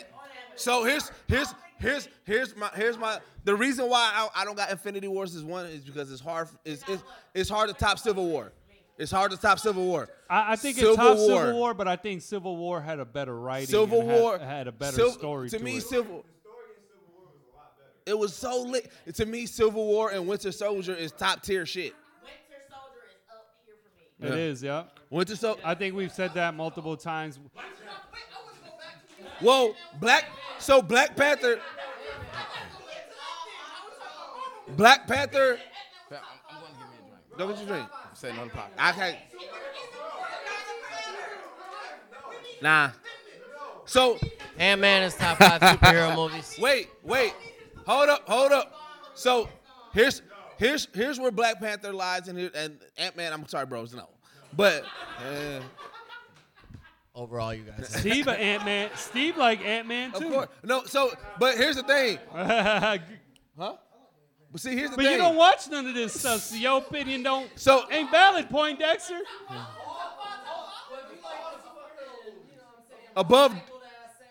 Speaker 3: so here's here's here's here's my here's my the reason why I, I don't got Infinity Wars is one is because it's hard it's it's, it's hard to top Civil War. It's hard to top Civil War.
Speaker 4: I, I think it topped Civil War, but I think Civil War had a better writing.
Speaker 3: Civil
Speaker 4: and had-
Speaker 3: War
Speaker 4: had, a better
Speaker 3: Civ-
Speaker 4: story
Speaker 3: To
Speaker 4: to,
Speaker 3: me,
Speaker 4: it.
Speaker 3: Civil. It was so lit. To me, Civil War and Winter Soldier is top tier shit.
Speaker 4: It is, yeah.
Speaker 3: Winter Soldier.
Speaker 4: I think we've said that multiple times.
Speaker 3: Whoa, Black. So Black Panther. Black Panther.
Speaker 5: I'm, I'm going to give me a drink.
Speaker 3: Don't get your drink.
Speaker 5: I'm sitting on the pot.
Speaker 3: I can't. Nah. So
Speaker 7: Ant Man is top five superhero movies.
Speaker 3: Wait, wait, hold up, hold up. So here's here's here's where Black Panther lies, and here and Ant Man. I'm sorry, bros, no, but uh,
Speaker 7: Overall, you guys.
Speaker 4: Steve a Ant Man. Steve like Ant Man
Speaker 3: of
Speaker 4: too.
Speaker 3: course, no. So, but here's the thing,
Speaker 4: huh?
Speaker 3: But see, here's the
Speaker 4: But
Speaker 3: thing.
Speaker 4: you don't watch none of this stuff, so your opinion don't.
Speaker 3: So-
Speaker 4: ain't valid, Poindexter.
Speaker 3: above.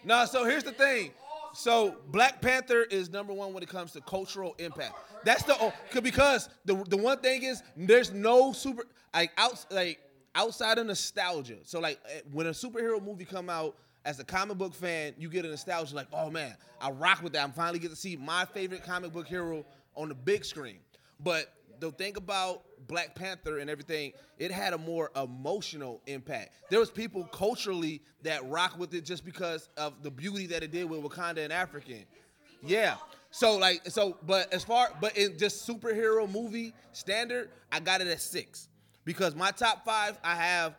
Speaker 3: No, so here's the thing. So Black Panther is number one when it comes to cultural impact. That's the oh, c- because the the one thing is there's no super like out like outside of nostalgia. So like eh, when a superhero movie come out as a comic book fan, you get a nostalgia like oh man, I rock with that. I'm finally get to see my favorite comic book hero on the big screen. But the thing about Black Panther and everything, it had a more emotional impact. There was people culturally that rock with it just because of the beauty that it did with Wakanda and African. Yeah. So like so, but as far but in just superhero movie standard, I got it at six because my top five I have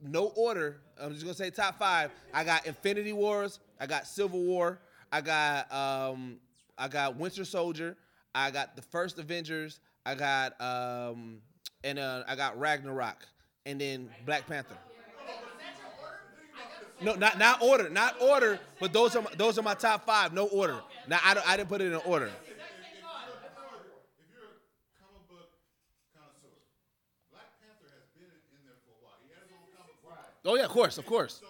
Speaker 3: no order. I'm just gonna say top five. I got Infinity Wars. I got Civil War. I got um I got Winter Soldier. I got the first Avengers. I got um and uh, I got Ragnarok and then Black Panther. No, not not order, not order, but those are my, those are my top five. No order. Now I don't, I didn't put it in order. Oh yeah, of course, of course.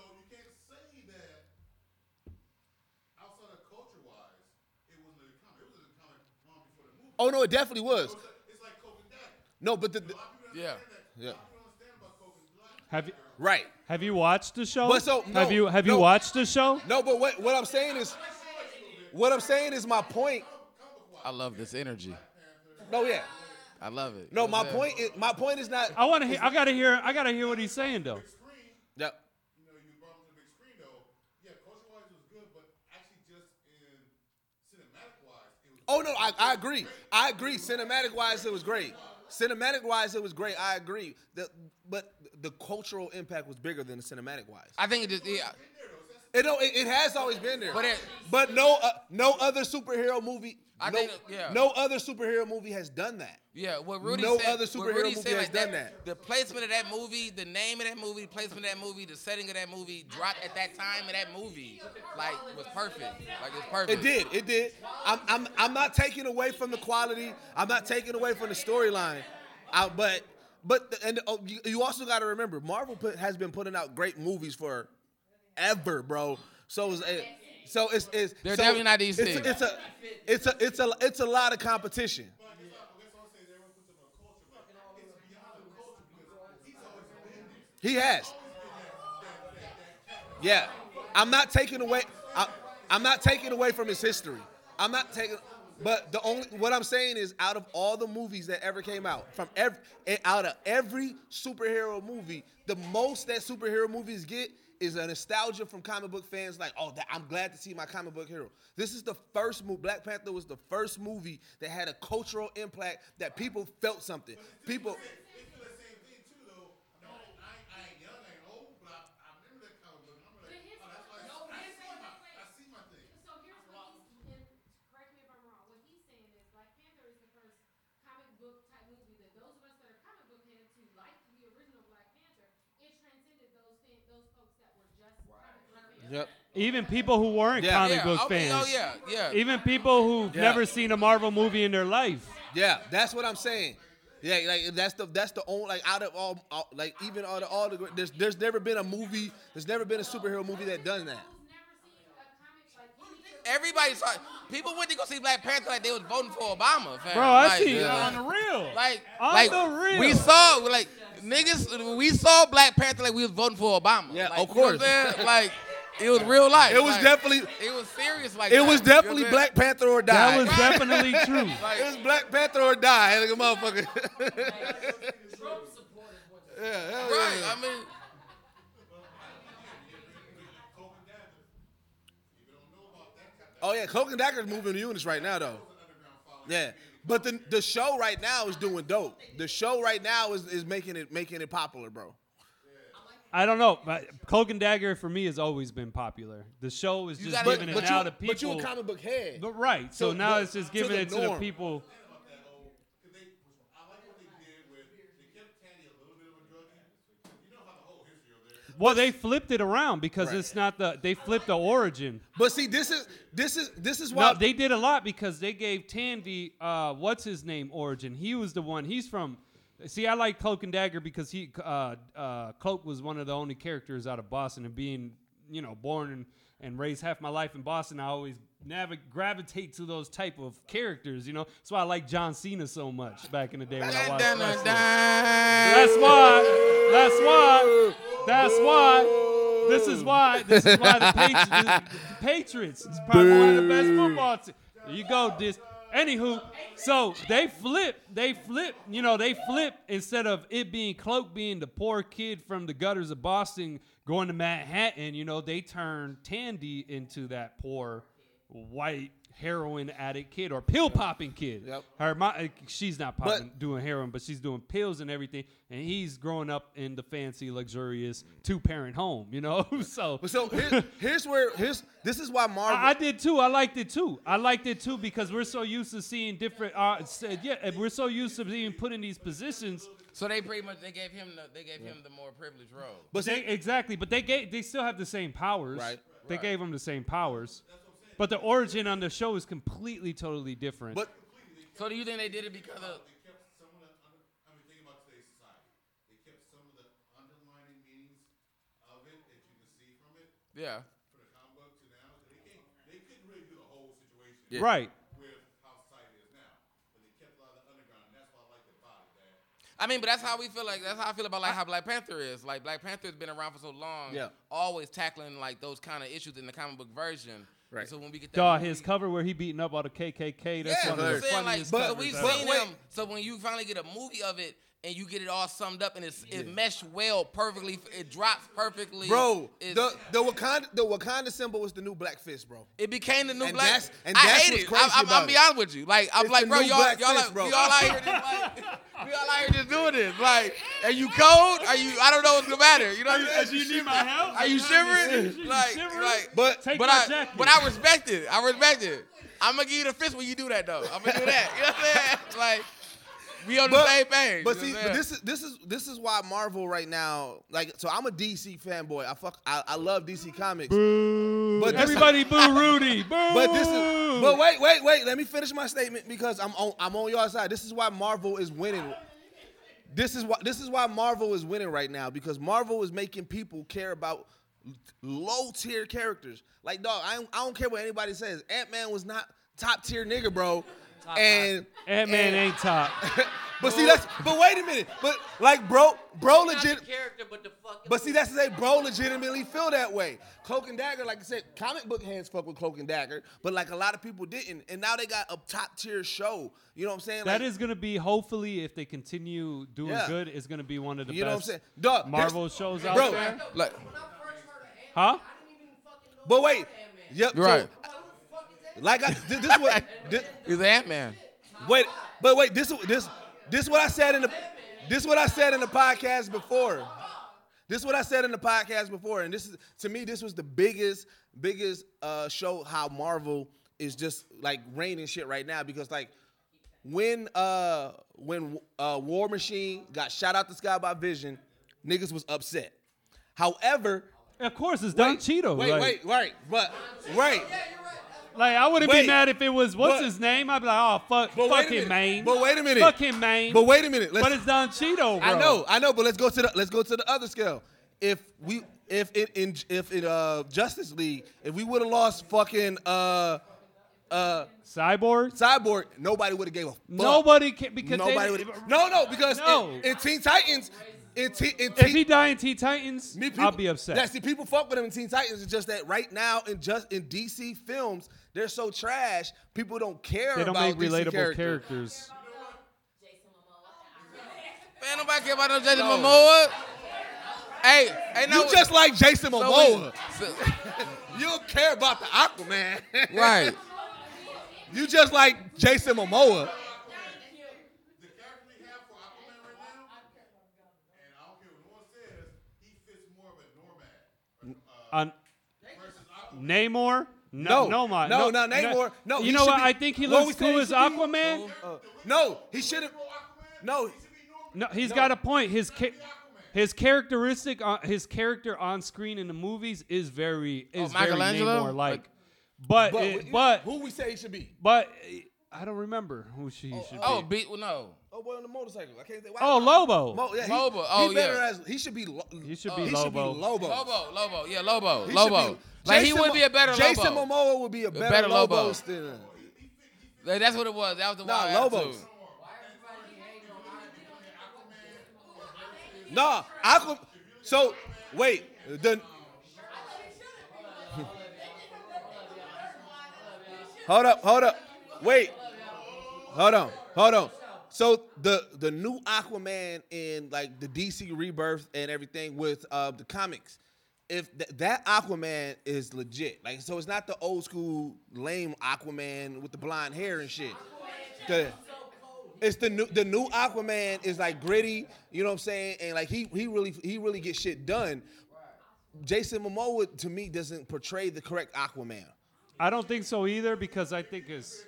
Speaker 3: Oh no, it definitely was. No, but the, the
Speaker 5: Yeah.
Speaker 3: yeah.
Speaker 4: Have you
Speaker 3: Right.
Speaker 4: have you watched the show?
Speaker 3: But so, no,
Speaker 4: have you have
Speaker 3: no.
Speaker 4: you watched the show?
Speaker 3: No, but what what I'm saying is, what I'm saying is my point.
Speaker 5: I love this energy.
Speaker 3: No, yeah.
Speaker 5: I love it.
Speaker 3: No,
Speaker 5: You know
Speaker 3: my
Speaker 5: what I'm saying?
Speaker 3: point is my point is not.
Speaker 4: I want to hear. I gotta hear. I gotta hear what he's saying though.
Speaker 3: Yep. Oh no, I, I agree. I agree. Cinematic wise, it was great. Cinematic wise, it was great. I agree. The, but the cultural impact was bigger than the cinematic wise.
Speaker 5: I think it just yeah.
Speaker 3: It, don't- it, it has always been there.
Speaker 5: But it-
Speaker 3: But no uh, no other superhero movie.
Speaker 5: I
Speaker 3: no,
Speaker 5: think it- yeah.
Speaker 3: no other superhero movie has done that.
Speaker 5: Yeah, what Rudy
Speaker 3: No
Speaker 5: said.
Speaker 3: other
Speaker 5: what
Speaker 3: superhero
Speaker 5: Rudy
Speaker 3: movie
Speaker 5: said,
Speaker 3: has
Speaker 5: like
Speaker 3: done
Speaker 5: The placement of that movie, the name of that movie, the placement of that movie, the setting of that movie, dropped at that time of that movie, like was perfect. Like it's perfect.
Speaker 3: It did. It did. I'm, I'm, I'm not taking away from the quality. I'm not taking away from the storyline. I- But but the, and oh, you, you also got to remember, Marvel put, has been putting out great movies for ever, bro. So it's it, so it's, it's
Speaker 5: They're
Speaker 3: so
Speaker 5: definitely not these
Speaker 3: it's,
Speaker 5: things.
Speaker 3: It's a it's a it's a it's a lot of competition. He has. Yeah, I'm not taking away. I, I'm not taking away from his history. I'm not taking. But the only what I'm saying is, out of all the movies that ever came out, from every out of every superhero movie, the most that superhero movies get is a nostalgia from comic book fans. Like, oh, that, I'm glad to see my comic book hero. This is the first movie. Black Panther was the first movie that had a cultural impact that people felt something. People.
Speaker 4: Yep. Even people who weren't
Speaker 3: Yeah.
Speaker 4: comic
Speaker 3: Yeah,
Speaker 4: book
Speaker 3: oh,
Speaker 4: fans.
Speaker 3: oh, yeah, yeah.
Speaker 4: Even people who've
Speaker 3: Yeah.
Speaker 4: never seen a Marvel movie in their life.
Speaker 3: Yeah, that's what I'm saying. Yeah, like that's the that's the only like out of all, all- like even out of all the great- there's there's never been a movie there's never been a superhero movie that done that.
Speaker 5: Everybody saw. People went to go see Black Panther like they was voting for Obama. Fam.
Speaker 4: Bro, I
Speaker 5: like,
Speaker 4: see
Speaker 5: yeah.
Speaker 4: on the real.
Speaker 5: Like,
Speaker 4: On
Speaker 5: like
Speaker 4: the real.
Speaker 5: we saw like niggas. We saw Black Panther like we was voting for Obama. Yeah,
Speaker 3: of course.
Speaker 5: like it was real life.
Speaker 3: It was
Speaker 5: Like,
Speaker 3: definitely
Speaker 5: It was serious. Like
Speaker 3: it
Speaker 5: that.
Speaker 3: was
Speaker 5: You know what I'm
Speaker 3: definitely
Speaker 5: saying?
Speaker 3: Black Panther or die.
Speaker 5: That was definitely true.
Speaker 3: it was Black Panther or die, like a motherfucker. yeah, hell
Speaker 5: Right.
Speaker 3: yeah.
Speaker 5: I mean.
Speaker 3: Oh yeah, Coke and Dacker's moving the units right now though. Yeah. But the the show right now is doing dope. The show right now is, is making it making it popular, bro.
Speaker 4: I don't know, but Cloak and Dagger for me has always been popular. The show is just
Speaker 3: gotta-
Speaker 4: giving it
Speaker 3: but
Speaker 4: now
Speaker 3: you-
Speaker 4: to people.
Speaker 3: but you a comic book head.
Speaker 4: But right, so,
Speaker 3: So
Speaker 4: now
Speaker 3: the-
Speaker 4: it's just
Speaker 3: to
Speaker 4: giving
Speaker 3: the
Speaker 4: it to the
Speaker 3: norm.
Speaker 4: people. Well, they flipped it around because it's not the they flipped the origin.
Speaker 3: But see, this is this is this is
Speaker 4: No,
Speaker 3: why
Speaker 4: they did a lot because they gave Tandy uh, what's his name origin. He was the one. He's from. See, I like Cloak and Dagger because he uh, uh, Cloak was one of the only characters out of Boston, and being you know born and, and raised half my life in Boston, I always navig- gravitate to those type of characters. You know, that's why I like John Cena so much back in the day when I watched wrestling. That's why. That's why. That's why. This is why. This is why the Patriots. The Patriots is probably one of the best football teams. There you go. This. Anywho, so they flip. They flip. You know, they flip instead of it being Cloak being the poor kid from the gutters of Boston going to Manhattan. You know, they turned Tandy into that poor white heroin addict kid or pill popping kid. Her, my, uh, she's not popping, doing heroin, but she's doing pills and everything. And he's growing up in the fancy, luxurious two parent home. You know, so
Speaker 3: so here, here's where here's this is why Marvel.
Speaker 4: I, I did too. I liked it too. I liked it too because we're so used to seeing different. Uh, s- yeah, and we're so used to being put in these positions.
Speaker 5: So they pretty much they gave him the they gave him the more privileged role.
Speaker 4: But they, exactly, but they gave, they still have the same powers.
Speaker 5: Right.
Speaker 4: They
Speaker 5: Right.
Speaker 4: gave them the same powers, but the origin on the show is completely, totally different. But
Speaker 5: So do you think they did it because of? Yeah.
Speaker 4: Yeah. Right.
Speaker 5: I mean, but that's how we feel like that's how I feel about like how Black Panther is. Like Black Panther has been around for so long,
Speaker 4: Yeah.
Speaker 5: always tackling like those kind of issues in the comic book version. Right. So when we get that
Speaker 4: Dog,
Speaker 5: movie-
Speaker 4: his cover where he beating up all the KKK. That's
Speaker 5: yeah,
Speaker 4: one of the
Speaker 5: that's what I'm saying. Like,
Speaker 4: funniest
Speaker 5: but
Speaker 4: covers
Speaker 5: we've
Speaker 4: ever.
Speaker 5: seen him. So when you finally get a movie of it and you get it all summed up, and it's it meshed well perfectly. It drops perfectly,
Speaker 3: Bro,
Speaker 5: It's-
Speaker 3: the, the Wakanda the Wakanda symbol was the new Black Fist, bro.
Speaker 5: It became the new
Speaker 3: and
Speaker 5: black.
Speaker 3: That's, and
Speaker 5: I
Speaker 3: that's
Speaker 5: hate
Speaker 3: what's
Speaker 5: it.
Speaker 3: crazy
Speaker 5: I, am
Speaker 3: about
Speaker 5: I'm
Speaker 3: it.
Speaker 5: be honest with you. Like I'm
Speaker 3: It's
Speaker 5: like,
Speaker 3: the
Speaker 5: bro,
Speaker 3: new
Speaker 5: y'all,
Speaker 3: Black
Speaker 5: y'all,
Speaker 3: Fist,
Speaker 5: like,
Speaker 3: bro.
Speaker 5: y'all out here, just, like, we all out here just doing this. Like, are you cold? Are you? I don't know what's the matter. You know, what I mean?
Speaker 4: Do you need my help?
Speaker 5: Are you shivering? Like, like,
Speaker 3: but
Speaker 4: Take
Speaker 5: but
Speaker 4: my
Speaker 5: I,
Speaker 4: jacket.
Speaker 5: but I respect it. I respect it. I'm gonna give you the fist when you do that though. I'm gonna do that. You know what I'm saying? Like, we on the
Speaker 3: But-
Speaker 5: same page.
Speaker 3: But
Speaker 5: you
Speaker 3: see,
Speaker 5: know what
Speaker 3: but
Speaker 5: I'm
Speaker 3: this is this is this is why Marvel right now, like, so I'm a DC fanboy. I fuck, I, I love DC comics. But this-
Speaker 4: Everybody boo Rudy. Boo.
Speaker 3: But this is. But wait, wait, wait. Let me finish my statement because I'm on. I'm on your side. This is why Marvel is winning. This is why. This is why Marvel is winning right now because Marvel is making people care about low tier characters. Like dog, I don't, I don't care what anybody says. Ant Man was not top tier nigga, bro. and
Speaker 4: Ant-Man
Speaker 3: and-
Speaker 4: ain't top.
Speaker 3: But see, that's. But wait a minute. But like, bro, bro, legit.
Speaker 7: character, but the fucking.
Speaker 3: But see, that's the thing. Bro, legitimately feel that way. Cloak and Dagger, like I said, comic book hands fuck with Cloak and Dagger, but like a lot of people didn't, and now they got a top tier show. You know what I'm saying?
Speaker 4: That
Speaker 3: Like,
Speaker 4: is gonna be hopefully if they continue doing
Speaker 3: Yeah.
Speaker 4: good, it's gonna be one of the
Speaker 3: You know what I'm
Speaker 4: best
Speaker 3: saying? Dog, there's-
Speaker 4: Marvel shows out
Speaker 3: Bro,
Speaker 4: there.
Speaker 5: Like,
Speaker 4: huh?
Speaker 3: But wait, yep, so-
Speaker 5: Right.
Speaker 3: like I, thi- this is what thi-
Speaker 5: He's Ant Man.
Speaker 3: wait, but wait, this this this is what I said in the this is what I said in the podcast before. This is what I said in the podcast before, and this is to me this was the biggest biggest uh, show how Marvel is just like raining shit right now because like when uh when uh War Machine got shot out the sky by Vision, niggas was upset. However,
Speaker 4: Of course, it's Don Cheeto.
Speaker 3: wait,
Speaker 4: like,
Speaker 3: wait, right, but right.
Speaker 4: like I wouldn't
Speaker 3: Wait.
Speaker 4: be mad if it was what's
Speaker 3: But-
Speaker 4: his name. I'd be like, oh fuck,
Speaker 3: But wait a
Speaker 4: fuck
Speaker 3: minute.
Speaker 4: him, Maine.
Speaker 3: But wait a minute.
Speaker 4: fuck him, Maine.
Speaker 3: But wait a minute. Let's-
Speaker 4: but it's Don Cheeto, bro.
Speaker 3: I know, I know, but let's go to the let's go to the other scale. If we if it in if in uh Justice League, if we would have lost fucking uh uh
Speaker 4: Cyborg.
Speaker 3: Cyborg, nobody would have gave a fuck.
Speaker 4: Nobody can because
Speaker 3: nobody
Speaker 4: they,
Speaker 3: would No, no, because
Speaker 4: No.
Speaker 3: in, in Teen Titans, in, Teen in
Speaker 4: If
Speaker 3: Teen
Speaker 4: he die in Teen Titans,
Speaker 3: Me,
Speaker 4: I'll be upset.
Speaker 3: Yeah, see, people fuck with him in Teen Titans. It's just that right now in just in DC films, they're so trash. People don't care
Speaker 4: they don't make
Speaker 3: about DC
Speaker 4: relatable
Speaker 3: characters.
Speaker 4: characters.
Speaker 5: Man, nobody care about no Jason Momoa. Hey, hey, no.
Speaker 3: You just like Jason
Speaker 5: so
Speaker 3: Momoa.
Speaker 5: we- so-
Speaker 3: you don't care about the Aquaman.
Speaker 5: right.
Speaker 3: You just like Jason Momoa.
Speaker 8: The character they have for Aquaman right now, and I don't care what no one says, he fits more of a nomad.
Speaker 4: On
Speaker 8: Versus Aquaman.
Speaker 4: Namor.
Speaker 3: No,
Speaker 4: No, no, my,
Speaker 3: no, not Namor. No,
Speaker 4: you
Speaker 3: he
Speaker 4: know
Speaker 3: should
Speaker 4: what?
Speaker 3: be-
Speaker 4: I think he looks
Speaker 3: what we say
Speaker 4: cool
Speaker 3: he
Speaker 4: as
Speaker 3: should be? Oh,
Speaker 4: Aquaman. Uh,
Speaker 3: No, he should have. No,
Speaker 4: No, he's got a point. His ca- his characteristic, on, his character on screen in the movies is very is very
Speaker 5: Oh, Michelangelo?
Speaker 4: Namor like. But
Speaker 3: but,
Speaker 4: it- but
Speaker 3: who we say he should be?
Speaker 4: but it- I don't remember who she should
Speaker 5: Oh,
Speaker 4: be.
Speaker 5: beat well, no.
Speaker 3: Oh, boy on the motorcycle. I can't say. Why?
Speaker 4: Oh, Lobo.
Speaker 3: Mo, yeah, he,
Speaker 5: Lobo.
Speaker 3: he
Speaker 5: Oh,
Speaker 3: better
Speaker 5: yeah.
Speaker 3: as he should be. Lo- uh,
Speaker 4: He should be
Speaker 3: he
Speaker 4: Lobo.
Speaker 3: Should be Lobo.
Speaker 5: Lobo, Lobo, yeah, Lobo,
Speaker 3: He should
Speaker 5: Lobo.
Speaker 3: be-
Speaker 5: like he
Speaker 3: Jason
Speaker 5: would
Speaker 3: Mo-
Speaker 5: be a better
Speaker 3: Jason
Speaker 5: Lobo.
Speaker 3: Momoa would be a better,
Speaker 5: better Lobo.
Speaker 3: Lobo. than-
Speaker 5: Like, that's what it was. That was the
Speaker 3: Nah,
Speaker 5: wild
Speaker 3: Lobos.
Speaker 5: attitude.
Speaker 3: Nah, Aqua. So wait, the. Hold up, hold up, wait, hold on, hold on. So the the new Aquaman in like the DC Rebirth and everything with uh, the comics, if th- that Aquaman is legit, like so it's not the old school lame Aquaman with the blonde hair and shit. The- it's the new the new Aquaman is like gritty, you know what I'm saying? And like he he really he really gets shit done. Jason Momoa to me doesn't portray the correct Aquaman.
Speaker 4: I don't think so either because I think it's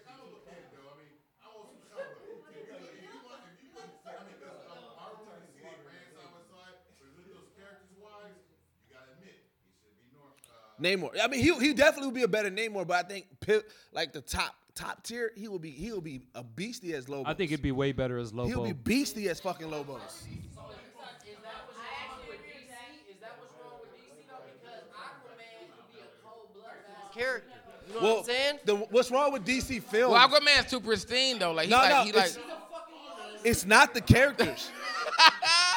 Speaker 3: Namor. I mean, he he definitely would be a better Namor, but I think pi- like the top top tier, he will be he will be a beastie as Lobos.
Speaker 4: I think it'd be way better as Lobo.
Speaker 3: he'll be beastie as fucking Lobos.
Speaker 7: character. You know
Speaker 3: well,
Speaker 7: what I'm saying?
Speaker 3: the- what's wrong with DC films?
Speaker 5: Well, Aquaman's too pristine though. Like he
Speaker 3: No,
Speaker 5: like
Speaker 3: no,
Speaker 5: he like
Speaker 3: it's- it's not the characters.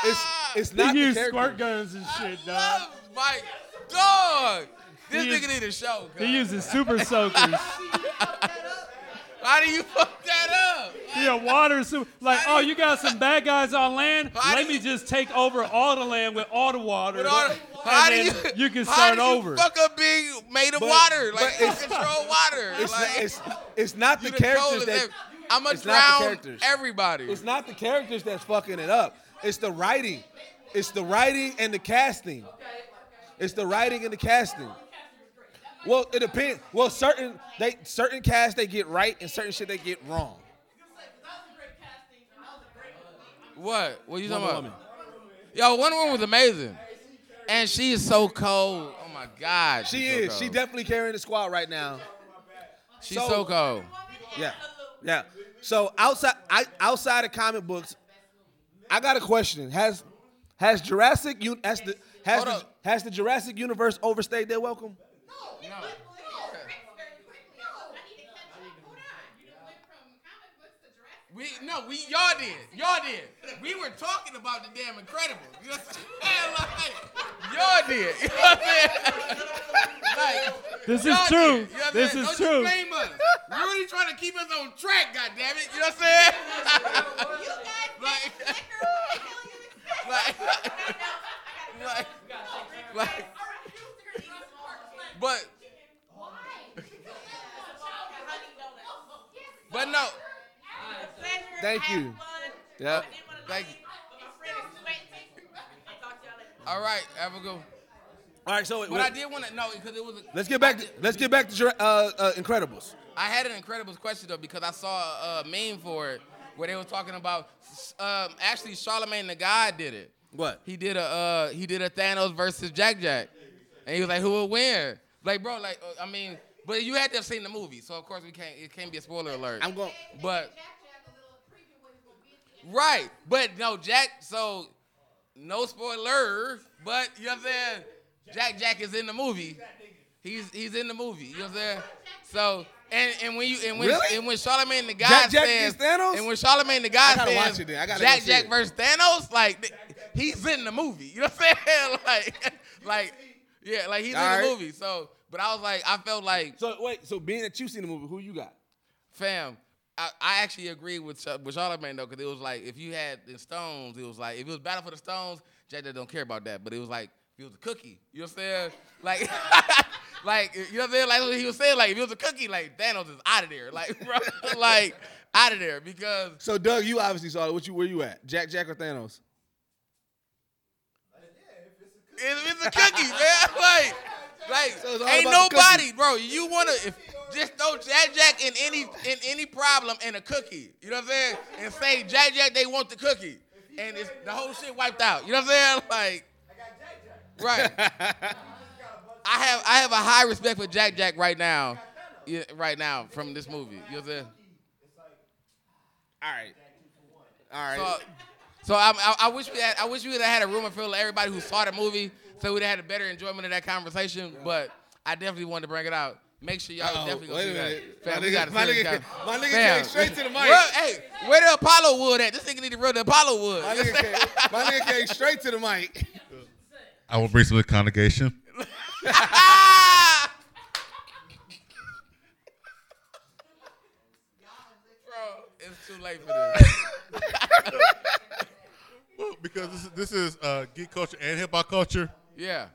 Speaker 3: it's it's
Speaker 4: they
Speaker 3: not the
Speaker 4: use
Speaker 3: characters.
Speaker 4: squirt guns and shit, dog.
Speaker 5: love Mike. Dog, this
Speaker 4: He
Speaker 5: nigga
Speaker 4: is-
Speaker 5: need a show.
Speaker 4: They
Speaker 5: cuz.
Speaker 4: using super soakers.
Speaker 5: How do you fuck that up?
Speaker 4: Yeah, water super. Like, oh, you got some bad guys on land. Let me just take over all the land with all the water.
Speaker 5: With all the-
Speaker 4: and
Speaker 5: how do
Speaker 4: then
Speaker 5: you-
Speaker 4: can
Speaker 5: how
Speaker 4: start
Speaker 5: do you
Speaker 4: over.
Speaker 5: fuck up being made of
Speaker 4: But-
Speaker 5: water?
Speaker 3: but
Speaker 5: Like you
Speaker 3: it's-
Speaker 5: control water.
Speaker 3: It's,
Speaker 5: like,
Speaker 3: not, it's, it's not the
Speaker 5: you done told
Speaker 3: characters
Speaker 5: us
Speaker 3: that
Speaker 5: every- I'ma
Speaker 3: it's not the
Speaker 5: drown
Speaker 3: characters.
Speaker 5: everybody.
Speaker 3: It's not the characters that's fucking it up. It's the writing. It's the writing and the casting. It's the writing and the casting. Well, it depends. Well, certain they certain casts they get right and certain shit they get wrong.
Speaker 5: What? What you talking
Speaker 3: Wonder
Speaker 5: about? Yo, Wonder Woman was amazing, and she is so cold. Oh my God,
Speaker 3: She
Speaker 5: she's so
Speaker 3: is.
Speaker 5: cold.
Speaker 3: She definitely carrying the squad right now.
Speaker 5: She's so cold.
Speaker 3: Yeah, yeah. So outside, I, outside of comic books, I got a question. Has has Jurassic Un- has the has the, has the Jurassic Universe overstayed their welcome?
Speaker 5: We no, we y'all did, y'all did. We were talking about the damn Incredible. You know what I'm saying? Like, y'all did. You know what I'm saying? Like,
Speaker 4: This is
Speaker 5: y'all
Speaker 4: true.
Speaker 5: did. You know what I'm
Speaker 4: This
Speaker 5: saying?
Speaker 4: is
Speaker 5: Don't
Speaker 4: true.
Speaker 5: You blame us. You're really trying to keep us on track, goddammit. You know what I'm saying? like, like, like, but but no.
Speaker 3: Thank you. Yeah.
Speaker 5: Thank you. All right, have a good. one.
Speaker 3: All right. So
Speaker 5: But
Speaker 3: what-
Speaker 5: I did want to know because it was. A,
Speaker 3: let's get back. To, let's get back to Jura- uh, uh, Incredibles.
Speaker 5: I had an incredible question though because I saw a meme for it where they were talking about um, actually Charlemagne the God did it.
Speaker 3: What?
Speaker 5: He did a uh, he did a Thanos versus Jack Jack, and he was like, "Who will win?" Like, bro, like uh, I mean, but you had to have seen the movie, so of course we can't. It can't be a spoiler alert. I'm
Speaker 3: going,
Speaker 5: but right, but no Jack. So no spoiler, but you know what I'm saying. Jack Jack is in the movie. He's he's in the movie. You know what I'm saying? So and, and when you and when
Speaker 3: Really?
Speaker 5: and when Charlemagne the God
Speaker 3: Jack Jack
Speaker 5: says
Speaker 3: against Thanos?
Speaker 5: and when Charlemagne the God
Speaker 3: I gotta
Speaker 5: says
Speaker 3: watch it then. I gotta go
Speaker 5: Jack
Speaker 3: see
Speaker 5: Jack
Speaker 3: it.
Speaker 5: versus Thanos, like th- he's in the movie. You know what I'm saying? Like like yeah, like he's in
Speaker 3: Alright.
Speaker 5: the movie. So but I was like I felt like
Speaker 3: So wait. So being that you seen the movie, who you got?
Speaker 5: fam. I, I actually agree with Cha- with Charlemagne though, because it was like if you had the stones, it was like if it was battle for the stones, Jack Jack don't care about that. But it was like if it was a cookie, you know what I'm saying? Like, like you know what I'm saying? Like what he was saying, like if it was a cookie, like Thanos is out of there, like bro, like out of there because
Speaker 3: So Doug, you obviously saw it. What you? Where you at? Jack Jack or Thanos?
Speaker 5: It's, it's a cookie, man. Like, like
Speaker 3: all
Speaker 5: ain't
Speaker 3: about the
Speaker 5: nobody,
Speaker 3: cookie.
Speaker 5: bro. You wanna if, just throw Jack Jack in any in any problem and a cookie. You know what I'm saying? And say Jack Jack they want the cookie, and it's the whole shit wiped out. You know what I'm saying? Like, right. I have I have a high respect for Jack Jack right now, yeah, right now from this movie. You know what I'm saying?
Speaker 3: All right. All right.
Speaker 5: So, so I, I, I wish we had, I wish we would have had a room and filled with everybody who saw the movie, so we'd have had a better enjoyment of that conversation. But I definitely wanted to bring it out. Make sure y'all
Speaker 3: Uh-oh,
Speaker 5: definitely go
Speaker 3: Oh, wait
Speaker 5: see
Speaker 3: a
Speaker 5: that.
Speaker 3: minute.
Speaker 5: Fam,
Speaker 3: My
Speaker 5: we
Speaker 3: nigga-
Speaker 5: gotta
Speaker 3: my
Speaker 5: see this
Speaker 3: nigga-
Speaker 5: guy.
Speaker 3: my nigga
Speaker 5: Fam.
Speaker 3: came straight to the mic.
Speaker 5: Well, hey, where the Apollo Wood at? This nigga need to rub the Apollo Wood.
Speaker 3: My nigga came, my nigga came straight to the mic.
Speaker 8: I will bring some of the congregation.
Speaker 5: Bro, it's too late for this.
Speaker 8: Well, because this is, this is uh, geek culture and hip hop culture.
Speaker 5: yeah,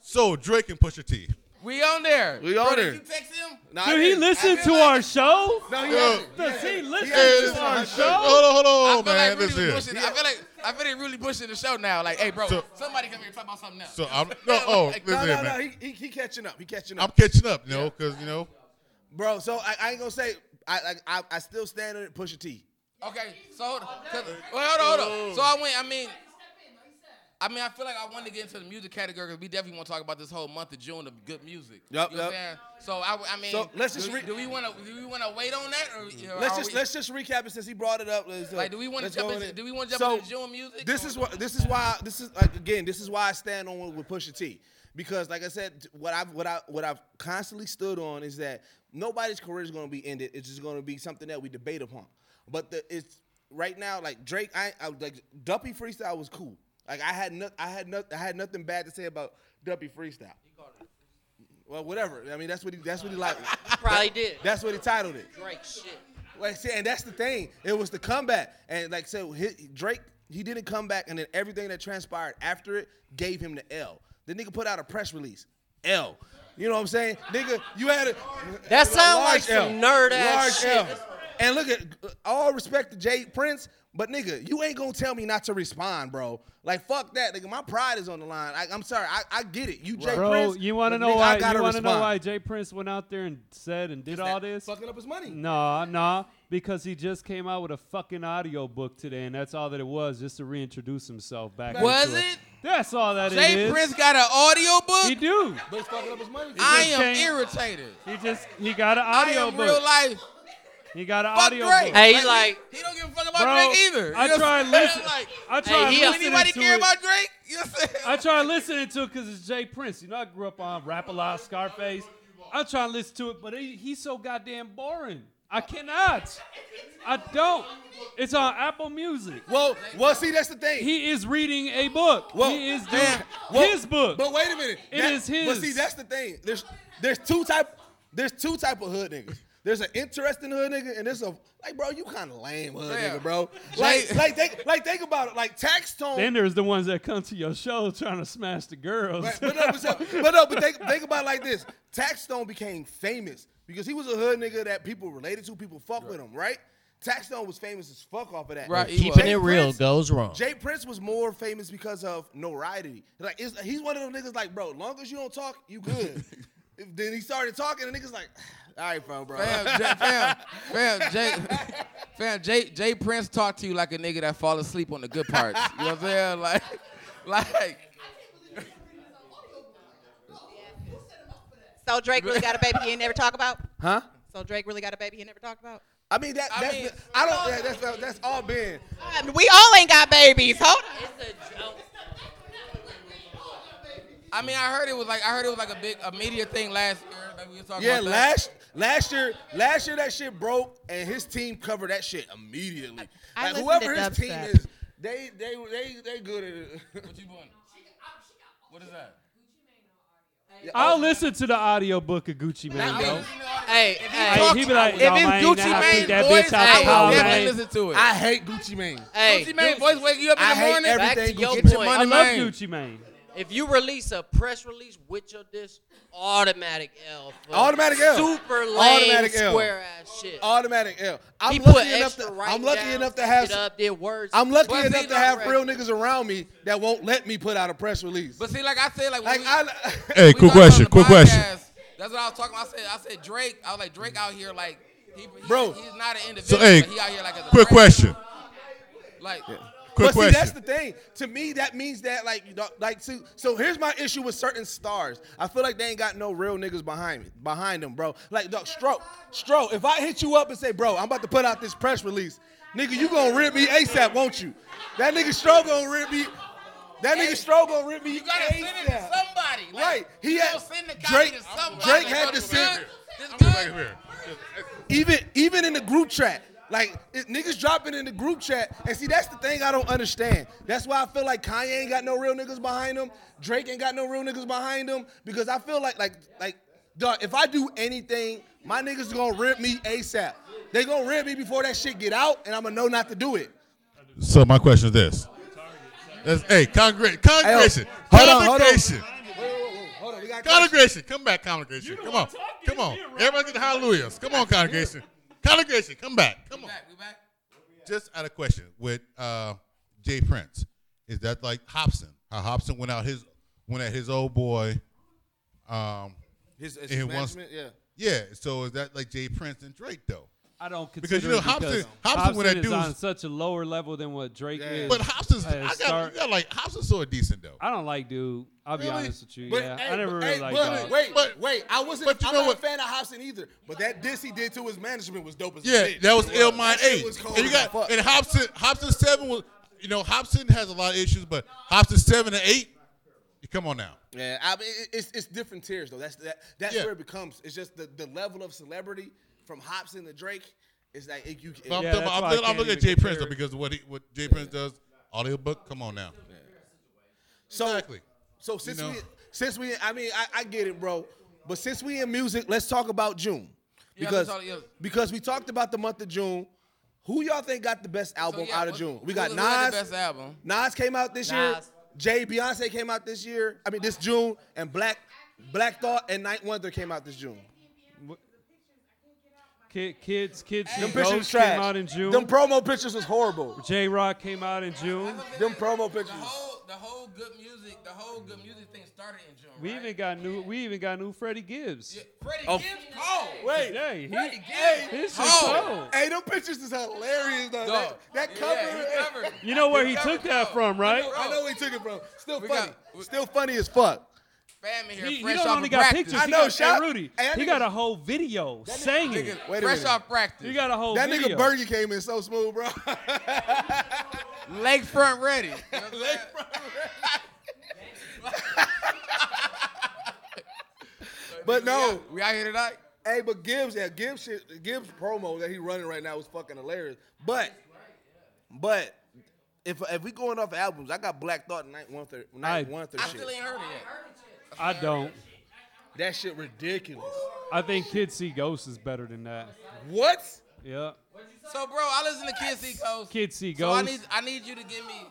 Speaker 8: So Drake and Pusha T.
Speaker 5: we on there.
Speaker 3: We on
Speaker 5: Bro,
Speaker 3: there.
Speaker 5: Did you text him?
Speaker 4: Do he listen to our show?
Speaker 3: No, he
Speaker 8: Yo.
Speaker 3: hasn't.
Speaker 4: Does he listen
Speaker 8: Hey,
Speaker 4: to our
Speaker 8: listen,
Speaker 4: show?
Speaker 8: Hold on, hold on,
Speaker 5: I feel
Speaker 8: man.
Speaker 5: like really
Speaker 8: listen.
Speaker 5: pushing. I feel like I feel like really pushing the show now. Like, hey, bro,
Speaker 8: So-
Speaker 5: somebody come here and talk about something else.
Speaker 8: So I'm no, oh,
Speaker 5: Like,
Speaker 8: listen,
Speaker 3: No, no,
Speaker 8: man.
Speaker 3: no. He, he, he catching up. He catching
Speaker 8: I'm
Speaker 3: up,
Speaker 8: catching up, you know, because you know,
Speaker 3: bro. So I, I ain't gonna say. I, I I I still stand on it. Push a T.
Speaker 5: Okay, so hold on. 'cause- Well, hold on, hold on. So I went. I mean, I mean, I feel like I wanted to get into the music category because we definitely want to talk about this whole month of June of good music.
Speaker 3: Yup,
Speaker 5: You know
Speaker 3: yup.
Speaker 5: what I'm saying? So I, I mean,
Speaker 3: So, let's just
Speaker 5: do,
Speaker 3: re-
Speaker 5: do we want to do we want to wait on that or, or
Speaker 3: Let's
Speaker 5: are
Speaker 3: just
Speaker 5: we-
Speaker 3: let's just recap it since he brought it up. Let's, uh,
Speaker 5: Like, do we wanna
Speaker 3: let's
Speaker 5: jump
Speaker 3: go
Speaker 5: into-
Speaker 3: in it.
Speaker 5: do we wanna jump into June music
Speaker 3: This
Speaker 5: or-
Speaker 3: is what this is why this is like, again this is why I stand on with- with Pusha T because like I said what I've what I what I've constantly stood on is that nobody's career is going to be ended. It's just going to be something that we debate upon. But the it's right now like Drake I, I was like Duppy freestyle was cool. Like I had no, I had no, I had nothing bad to say about Duppy freestyle. Well, whatever. I mean, that's what he. That's what he like.
Speaker 7: Probably did.
Speaker 3: That's what he titled it.
Speaker 7: Drake shit.
Speaker 3: Like, see, and that's the thing. It was the comeback, and like, so his, Drake, he didn't come back, and then everything that transpired after it gave him the L. The nigga put out a press release, L. You know what I'm saying, nigga? You had a
Speaker 7: That sound
Speaker 3: sounds
Speaker 7: like some nerd-ass shit.
Speaker 3: And look at all respect to Jay Prince, but nigga, you ain't gonna tell me not to respond, bro. Like fuck that, nigga. My pride is on the line. I, I'm sorry, I, I get it. You Jay
Speaker 4: Bro,
Speaker 3: Prince,
Speaker 4: you want to
Speaker 3: but
Speaker 4: know
Speaker 3: nigga,
Speaker 4: why?
Speaker 3: I gotta
Speaker 4: You want to know
Speaker 3: respond.
Speaker 4: why Jay Prince went out there and said and did all this?
Speaker 3: Fucking up his money.
Speaker 4: Nah, nah, because he just came out with a fucking audio book today, and that's all that it was, just to reintroduce himself back.
Speaker 5: Was
Speaker 4: into
Speaker 5: it?
Speaker 4: That's all that it
Speaker 5: Jay
Speaker 4: is.
Speaker 5: Prince got an audio book.
Speaker 4: He do.
Speaker 5: But he's fucking up his money.
Speaker 4: He
Speaker 5: I
Speaker 4: just
Speaker 5: am
Speaker 4: came-
Speaker 5: irritated.
Speaker 4: He just he got an
Speaker 5: I
Speaker 4: audio
Speaker 5: am
Speaker 4: book.
Speaker 5: real life.
Speaker 4: He got an
Speaker 5: Fuck
Speaker 4: audio
Speaker 5: Drake.
Speaker 4: book.
Speaker 5: Hey, he like- He don't give a fuck about
Speaker 4: Bro,
Speaker 5: Drake either.
Speaker 4: I
Speaker 5: You know
Speaker 4: try
Speaker 5: what I'm
Speaker 4: listen.
Speaker 5: saying? Like,
Speaker 4: I
Speaker 5: Hey,
Speaker 4: try
Speaker 5: he-
Speaker 4: listening
Speaker 5: anybody
Speaker 4: to
Speaker 5: care
Speaker 4: it.
Speaker 5: about Drake? You know what I'm saying?
Speaker 4: I try listening to it because it's Jay Prince. You know, I grew up on rap a lot, Scarface. I try to listen to it, but he, he's so goddamn boring. I cannot. I don't. It's on Apple Music.
Speaker 3: Well, well, see, that's the thing.
Speaker 4: He is reading a book. he is doing
Speaker 3: Well,
Speaker 4: his book.
Speaker 3: But wait a minute.
Speaker 4: It
Speaker 3: That-
Speaker 4: is
Speaker 3: But
Speaker 4: his.
Speaker 3: see, that's the thing. There's there's two type there's two type of hood niggas. There's an interesting hood nigga, and there's a like, bro, you kind of lame hood
Speaker 5: Yeah.
Speaker 3: nigga, bro.
Speaker 5: Jay-
Speaker 3: Like, like, think, like, think about it. Like, tax tone.
Speaker 4: Then there's the ones that come to your show trying to smash the girls.
Speaker 3: But, but no, but, so- but no, but think, think about it like this. Tax Stone became famous because he was a hood nigga that people related to, people fuck with him, right? Tax Stone was famous as fuck off of that.
Speaker 7: Right, he Keeping was. it real goes wrong.
Speaker 3: Jay Prince was more famous because of notoriety. Like it's, he's one of them niggas like, bro, long as you don't talk, you good. If- then he started talking, and niggas like, all right, fam, bro.
Speaker 5: Fam, Jay, fam, fam, Jay, fam, Jay, Jay Prince talk to you like a nigga that fall asleep on the good parts. You know what I'm saying? Like, like.
Speaker 6: So Drake really got a baby he never talk about?
Speaker 3: Huh?
Speaker 6: So Drake really got a baby he never talked about?
Speaker 3: I mean that. That's, I, I don't. that- That's that's, all been.
Speaker 6: Um, we all ain't got babies. Hold on.
Speaker 5: I mean, I heard it was like I heard it was like a big a media thing last year. Like we were talking
Speaker 3: Yeah,
Speaker 5: about that.
Speaker 3: last last year, last year that shit broke, and his team covered that shit immediately.
Speaker 5: I
Speaker 3: like
Speaker 5: listened
Speaker 3: whoever
Speaker 5: to
Speaker 3: his team
Speaker 5: dubstep.
Speaker 3: is, they they they they good at it.
Speaker 5: What you doing? What is that? Oh.
Speaker 7: Oh.
Speaker 4: I'll listen to the audio book of Gucci Mane, though.
Speaker 7: Hey,
Speaker 4: Hey,
Speaker 7: talk-
Speaker 4: he be like,
Speaker 7: if
Speaker 4: "Y'all
Speaker 7: it's
Speaker 4: ain't
Speaker 7: Gucci
Speaker 4: now, I
Speaker 7: Mane's
Speaker 4: think that
Speaker 7: voice,
Speaker 4: bitch out
Speaker 7: hey,
Speaker 4: the car,
Speaker 7: I'll
Speaker 4: man.
Speaker 7: definitely listen to it.
Speaker 3: I hate Gucci Mane.
Speaker 7: Hey,
Speaker 5: Gucci Mane voice wake you up in
Speaker 7: I
Speaker 5: the
Speaker 7: hate
Speaker 5: morning.
Speaker 7: everything Back to Gucci your
Speaker 5: Get
Speaker 7: point.
Speaker 5: money,
Speaker 7: I love
Speaker 5: Mane.
Speaker 4: Gucci Mane.
Speaker 7: If you release a press release with your disc, automatic L. for
Speaker 3: Automatic L.
Speaker 7: Super lame
Speaker 3: Automatic L.
Speaker 7: square ass shit.
Speaker 3: Automatic L. I'm
Speaker 7: He put
Speaker 3: lucky enough
Speaker 7: extra
Speaker 3: to
Speaker 7: right
Speaker 3: I'm lucky
Speaker 7: down,
Speaker 3: enough to
Speaker 7: fucked
Speaker 3: have
Speaker 7: it up, did words.
Speaker 3: I'm lucky
Speaker 7: Plus, he
Speaker 3: enough to
Speaker 7: not
Speaker 3: have
Speaker 7: right.
Speaker 3: real niggas around me that won't let me put out a press release.
Speaker 5: But see, like I said, like, when we-
Speaker 3: Hey,
Speaker 5: we
Speaker 3: quick
Speaker 5: talked on
Speaker 3: question,
Speaker 5: the
Speaker 3: quick question.
Speaker 5: That's what I was talking. about. I said, I said Drake. I was like Drake out here, like he, he-
Speaker 3: Bro.
Speaker 5: he's not an
Speaker 3: So,
Speaker 5: individual.
Speaker 3: hey,
Speaker 5: but he out here like as a brand.
Speaker 3: quick question.
Speaker 5: Like,
Speaker 3: but
Speaker 5: question.
Speaker 3: see, that's the thing. To me, that means that like, you know, like, see, so here's my issue with certain stars. I feel like they ain't got no real niggas behind me, behind them, bro. Like, dog, Stro, Stro. If I hit you up and say, bro, I'm about to put out this press release, nigga, you gonna rip me ASAP, won't you? That nigga Stro gonna rip me. That nigga Stro gonna rip me.
Speaker 5: You gotta send it to somebody. Like,
Speaker 3: Right. He
Speaker 5: you
Speaker 3: had-
Speaker 5: gonna send the copy
Speaker 3: Drake-
Speaker 5: to somebody.
Speaker 3: Drake had
Speaker 5: Bro,
Speaker 3: to
Speaker 5: this
Speaker 3: send-
Speaker 5: good? This good?
Speaker 3: even even in the group chat. Like it, niggas dropping in the group chat, and see that's the thing I don't understand. That's why I feel like Kanye ain't got no real niggas behind him. Drake ain't got no real niggas behind him because I feel like like like dog, if I do anything, my niggas gonna rip me ASAP. They gonna rip me before that shit get out, and I'm gonna know not to do it.
Speaker 13: So my question is this. That's, hey, congre- congregation.
Speaker 3: Hey, oh. hold on, hold on.
Speaker 13: congregation.
Speaker 3: Hold on, we got
Speaker 13: Congregation. Come back, congregation. Come on. Come on. Everybody get the hallelujahs. Come on, congregation. Congregation, come back. Come on. Just out of question with uh, Jay Prince. Is that like Hobson? How Hobson went out his went at his old boy. Um,
Speaker 3: His- his
Speaker 13: and once-
Speaker 3: management, yeah.
Speaker 13: Yeah. So is that like Jay Prince and Drake though?
Speaker 4: I don't
Speaker 13: because you
Speaker 4: consider
Speaker 13: know
Speaker 4: it
Speaker 13: Hobson.
Speaker 4: because
Speaker 13: Hobson, when that
Speaker 4: is on
Speaker 13: dude's
Speaker 4: such a lower level than what Drake is.
Speaker 13: But Hobson's,
Speaker 4: at
Speaker 13: I got,
Speaker 4: start.
Speaker 13: you got like Hobson's sort of decent though.
Speaker 4: I don't like dude. I'll be honest with you. yeah,
Speaker 3: hey,
Speaker 4: I never
Speaker 3: but-
Speaker 4: really
Speaker 3: hey,
Speaker 4: liked
Speaker 3: but-
Speaker 4: dog.
Speaker 3: Wait, wait, I wasn't.
Speaker 13: but you
Speaker 3: I'm
Speaker 13: know
Speaker 3: not
Speaker 13: what-
Speaker 3: a fan of Hobson either. But that diss he did to his management was dope as
Speaker 13: Yeah,
Speaker 3: shit.
Speaker 13: that was
Speaker 3: It
Speaker 13: Ill Mind
Speaker 3: That shit
Speaker 13: Eight.
Speaker 3: was cold
Speaker 13: And you
Speaker 3: as
Speaker 13: got
Speaker 3: fuck.
Speaker 13: and Hobson Hobson Seven was you know Hobson has a lot of issues, but Hobson Seven and Eight, come on now.
Speaker 3: Yeah, I mean, it- it's it's different tiers though. That's that that's
Speaker 13: Yeah.
Speaker 3: where it becomes. It's just the, the level of celebrity from Hobson to Drake is like it, you.
Speaker 13: But I'm, talking about- I'm, looking, I'm looking at Jay Prince though because of what he, what Jay Prince does audiobook. Come on now.
Speaker 3: So,
Speaker 13: exactly.
Speaker 3: So since
Speaker 13: know?
Speaker 3: we since we I mean I, I get it, bro. But since we in music, let's talk about June.
Speaker 5: Yeah,
Speaker 3: Because,
Speaker 5: let's talk- yeah.
Speaker 3: because we talked about the month of June. Who y'all think got the best album
Speaker 5: yeah,
Speaker 3: out of
Speaker 5: what-
Speaker 3: June? We
Speaker 5: who
Speaker 3: got
Speaker 5: was-
Speaker 3: Nas.
Speaker 5: who had the best album?
Speaker 3: Nas came out this year.
Speaker 5: Nas.
Speaker 3: Jay Beyonce came out this year. I mean this June. And Black Black Thought and Night Wonder came out this June.
Speaker 4: Kid, kids, kids.
Speaker 3: Them
Speaker 4: See
Speaker 3: pictures
Speaker 4: Ghost
Speaker 3: trash.
Speaker 4: came out in June.
Speaker 3: Them promo pictures was horrible.
Speaker 4: J Rock came out in June.
Speaker 3: Them promo pictures.
Speaker 5: The whole good music, the whole good music thing started in June.
Speaker 4: We even got new. We even got new Freddie Gibbs.
Speaker 5: Freddie
Speaker 4: Oh.
Speaker 5: Gibbs cold.
Speaker 4: Wait. Today, he-
Speaker 5: Freddie
Speaker 4: hey,
Speaker 5: Gibbs
Speaker 4: his shit
Speaker 5: cold.
Speaker 3: Hey, them pictures is hilarious though.
Speaker 5: Dog.
Speaker 3: That, that
Speaker 5: Yeah,
Speaker 3: cover.
Speaker 5: he covered.
Speaker 4: You know where he took that from,
Speaker 3: I
Speaker 4: right?
Speaker 3: know- I know where he took it from. Still
Speaker 5: We
Speaker 3: funny.
Speaker 5: got-
Speaker 3: Still funny as fuck.
Speaker 5: Fam in here,
Speaker 4: He, he
Speaker 5: fresh
Speaker 4: don't
Speaker 5: off
Speaker 4: only
Speaker 5: of
Speaker 4: got
Speaker 5: practice.
Speaker 4: pictures. he got, hey, Rudy. he got a whole video singing.
Speaker 5: nigga- Wait a fresh minute. off practice.
Speaker 4: He got a whole
Speaker 3: That
Speaker 4: video.
Speaker 3: nigga Bergie came in so smooth, bro.
Speaker 5: Lakefront ready.
Speaker 3: but no,
Speaker 5: we out here tonight.
Speaker 3: Hey, but Gibbs, yeah, Gibbs, shit, Gibbs promo that he running right now is fucking hilarious. But, but if if we going off albums, I got Black Thought and Night One Third, Night
Speaker 4: I-
Speaker 3: One Third
Speaker 5: I
Speaker 3: shit.
Speaker 5: still ain't heard it yet.
Speaker 4: I don't.
Speaker 3: That shit ridiculous.
Speaker 4: I think Kids See Ghosts is better than that.
Speaker 3: What?
Speaker 4: Yeah.
Speaker 5: So, bro, I listen to Kids See Ghosts.
Speaker 4: Kids See
Speaker 5: So I
Speaker 4: Ghosts.
Speaker 5: need, I need you to give me.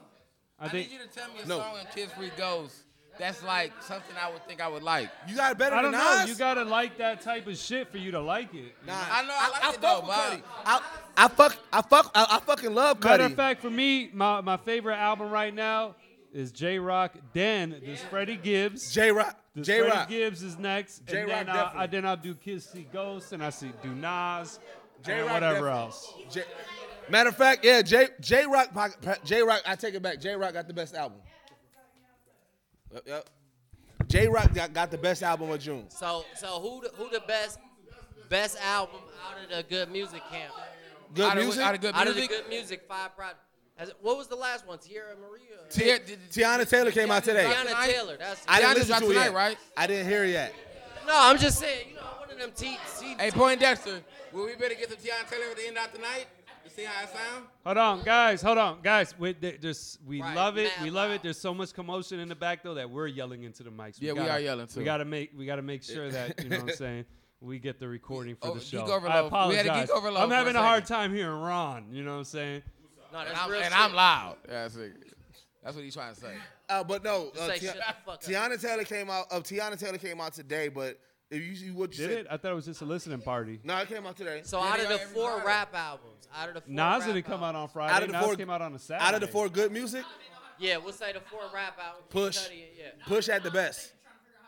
Speaker 4: I
Speaker 5: I,
Speaker 4: think-
Speaker 5: need you to tell me a
Speaker 4: No.
Speaker 5: song in Kids Free Ghosts that's like something I would think I would like.
Speaker 3: You got better
Speaker 4: I don't
Speaker 3: than
Speaker 4: know.
Speaker 3: Nas?
Speaker 4: You gotta like that type of shit for you to like it.
Speaker 3: Nah,
Speaker 5: I know I like it though, but
Speaker 3: I, I fuck, I fuck, I, I fucking love
Speaker 4: Matter
Speaker 3: Cuddy.
Speaker 4: of fact, for me, my, my favorite album right now is J Rock. Then there's Freddie Gibbs.
Speaker 3: J Rock.
Speaker 4: There's
Speaker 3: J-Rock.
Speaker 4: Freddie Gibbs is next.
Speaker 3: J-Rock
Speaker 4: and then I,
Speaker 3: definitely.
Speaker 4: I then I'll do Kids See Ghosts and I see do Nas.
Speaker 3: J
Speaker 4: and
Speaker 3: Rock.
Speaker 4: whatever else.
Speaker 3: Matter of fact, yeah, J J Rock, J Rock. I take it back. J Rock got the best album. Yep, yep. J Rock got, got the best album of June.
Speaker 7: So so who the, who the best best album out of the good music camp?
Speaker 3: Good Out of- music? out of good
Speaker 7: Out of the
Speaker 3: music?
Speaker 7: good music five projects. What was the last one? Tierra Maria.
Speaker 3: Ti- Tiana Taylor came out today.
Speaker 7: Tiana Taylor. That's
Speaker 3: I didn't
Speaker 7: Tiana's
Speaker 3: listen
Speaker 7: out
Speaker 3: to it
Speaker 7: tonight,
Speaker 3: yet.
Speaker 5: right?
Speaker 3: I didn't hear it yet.
Speaker 7: No, I'm just saying. You know, one of them T. T-
Speaker 5: Hey, Point Dexter, will we better get some Tiana Taylor at the end of tonight? You see how it sound?
Speaker 4: Hold on, guys. Hold on, guys. We, there- there's, we
Speaker 5: Right,
Speaker 4: love it.
Speaker 5: mad
Speaker 4: We love it. There's so much commotion in the back though that we're yelling into the mics.
Speaker 5: Yeah, we
Speaker 4: gotta-
Speaker 5: are yelling, too.
Speaker 4: We gotta make we gotta make sure that you know what I'm saying. We get the recording for
Speaker 5: Oh,
Speaker 4: the
Speaker 5: geek
Speaker 4: show. I
Speaker 5: overload. We
Speaker 4: apologize.
Speaker 5: had a geek overload
Speaker 4: I'm
Speaker 5: for a
Speaker 4: having a
Speaker 5: second. Oh,
Speaker 4: hard time hearing Ron. You know what I'm saying?
Speaker 7: No,
Speaker 5: and
Speaker 7: that's
Speaker 5: I'm,
Speaker 7: real
Speaker 5: and
Speaker 7: shit.
Speaker 5: I'm loud. Yeah, that's, it. that's what he's trying to say.
Speaker 3: Uh, but no,
Speaker 5: Just
Speaker 3: uh,
Speaker 5: say
Speaker 3: Tia-
Speaker 5: shut the fuck up.
Speaker 3: Tiana Taylor came out. Uh, Tiana Taylor came out today, but if you see what you
Speaker 4: Did
Speaker 3: said,
Speaker 4: it? I thought it was just a listening party.
Speaker 3: no, it came out today.
Speaker 7: So out of the four rap albums, out of the four
Speaker 4: Nas
Speaker 7: rap
Speaker 4: didn't come out on Friday.
Speaker 3: Out of the
Speaker 4: Nas
Speaker 3: four-
Speaker 4: came out on a Saturday.
Speaker 3: out of the four good music,
Speaker 7: Yeah, we'll say the four rap albums.
Speaker 3: push,
Speaker 7: Study it, yeah.
Speaker 3: push at the best.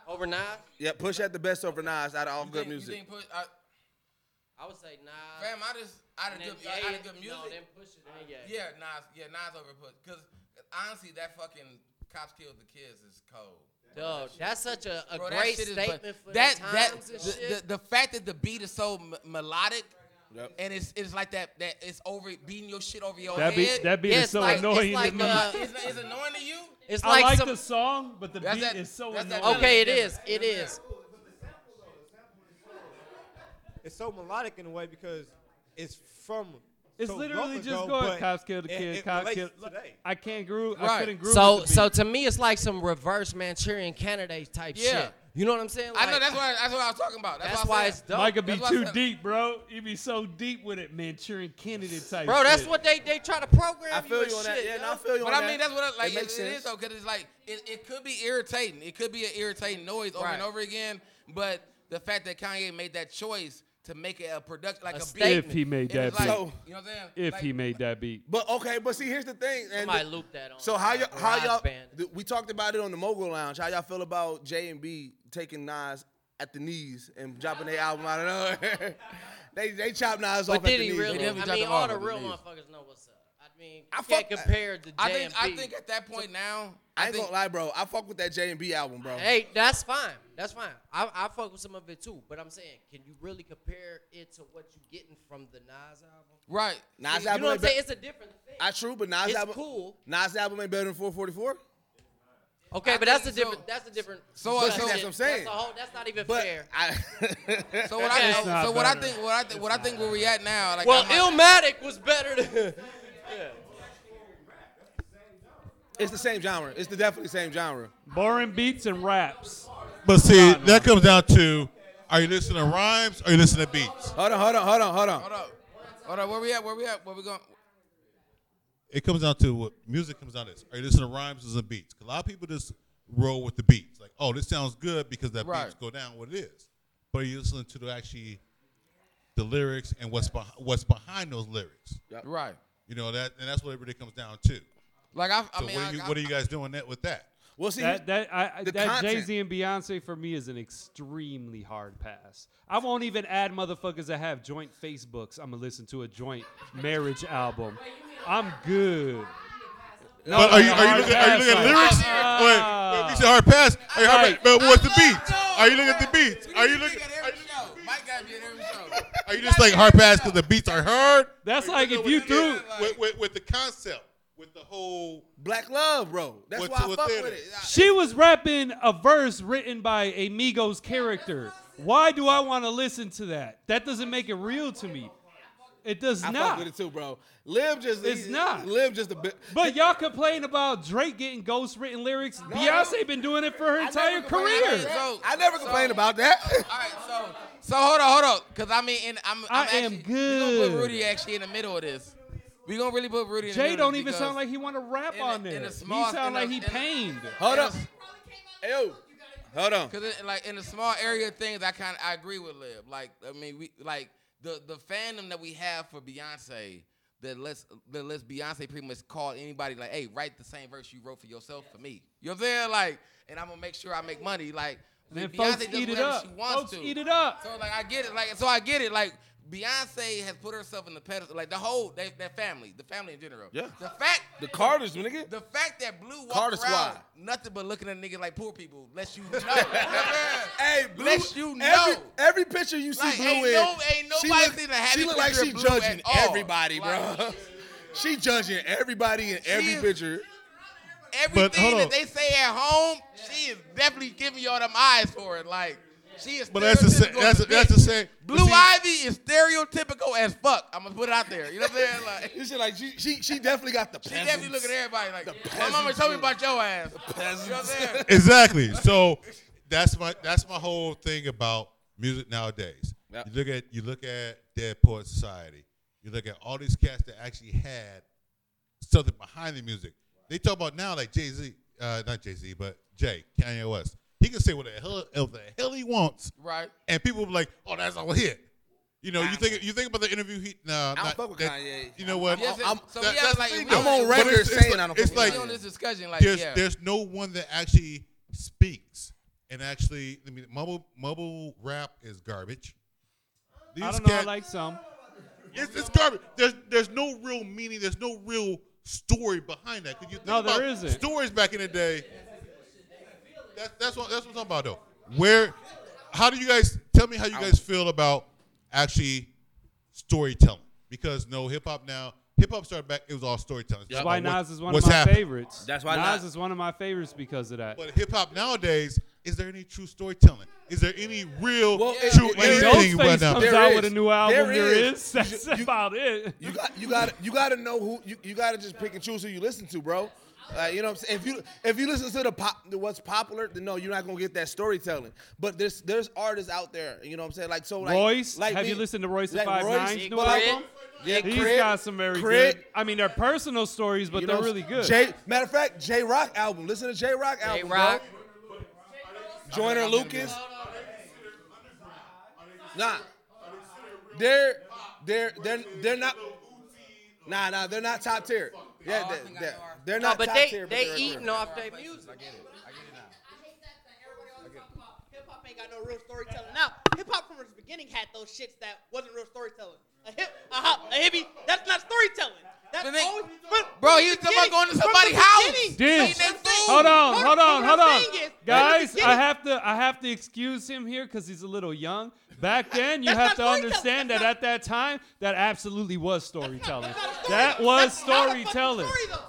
Speaker 7: Over Nas.
Speaker 3: Yeah, push at the best over Nas out of all good
Speaker 5: You
Speaker 3: music.
Speaker 5: think push, I,
Speaker 7: I would say Nas.
Speaker 5: fam, I just out of
Speaker 7: And
Speaker 5: good,
Speaker 7: then
Speaker 5: out
Speaker 7: Ye-
Speaker 5: of good music. Uh,
Speaker 7: No, then push it. Then yeah.
Speaker 5: yeah, Nas, yeah, Nas over push. Cause honestly, that fucking cops killed the kids is cold.
Speaker 7: Dog, that's such a, a
Speaker 5: Bro, that
Speaker 7: great
Speaker 5: shit is-
Speaker 7: statement for
Speaker 5: that,
Speaker 7: the times
Speaker 5: that,
Speaker 7: and
Speaker 5: the,
Speaker 7: shit.
Speaker 5: The, the fact that the beat is so m- melodic.
Speaker 3: Yep.
Speaker 5: And it's it's like that that it's over beating your shit over your
Speaker 4: That beat-
Speaker 5: head.
Speaker 4: that beat is Yeah, it's so like- annoying it's to like, me. uh,
Speaker 5: it's, it's annoying to you.
Speaker 7: It's
Speaker 4: I like,
Speaker 7: like
Speaker 4: the
Speaker 7: some.
Speaker 4: song, but the
Speaker 5: That's
Speaker 4: beat
Speaker 5: that-
Speaker 4: is so
Speaker 5: that's
Speaker 4: annoying.
Speaker 5: that
Speaker 7: Okay, it is. It is.
Speaker 14: It's so melodic in a way because it's from.
Speaker 4: It's
Speaker 14: so
Speaker 4: literally
Speaker 14: long
Speaker 4: just
Speaker 14: ago,
Speaker 4: going.
Speaker 14: but
Speaker 4: Cops killed the
Speaker 14: it-
Speaker 4: kid.
Speaker 14: it
Speaker 4: cops
Speaker 14: relates
Speaker 4: killed.
Speaker 14: today.
Speaker 4: I can't groove. I
Speaker 14: Right.
Speaker 4: couldn't groove.
Speaker 7: So,
Speaker 4: with the
Speaker 7: so
Speaker 4: beat.
Speaker 7: to me, it's like some reverse Manchurian candidate type
Speaker 5: Yeah.
Speaker 7: shit. You know what I'm saying?
Speaker 5: I know
Speaker 7: Like,
Speaker 5: that's why that's what I was talking about. That's,
Speaker 7: That's
Speaker 5: why, I
Speaker 7: why
Speaker 5: said-
Speaker 7: it's dope.
Speaker 4: Micah be
Speaker 5: That's why I
Speaker 4: too
Speaker 5: said-
Speaker 4: deep, bro. He be so deep with it, Manchurian candidate type.
Speaker 7: Bro, that's
Speaker 4: shit.
Speaker 7: what they, they try to program.
Speaker 3: I feel
Speaker 7: and
Speaker 3: you on that.
Speaker 7: shit,
Speaker 3: Yeah,
Speaker 7: yo.
Speaker 3: no, I feel you
Speaker 5: But
Speaker 3: on
Speaker 5: I mean,
Speaker 3: that.
Speaker 5: that's what I, like.
Speaker 3: It
Speaker 5: It,
Speaker 3: makes
Speaker 5: it is
Speaker 3: sense.
Speaker 5: though, because it's like it, it could be irritating. It could be an irritating noise over
Speaker 7: Right.
Speaker 5: and over again. But the fact that Kanye made that choice to make it a production, like
Speaker 7: A
Speaker 5: a,
Speaker 7: statement.
Speaker 4: if he made
Speaker 5: It
Speaker 4: that
Speaker 5: was
Speaker 4: beat.
Speaker 5: like- So- you know what I'm saying?
Speaker 4: If
Speaker 5: Like-
Speaker 4: he made that beat.
Speaker 3: But okay, but see, here's the thing. And
Speaker 7: Somebody loop that on,
Speaker 3: So how y'all,
Speaker 7: uh,
Speaker 3: how y'all,
Speaker 7: GarageBand.
Speaker 3: th- we talked about it on the Mogul Lounge. How y'all feel about J and B taking Nas at the knees and dropping their album out of nowhere? they they chop Nas off
Speaker 7: But
Speaker 3: at the
Speaker 7: did he
Speaker 3: knees.
Speaker 7: really?
Speaker 3: bro.
Speaker 7: I mean, all the real motherfuckers know what's up. I mean, I can't
Speaker 3: fuck-
Speaker 7: compare the J
Speaker 5: I think I
Speaker 7: and B.
Speaker 5: think at that point now,
Speaker 3: I ain't gonna lie, bro. I fuck with that J and B album, bro.
Speaker 7: Hey, that's fine. That's fine. I, I fuck with some of it too. But I'm saying, can you really compare it to what you getting from the Nas album?
Speaker 5: right?
Speaker 3: Nas
Speaker 7: you
Speaker 3: album
Speaker 7: know what
Speaker 3: ain't
Speaker 7: I'm saying?
Speaker 3: be-
Speaker 7: It's a different thing.
Speaker 3: I true, but Nas
Speaker 7: It's
Speaker 3: album
Speaker 7: cool.
Speaker 3: Nas album ain't better than 444.
Speaker 7: Okay,
Speaker 5: I
Speaker 7: but that's a
Speaker 5: think
Speaker 7: different.
Speaker 5: so-
Speaker 7: that's a different.
Speaker 5: so-
Speaker 7: that's
Speaker 5: so-
Speaker 7: a-
Speaker 5: that's what I'm
Speaker 3: saying.
Speaker 7: That's, a whole, that's not even
Speaker 3: But
Speaker 7: fair.
Speaker 3: I,
Speaker 5: So what I
Speaker 7: It's
Speaker 5: so,
Speaker 7: not
Speaker 5: what I
Speaker 7: better.
Speaker 5: think what I think what I think where we at now? Like,
Speaker 7: well,
Speaker 5: I'm like-
Speaker 7: Illmatic was better than. yeah.
Speaker 3: it's the same genre. It's the definitely same genre.
Speaker 4: Boring beats and raps.
Speaker 13: But see, that comes down to Are you listening to rhymes? Or are you listening to beats?
Speaker 15: Hold on, hold on, hold on, hold on.
Speaker 5: Hold up. Hold up. Where we at? Where we at? Where we going?
Speaker 13: It comes down to what music comes down to. This. Are you listening to rhymes or is it beats? 'Cause A lot of people just roll with the beats. Like, oh, this sounds good because that
Speaker 5: Right.
Speaker 13: beats go down what it is. But are you listening to the actually the lyrics and what's behind what's behind those lyrics?
Speaker 5: Right.
Speaker 13: You know that, and that's what it really comes down to.
Speaker 5: Like I, I
Speaker 13: So
Speaker 5: mean,
Speaker 13: what,
Speaker 5: I,
Speaker 13: are you,
Speaker 5: I-
Speaker 13: what are you guys doing that with that?
Speaker 15: Well,
Speaker 4: that that, I, I-
Speaker 15: the
Speaker 4: that
Speaker 15: content.
Speaker 4: Jay Z and Beyonce for me is an extremely hard pass. I won't even add motherfuckers that have joint Facebooks. I'm gonna listen to a joint marriage album. I'm good. No,
Speaker 13: but are you
Speaker 4: like a
Speaker 13: are you
Speaker 4: hard
Speaker 13: looking, are you
Speaker 4: pass,
Speaker 13: looking at
Speaker 4: like-
Speaker 13: lyrics?
Speaker 4: Ah.
Speaker 13: wait, wait, we said hard pass. Are you hard
Speaker 4: Like-
Speaker 13: pass? But what's the beats? Are you looking at the beats? Are you looking?
Speaker 5: Mike got me at every show.
Speaker 13: Are you just like hard pass because the beats are hard?
Speaker 4: That's
Speaker 13: Or
Speaker 4: like
Speaker 13: looking
Speaker 4: if
Speaker 13: with
Speaker 4: you
Speaker 13: the-
Speaker 4: threw-
Speaker 13: with, with, with the concept, with the whole
Speaker 15: black love, bro. That's why I fuck with it.
Speaker 4: She was rapping a verse written by a Migos character. Why do I want to listen to that? That doesn't make it real to me. It does
Speaker 15: I fuck
Speaker 4: not.
Speaker 15: with it too, bro. Live just
Speaker 4: It's not.
Speaker 15: Live just a bit.
Speaker 4: But y'all complain about Drake getting ghost written lyrics. Beyonce been doing it for her entire career.
Speaker 15: I never complained about that.
Speaker 5: All right, so so hold on, hold on, because I mean, and I'm, I'm
Speaker 4: I
Speaker 5: actually,
Speaker 4: am
Speaker 5: We gonna
Speaker 4: good.
Speaker 5: put Rudy actually in the middle of this. We gonna really put Rudy. in the
Speaker 4: Jay
Speaker 5: middle
Speaker 4: don't
Speaker 5: of this
Speaker 4: even
Speaker 5: because-
Speaker 4: sound like he want to rap on there.
Speaker 5: in a
Speaker 4: he
Speaker 5: small- in
Speaker 4: sound
Speaker 5: a-
Speaker 4: like he
Speaker 5: in a-
Speaker 4: pained.
Speaker 15: Hold up. Yo, hold on.
Speaker 5: Cause it, like in the small area of things, I kind of I agree with Lib. Like I mean, we like the the fandom that we have for Beyonce that lets that lets Beyonce pretty much call anybody like, hey, write the same verse you wrote for yourself for me. You know what I'm saying? Like, and I'm gonna make sure I make money. Like,
Speaker 4: Then
Speaker 5: Beyonce
Speaker 4: folks
Speaker 5: does
Speaker 4: eat it
Speaker 5: whatever
Speaker 4: up.
Speaker 5: she wants
Speaker 4: Folks
Speaker 5: to.
Speaker 4: eat it up.
Speaker 5: So like I get it. Like so I get it. Like Beyonce has put herself in the pedestal. Like the whole that, that family, the family in general.
Speaker 15: Yeah.
Speaker 5: The fact
Speaker 15: The Carters, nigga.
Speaker 5: the fact that Blue walked
Speaker 15: Carter
Speaker 5: around
Speaker 15: Squad.
Speaker 5: nothing but looking at niggas like poor people, lets you know. hey,
Speaker 15: Blue-
Speaker 5: lets you know.
Speaker 15: Every, every picture you see
Speaker 5: Like,
Speaker 15: Blue
Speaker 5: ain't
Speaker 15: in,
Speaker 5: no- ain't
Speaker 15: she
Speaker 5: nobody
Speaker 15: look,
Speaker 5: seen a happy
Speaker 15: she look like
Speaker 5: picture
Speaker 15: she
Speaker 5: of Blue at
Speaker 15: judging
Speaker 5: all.
Speaker 15: everybody, bro. she judging everybody in every
Speaker 5: is-
Speaker 15: picture.
Speaker 13: But
Speaker 5: Everything
Speaker 13: hold
Speaker 5: that
Speaker 13: on.
Speaker 5: they say at home, she is definitely giving y'all them eyes for it. Like she is.
Speaker 13: But that's the sa-
Speaker 5: stereotypical
Speaker 13: that's
Speaker 5: as
Speaker 13: the- that's the same- but
Speaker 5: Blue
Speaker 13: see-
Speaker 5: Ivy is stereotypical as fuck. I'm gonna put it out there. You know what I'm saying? Like
Speaker 15: This shit like she she, she definitely got the
Speaker 5: she
Speaker 15: peasants.
Speaker 5: definitely looking at everybody like my mama told me about your ass. You know what I'm saying?
Speaker 13: exactly. So that's my that's my whole thing about music nowadays. You look at you look at Dead Poet Society. You look at all these cats that actually had something behind the music. They talk about now like Jay Z, uh, not Jay Z, but Jay Kanye West. He can say what the hell, what the hell he wants,
Speaker 5: Right.
Speaker 13: And people be like, "Oh, that's all hit." You know, you think you think about the interview. He no,
Speaker 5: I don't
Speaker 13: not-
Speaker 5: fuck with
Speaker 13: that-
Speaker 5: Kanye.
Speaker 13: You know what?
Speaker 5: Yes, it- so we have,
Speaker 13: that's
Speaker 5: like,
Speaker 13: the thing,
Speaker 5: we have-
Speaker 13: though.
Speaker 5: I'm on
Speaker 13: But
Speaker 5: record
Speaker 13: it's- it's
Speaker 5: saying
Speaker 13: like-
Speaker 5: I don't
Speaker 13: It's
Speaker 5: fuck with
Speaker 13: like
Speaker 5: Kanye. On this discussion, like,
Speaker 13: there's
Speaker 5: yeah.
Speaker 13: there's no one that actually speaks and actually. I mean, mumble mumble rap is garbage.
Speaker 4: I
Speaker 13: These
Speaker 4: don't know. I
Speaker 13: cat-
Speaker 4: like some.
Speaker 13: it's, it's garbage. There's there's no real meaning. There's no real story behind that. Could you think
Speaker 4: No, there
Speaker 13: about
Speaker 4: isn't.
Speaker 13: stories back in the day? That's that's what that's what I'm talking about though. Where, how do you guys tell me how you guys feel about actually storytelling? Because no hip hop now. Hip hop started back. It was all storytelling. It's
Speaker 4: That's
Speaker 13: about
Speaker 4: why
Speaker 13: what-
Speaker 4: Nas is one of
Speaker 13: what's
Speaker 4: my
Speaker 13: happening.
Speaker 4: favorites. Nas is one of my favorites because of that.
Speaker 13: But hip hop nowadays, is there any true storytelling? Is there any real
Speaker 4: it-
Speaker 13: true
Speaker 4: it- when
Speaker 13: anything?
Speaker 4: Ghostface
Speaker 13: right now?
Speaker 4: comes
Speaker 15: There
Speaker 4: out
Speaker 15: is.
Speaker 4: with a new album, there is.
Speaker 15: You
Speaker 4: That's
Speaker 15: ju- you-
Speaker 4: about it.
Speaker 15: You got you got you got to know who you, you got to just pick and choose who you listen to, bro. Like, you know what I'm saying? If you if you listen to the pop the what's popular, then no, you're not gonna get that storytelling. But there's there's artists out there, you know what I'm saying? Like so, like
Speaker 4: Royce,
Speaker 15: like
Speaker 4: have
Speaker 15: me-
Speaker 4: you listened to Royce the
Speaker 15: like
Speaker 4: Five Nine's
Speaker 15: Big
Speaker 4: new
Speaker 15: Crit.
Speaker 4: album?
Speaker 15: Yeah,
Speaker 4: he's
Speaker 15: Crit,
Speaker 4: got some very
Speaker 15: Crit.
Speaker 4: good. I mean, they're personal stories, but
Speaker 15: You
Speaker 4: they're
Speaker 15: know,
Speaker 4: really good.
Speaker 15: J, matter of fact, J Rock album. Listen to J Rock album.
Speaker 4: Rock.
Speaker 15: bro. Joyner Lucas. Nah, they're they're they're they're not. Nah, nah, they're not top tier.
Speaker 5: Oh,
Speaker 15: Yeah, they, they, they're
Speaker 7: No,
Speaker 15: not.
Speaker 7: but
Speaker 15: top
Speaker 7: they-
Speaker 15: tier,
Speaker 7: they
Speaker 15: they're-
Speaker 7: eating
Speaker 15: they're-
Speaker 7: off their
Speaker 5: music. I get it. I get it now.
Speaker 6: Hip hop ain't got no real storytelling. Now, hip hop from its beginning had those shits that wasn't real storytelling. A hip, a hop, a hippie, that's not storytelling. That's always, from,
Speaker 5: Bro,
Speaker 6: from
Speaker 5: he
Speaker 6: the
Speaker 5: was talking
Speaker 6: beginning-
Speaker 5: about going to
Speaker 6: from
Speaker 5: somebody's
Speaker 6: the
Speaker 5: house.
Speaker 6: beginning.
Speaker 4: Dish.
Speaker 6: Like, that's it.
Speaker 4: Hold on, hold on,
Speaker 6: but what
Speaker 4: hold on,
Speaker 6: I'm saying is, from the
Speaker 4: guys. I
Speaker 6: beginning-
Speaker 4: have to, I have to excuse him here because he's a little young. Back then, you have to understand that at that time, that absolutely was storytelling. That was storytelling.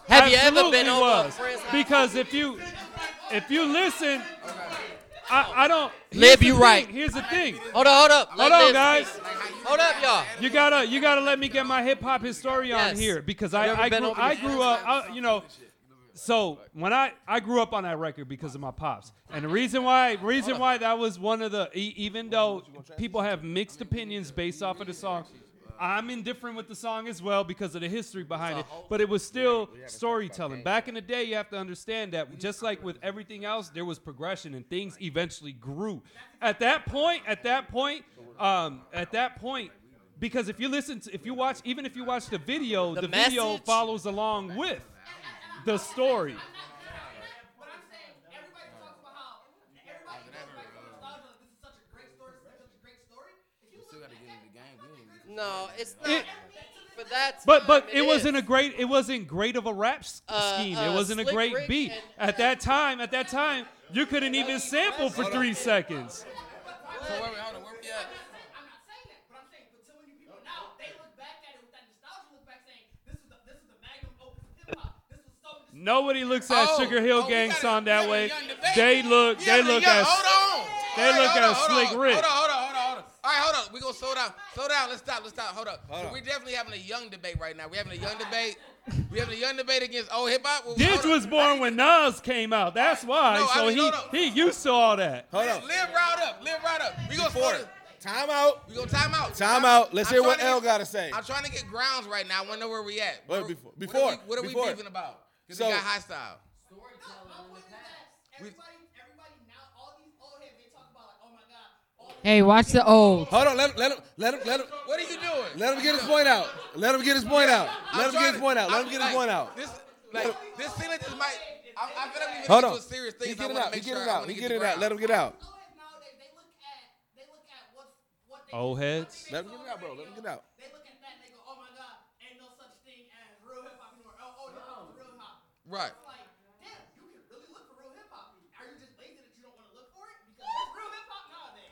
Speaker 7: Have you ever been
Speaker 4: Absolutely
Speaker 7: over a
Speaker 4: was.
Speaker 7: friend's house?
Speaker 4: Because if you, if you listen, I, I don't. here's
Speaker 7: Lib,
Speaker 4: the
Speaker 7: you
Speaker 4: thing,
Speaker 7: right.
Speaker 4: Here's the thing.
Speaker 7: Hold on, hold up.
Speaker 4: Hold
Speaker 7: Let
Speaker 4: on,
Speaker 7: Lib
Speaker 4: guys.
Speaker 7: speak. Hold up, y'all.
Speaker 4: You gotta, you gotta let me get my hip hop historian
Speaker 7: Yes.
Speaker 4: here because
Speaker 7: You
Speaker 4: I,
Speaker 7: ever
Speaker 4: I
Speaker 7: been
Speaker 4: grew,
Speaker 7: over
Speaker 4: I
Speaker 7: to-
Speaker 4: grew up, I, you know, so when I I grew up on that record because of my pops, and the reason why reason why that was one of the e- even though people have mixed opinions based off of the song. I'm indifferent with the song as well because of the history behind it, but it was still storytelling. Back in the day, you have to understand that just like with everything else, there was progression and things eventually grew. At that point, at that point, um, at that point, because if you listen, to, if you watch, even if you watch the video, the, video
Speaker 7: message?
Speaker 4: follows along with the story.
Speaker 7: No, it's not. For that
Speaker 4: But
Speaker 7: time,
Speaker 4: but it,
Speaker 7: is.
Speaker 4: wasn't a great it wasn't great of a rap s-
Speaker 7: Uh,
Speaker 4: scheme.
Speaker 7: uh,
Speaker 4: it wasn't a
Speaker 7: Slick
Speaker 4: great
Speaker 7: Rick
Speaker 4: beat.
Speaker 7: and-
Speaker 4: at that time, at that time, you couldn't even sample for three seconds.
Speaker 5: So wait, wait, hold on, where we at?
Speaker 4: Nobody looks at
Speaker 5: Oh,
Speaker 4: Sugar Hill
Speaker 5: oh, we
Speaker 4: Gang
Speaker 5: gotta-
Speaker 4: song
Speaker 5: we
Speaker 4: that
Speaker 5: gotta
Speaker 4: way.
Speaker 5: young debate.
Speaker 4: They look
Speaker 5: Yeah,
Speaker 4: they
Speaker 5: but
Speaker 4: look
Speaker 5: young-
Speaker 4: at
Speaker 5: hold on.
Speaker 4: they
Speaker 5: All
Speaker 4: look
Speaker 5: right,
Speaker 4: at
Speaker 5: hold on,
Speaker 4: Slick
Speaker 5: hold on,
Speaker 4: Rick.
Speaker 5: Hold on, hold on, hold on, hold on. All right, hold on. We gonna slow down. Slow down. Let's stop. Let's stop. Hold up.
Speaker 3: Hold
Speaker 5: so
Speaker 3: on.
Speaker 5: we definitely having a young debate right now. We having a young debate. we having a young debate against old hip hop. Well,
Speaker 4: This
Speaker 5: hold
Speaker 4: was born when Nas came out. That's why.
Speaker 5: No, I
Speaker 4: so
Speaker 5: mean,
Speaker 4: he
Speaker 5: hold up.
Speaker 4: he used to all that.
Speaker 3: Hold
Speaker 5: on. Live right up. Live right up. We gonna slow this.
Speaker 3: Time out.
Speaker 5: We gonna time out.
Speaker 3: Time out. Let's hear what
Speaker 5: trying to
Speaker 3: L
Speaker 5: get-
Speaker 3: gotta say.
Speaker 5: I'm trying to get grounds right now. I wanna know where we at.
Speaker 3: Wait,
Speaker 5: Where-
Speaker 3: before-
Speaker 5: what are
Speaker 3: before-
Speaker 5: we- What are we
Speaker 3: before.
Speaker 5: beefing about? Because we
Speaker 3: So-
Speaker 5: got hostile.
Speaker 16: Hey, watch the old.
Speaker 3: Hold on, let him, let him, let him, let him.
Speaker 5: What are you doing?
Speaker 3: Let him get his point out. Let him get his point out.
Speaker 5: I'm
Speaker 3: Let him
Speaker 5: trying
Speaker 3: get his point
Speaker 5: to-
Speaker 3: out. Let
Speaker 5: I'm
Speaker 3: him get his
Speaker 5: like,
Speaker 3: point out.
Speaker 5: This, like, this feeling just might. I, I feel like we
Speaker 3: Hold
Speaker 5: into
Speaker 3: on.
Speaker 5: a serious thing.
Speaker 3: He
Speaker 5: so I
Speaker 3: get it
Speaker 5: wanna
Speaker 3: out. He
Speaker 5: make
Speaker 3: get
Speaker 5: sure
Speaker 3: it
Speaker 5: I
Speaker 3: out.
Speaker 5: wanna
Speaker 3: He
Speaker 5: get
Speaker 3: get
Speaker 5: the
Speaker 3: it out.
Speaker 5: ground.
Speaker 3: Let him get out.
Speaker 4: Old heads.
Speaker 3: Let him get it out, bro. Let him get it out.
Speaker 5: Right.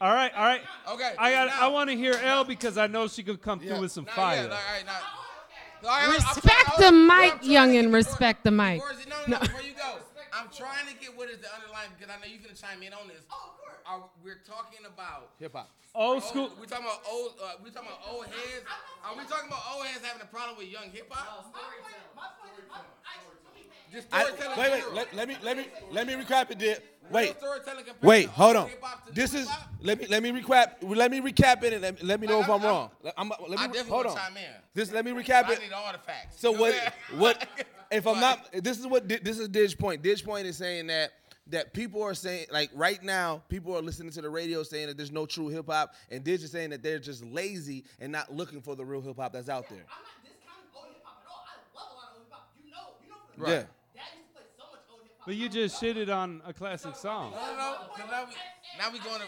Speaker 4: All right, all right.
Speaker 5: Okay.
Speaker 4: I got.
Speaker 5: now-
Speaker 4: I want to hear L because I know she could come through with some
Speaker 5: Nah, yeah,
Speaker 4: fire.
Speaker 5: nah, all right, nah. All right, hold on, I'm
Speaker 16: Respect the
Speaker 5: trying- hold
Speaker 16: mic,
Speaker 5: on.
Speaker 16: youngin. Respect the mic.
Speaker 5: Barzy, no, no, no, before you go, I'm trying to get what is the underlying because I know you're gonna chime in on this. Oh, of course. Are, we're talking about
Speaker 3: Hip hop.
Speaker 4: Old school.
Speaker 5: We're talking about old. Uh, we're talking about old heads. Are we talking about old heads having a problem with young hip hop? Just
Speaker 3: I-
Speaker 5: storytelling.
Speaker 3: wait, wait. Let, let me, let me, let me recap it, did. Wait.
Speaker 5: Storytelling compared
Speaker 3: Wait.
Speaker 5: to
Speaker 3: Hold
Speaker 5: old
Speaker 3: on.
Speaker 5: hip-hop to new
Speaker 3: This is.
Speaker 5: hip-hop?
Speaker 3: Let me, let me recap. Let me recap it and let, let me know if I'm wrong. Let- I'm, let me,
Speaker 5: I definitely
Speaker 3: hold
Speaker 5: wanna
Speaker 3: on.
Speaker 5: chime in.
Speaker 3: This. Let me recap
Speaker 5: I
Speaker 3: it.
Speaker 5: need all the facts.
Speaker 3: So
Speaker 5: You
Speaker 3: what?
Speaker 5: know
Speaker 3: What? If I'm not, this is what Di- this is. Dig point. Dig point is saying that that people are saying like right now, people are listening to the radio saying that there's no true hip hop, and Dig is saying that they're just lazy and not looking for the real hip hop that's out there.
Speaker 5: Right.
Speaker 3: Yeah.
Speaker 4: But you just shitted on a classic song.
Speaker 5: No, no, no. 'cause Now we, now we going to.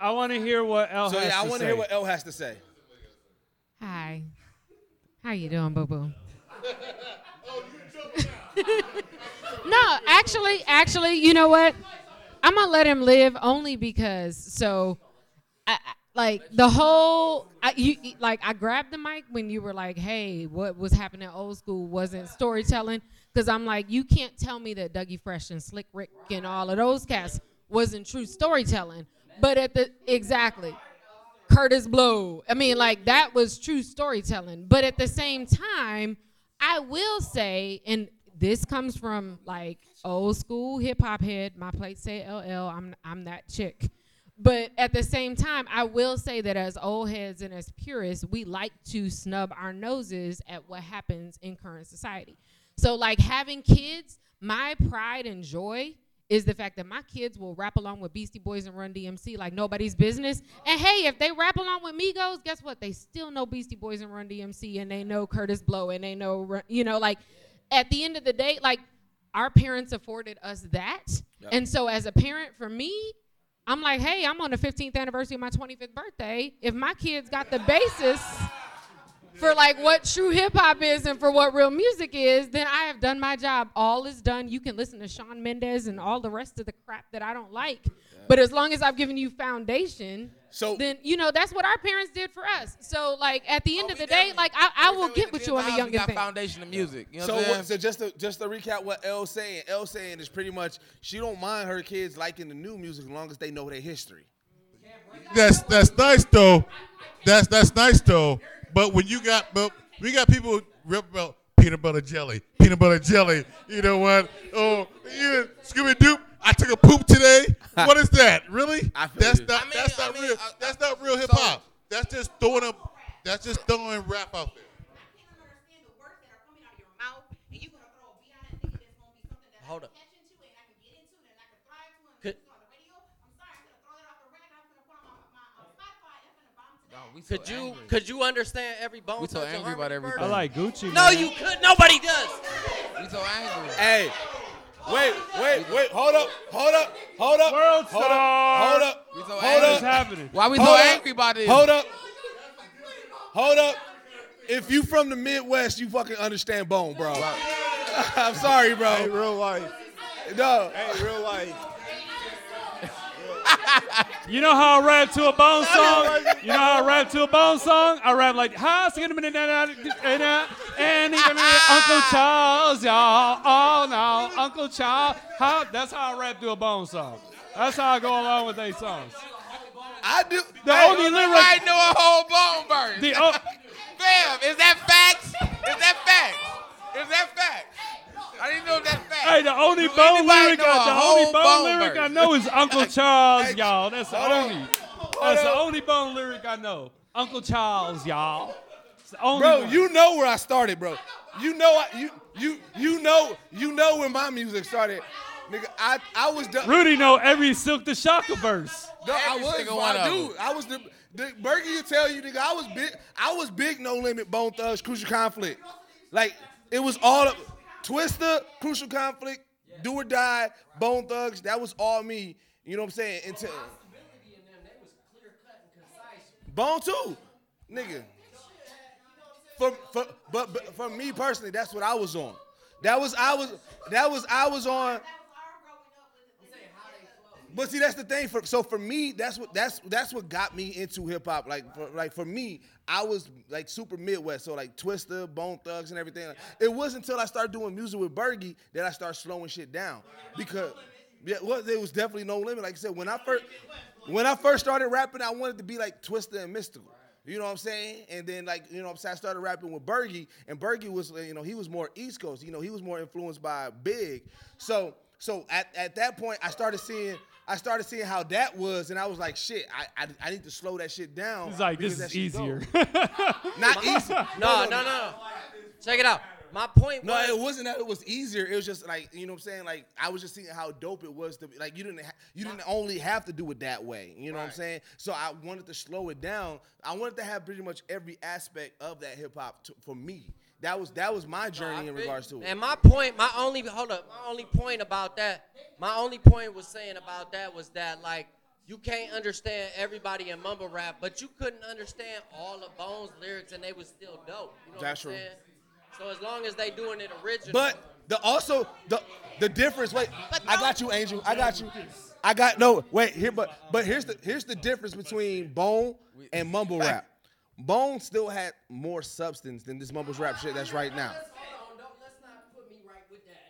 Speaker 4: I want to hear what L
Speaker 3: so
Speaker 4: has
Speaker 3: yeah, I
Speaker 4: to
Speaker 3: wanna
Speaker 4: say.
Speaker 3: hear what L has to say.
Speaker 16: Hi. How you doing, Boo Boo? no, actually, actually, you know what? I'm gonna let him live only because. So, I, I- like the whole, I, you you- like I grabbed the mic when you were like, "Hey, what was happening old school wasn't storytelling," because I'm like, you can't tell me that Dougie Fresh and Slick Rick and all of those cats wasn't true storytelling. But at the exactly, Curtis Blow. I mean, like that was true storytelling. But at the same time, I will say, and this comes from like old school hip hop head. My plate say LL. I'm I'm that chick. But at the same time, I will say that as old heads and as purists, we like to snub our noses at what happens in current society. So, like having kids, my pride and joy is the fact that my kids will rap along with Beastie Boys and Run DMC like nobody's business. And hey, if they rap along with Migos, guess what? They still know Beastie Boys and Run DMC, and they know Curtis Blow, and they know, Run- you know, like at the end of the day, like our parents afforded us that.
Speaker 14: Yeah.
Speaker 16: And so, as a parent, for me, I'm like, hey, I'm on the 15th anniversary of my 25th birthday. If my kids got the basis, for like what true hip hop is and for what real music is, then I have done my job. All is done. You can listen to Sean Mendez and all the rest of the crap that I don't like. But as long as I've given you foundation,
Speaker 3: so
Speaker 16: then you know that's what our parents did for us. So like at the end of the day, like I, I will get with you on the
Speaker 5: House, we
Speaker 16: younger
Speaker 5: got
Speaker 16: thing.
Speaker 5: foundation of music. You know
Speaker 3: so,
Speaker 5: what I'm saying?
Speaker 3: what, so just to just to recap what Elle's saying, Elle's saying is pretty much she don't mind her kids liking the new music as long as they know their history.
Speaker 13: That's that's nice though. That's that's nice though. But when you got but we got people rip about peanut butter jelly, peanut butter jelly. You know what? Oh, yeah, Scooby Doop. I took a poop today. What is that? Really? That's not that's not real. that's not real hip hop. that's just throwing up. That's just throwing rap out there.
Speaker 7: Hold up. Could you could you understand every bone?
Speaker 5: We so
Speaker 7: touch and
Speaker 5: angry about
Speaker 7: harmony
Speaker 5: everything.
Speaker 7: verse?
Speaker 4: I like Gucci.
Speaker 7: No,
Speaker 4: man.
Speaker 7: you could. Nobody does.
Speaker 5: We so angry.
Speaker 3: Hey,
Speaker 5: Oh,
Speaker 3: wait, wait, wait. Hold up, hold up, hold up. World hold up, hold up,
Speaker 5: We so
Speaker 3: hold
Speaker 5: angry.
Speaker 3: up.
Speaker 5: What's happening? Why we so
Speaker 3: Hold up,
Speaker 5: angry about this?
Speaker 3: Hold up, hold up. If you from the Midwest, you fucking understand bone, bro. I'm sorry, bro. Hey,
Speaker 14: real life.
Speaker 3: No.
Speaker 14: Hey, real life.
Speaker 4: You know how I rap to a bone song? You know how I rap to a bone song? I rap like, hi, skin and and Uncle Charles, y'all. Oh no, Uncle Charles. How, that's how I rap to a bone song. That's how I go along with they songs.
Speaker 3: I do.
Speaker 4: The
Speaker 5: Hey,
Speaker 4: only lyric.
Speaker 5: I know a whole bone burn.
Speaker 4: The o-
Speaker 5: Fam, is that facts? Is that facts? Is that facts? I didn't know if that's facts.
Speaker 4: Hey, the only
Speaker 5: Do
Speaker 4: bone
Speaker 5: anybody
Speaker 4: lyric,
Speaker 5: know
Speaker 4: I,
Speaker 5: a
Speaker 4: the only
Speaker 5: whole
Speaker 4: bone, lyric
Speaker 5: verse?
Speaker 4: I know is Uncle Charles, y'all. That's the
Speaker 5: hold on.
Speaker 4: only. That's the only bone lyric I know. Uncle Charles, y'all. It's the only
Speaker 3: bro,
Speaker 4: one.
Speaker 3: you know where I started, bro. You know I, you you you know you know when my music started, nigga. I I was the
Speaker 4: Rudy know every Silk the Shocker verse.
Speaker 3: No, I
Speaker 5: Every
Speaker 3: was,
Speaker 5: single
Speaker 3: bro,
Speaker 5: one of
Speaker 3: dude. I was the, the Berkey will tell you, nigga. I was big. I was big. No limit. Bone Thugs. Crucial conflict. Like it was all Twister. Crucial conflict. Do or die. Bone Thugs. That was all me. You know what I'm saying? Until Bone too, nigga. For, for but, but for me personally, that's what I was on. That was I was that was I was on. But see, that's the thing. For so for me, that's what that's that's what got me into hip hop. Like for, like for me, I was like super Midwest. So like Twister, Bone Thugs, and everything. It wasn't until I started doing music with Bergie that I started slowing shit down because yeah, well, there was definitely no limit. Like I said, when I first when I first started rapping, I wanted to be like Twister and Mystical. You know what I'm saying? And then like, you know what I'm saying, I started rapping with Bergie, and Bergie was you know, he was more East Coast, you know, he was more influenced by Big. So so at, at that point I started seeing I started seeing how that was, and I was like, shit, I I, I need to slow that shit down.
Speaker 4: He's like,
Speaker 3: because
Speaker 4: this
Speaker 3: that
Speaker 4: is
Speaker 3: shit dope.
Speaker 4: easier.
Speaker 3: Not easy.
Speaker 7: No, no, no. Check it out. My point
Speaker 3: No,
Speaker 7: was
Speaker 3: it wasn't that it was easier. It was just like you know what I'm saying. Like I was just seeing how dope it was to like you didn't ha- you didn't only have to do it that way. You know what I'm saying? So I wanted to slow it down. I wanted to have pretty much every aspect of that hip hop to- for me. That was that was my journey in regards to it.
Speaker 7: And my point, my only hold up, my only point about that, my only point was saying about that was that like you can't understand everybody in mumble rap, but you couldn't understand all of Bones lyrics and they was still dope. You know
Speaker 3: That's
Speaker 7: what I'm
Speaker 3: true.
Speaker 7: saying? So as long as they doing it original,
Speaker 3: But the also the the difference. Wait, I got you, Angel. I got you. I got no. Wait here, but but here's the here's the difference between Bone and mumble rap. Bone still had more substance than this mumble rap shit that's right now.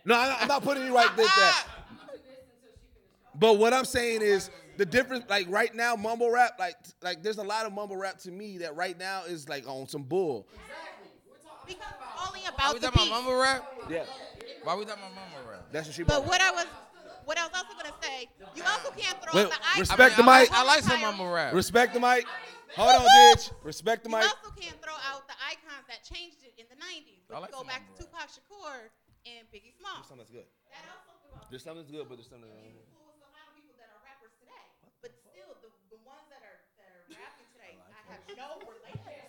Speaker 3: No, I- I'm not putting you right with that. But what I'm saying is the difference. Like right now, mumble rap, like like there's a lot of mumble rap to me that right now is like on some bull.
Speaker 17: Only
Speaker 5: Why we
Speaker 17: about the
Speaker 5: talking
Speaker 17: beat.
Speaker 5: about mama rap?
Speaker 3: Yeah,
Speaker 5: Why we talking about mama rap?
Speaker 3: that's what she.
Speaker 17: But what
Speaker 3: brought.
Speaker 17: I was, what I was also gonna say, you also can't throw
Speaker 3: Wait,
Speaker 17: out the ice.
Speaker 3: respect the
Speaker 5: I like-
Speaker 3: mic.
Speaker 5: I like some mama rap.
Speaker 3: Respect the mic. Hold on, bitch. Respect the
Speaker 17: You
Speaker 3: mic.
Speaker 17: also can't throw out the icons that changed it in the '90s.
Speaker 3: I
Speaker 17: When
Speaker 3: like
Speaker 17: you go
Speaker 3: some
Speaker 17: back to Tupac Shakur and Biggie Smalls.
Speaker 3: Something that's good. There's something that's good, but there's something.
Speaker 17: But still, the, the ones that are that are rapping today, I have no relationship.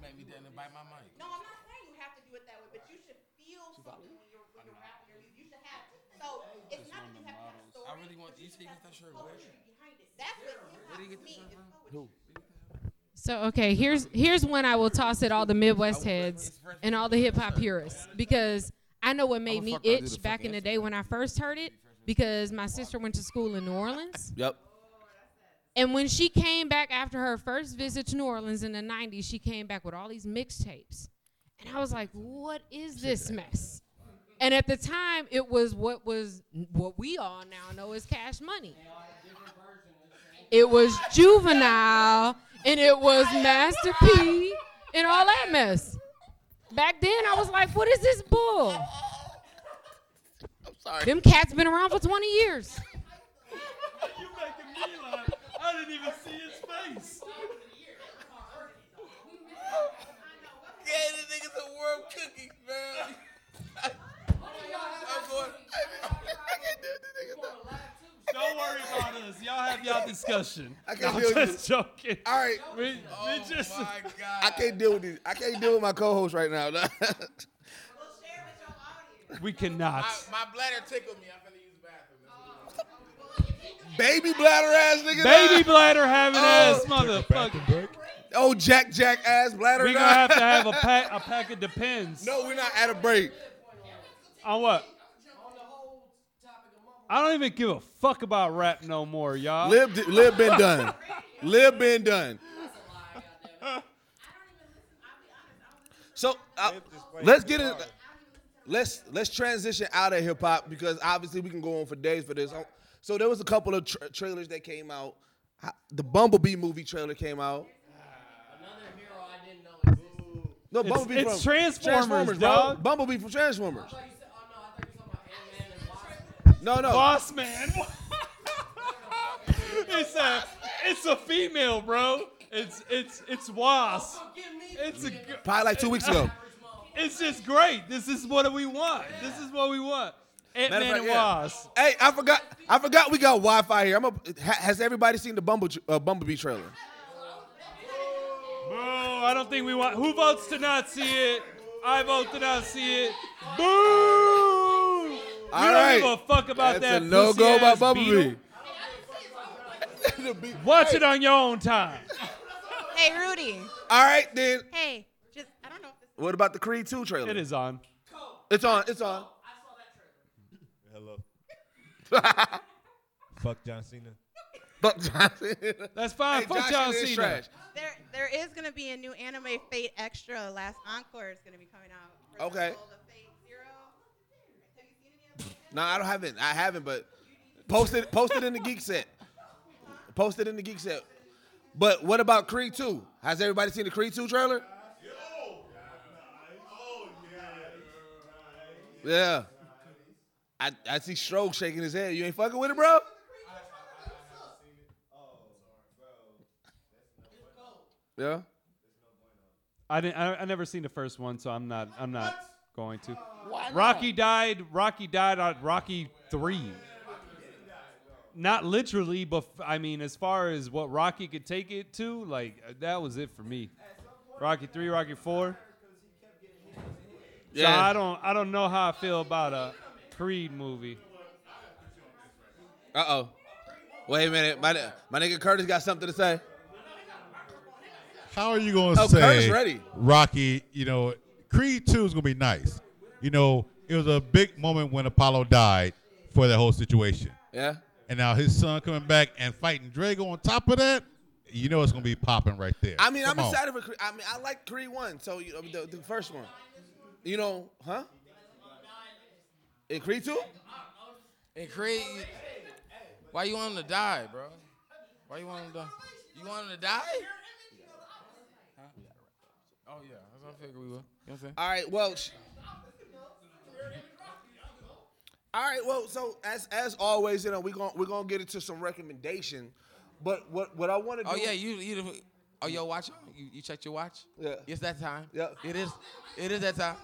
Speaker 5: Make me down and bite my mic.
Speaker 17: No, I'm not saying you have to do it that way, but you should feel something when you're when you're rapping. Or you, you should have. So it's not that you have to have a story.
Speaker 5: I really want you to get that shirt where?
Speaker 17: That's what hip hop
Speaker 5: Where do you get this shirt
Speaker 17: Who?
Speaker 5: from?
Speaker 16: So okay, here's here's one I will toss at all the Midwest heads and all the hip hop purists because I know what made me itch back in the day when I first heard it because my sister went to school in New Orleans.
Speaker 3: Yep.
Speaker 16: And when she came back after her first visit to New Orleans in the 90s, she came back with all these mixtapes. And I was like, what is this mess? And at the time, it was what was what we all now know is cash money. It was juvenile and it was Master P and all that mess. Back then I was like, what is this bull? Them cats been around for 20 years.
Speaker 4: you making me laugh. I didn't even see his face.
Speaker 5: Gave the niggas a worm cookie, man. Oh, I'm going.
Speaker 4: Don't worry about us. Y'all have y'all discussion.
Speaker 15: I can't
Speaker 4: No,
Speaker 15: deal
Speaker 4: I'm
Speaker 15: with
Speaker 4: just joking.
Speaker 15: All right.
Speaker 4: We, we just,
Speaker 15: I can't deal with this. I can't deal with my co-host right now.
Speaker 4: we cannot.
Speaker 5: My, my bladder tickled me. I'm finna use the bathroom.
Speaker 15: Baby bladder ass nigga.
Speaker 4: Baby bladder
Speaker 3: Oh.
Speaker 4: having ass
Speaker 15: motherfucker. Oh Jack Jack ass bladder.
Speaker 4: We're gonna have to have a pack a pack of depends.
Speaker 15: No, we're not at a break.
Speaker 4: On what? I don't even give a fuck about rap no more, y'all.
Speaker 15: Lib, di- Lib been done. Lib been done.
Speaker 3: So uh,
Speaker 15: played
Speaker 3: let's
Speaker 15: the
Speaker 3: get it. Let's let's transition out of hip hop because obviously we can go on for days for this. So there was a couple of tra- trailers that came out. Uh, The Bumblebee movie trailer came out. No,
Speaker 4: It's-
Speaker 3: Bumblebee
Speaker 4: it's
Speaker 3: from
Speaker 4: Transformers,
Speaker 3: bro.
Speaker 4: dog.
Speaker 3: Bumblebee from Transformers. No, no.
Speaker 4: Boss man. it's a it's a female, bro. It's it's it's was. It's a gr-
Speaker 15: Probably like two weeks ago.
Speaker 4: It's just great. This is what we want. This is what we want. Ant
Speaker 15: Matter of
Speaker 4: Man
Speaker 15: fact,
Speaker 4: and
Speaker 15: yeah.
Speaker 4: Wasp.
Speaker 15: Hey, I forgot. I forgot we got Wi-Fi here. I'm a, ha- has everybody seen the Bumble, uh, Bumblebee trailer?
Speaker 4: Boo! I don't think we want. Who votes to not see it? I vote to not see it. Boo!
Speaker 15: All
Speaker 4: we
Speaker 15: right.
Speaker 4: don't give a fuck about
Speaker 15: That's
Speaker 4: that.
Speaker 15: a no-go by
Speaker 4: pussy-ass
Speaker 15: Bumblebee.
Speaker 4: beetle. Watch it on your own time.
Speaker 18: Hey, Rudy.
Speaker 15: All right then.
Speaker 18: Hey, just
Speaker 15: What about the Creed 2 trailer? It
Speaker 4: is on.
Speaker 15: It's on. It's on.
Speaker 14: Hello. Fuck John Cena.
Speaker 15: Fuck John Cena.
Speaker 4: That's fine.
Speaker 15: Hey, Fuck John John Cena is Cena. trash.
Speaker 18: There, there is gonna be a new anime Fate Extra. Last Encore is gonna be coming out.
Speaker 15: Okay. No, I don't haven't. I haven't, but post it. Post it in the geek set. Post it in the geek set. But what about Creed 2? Has everybody seen the Creed 2 trailer? Yeah. I, I see Stroke shaking his head. You ain't fucking with it, bro? Yeah.
Speaker 4: I didn't. I, I never seen the first one, so I'm not. I'm not going to.
Speaker 3: Why not?
Speaker 4: Rocky died. Rocky died on Rocky three. Not literally, but f- I mean, as far as what Rocky could take it to, like uh, that was it for me. Rocky three, Rocky four. So
Speaker 3: Yeah.
Speaker 4: I don't. I don't know how I feel about a Creed movie.
Speaker 3: Uh oh. Wait a minute. My, my nigga Curtis got something to say.
Speaker 13: How are you going to
Speaker 3: Oh, Curtis
Speaker 13: say
Speaker 3: ready.
Speaker 13: Rocky? You know, Creed Two is going to be nice. You know, it was a big moment when Apollo died for that whole situation.
Speaker 3: Yeah.
Speaker 13: And now his son coming back and fighting Drago on top of that. You know, it's going to be popping right there.
Speaker 3: I mean,
Speaker 13: Come
Speaker 3: I'm
Speaker 13: on.
Speaker 3: excited for. Creed. I mean, I like Creed One, so you know, the, the first one. You know, huh? In Creed Two?
Speaker 5: And Creed, you- why you want him to die, bro? Why you want him to die? You want him to die? Huh? Oh yeah, that's what I figured we would. You know what I'm saying?
Speaker 3: All right. Well. sh- All right. Well, so as as always, you know, we're gonna we're gonna get into some recommendation, but what what I want to do?
Speaker 5: Oh yeah, you you. the- Oh yo, watch on. You, you checked your watch?
Speaker 3: Yeah.
Speaker 5: It's that time. Yeah. It is. It is that time.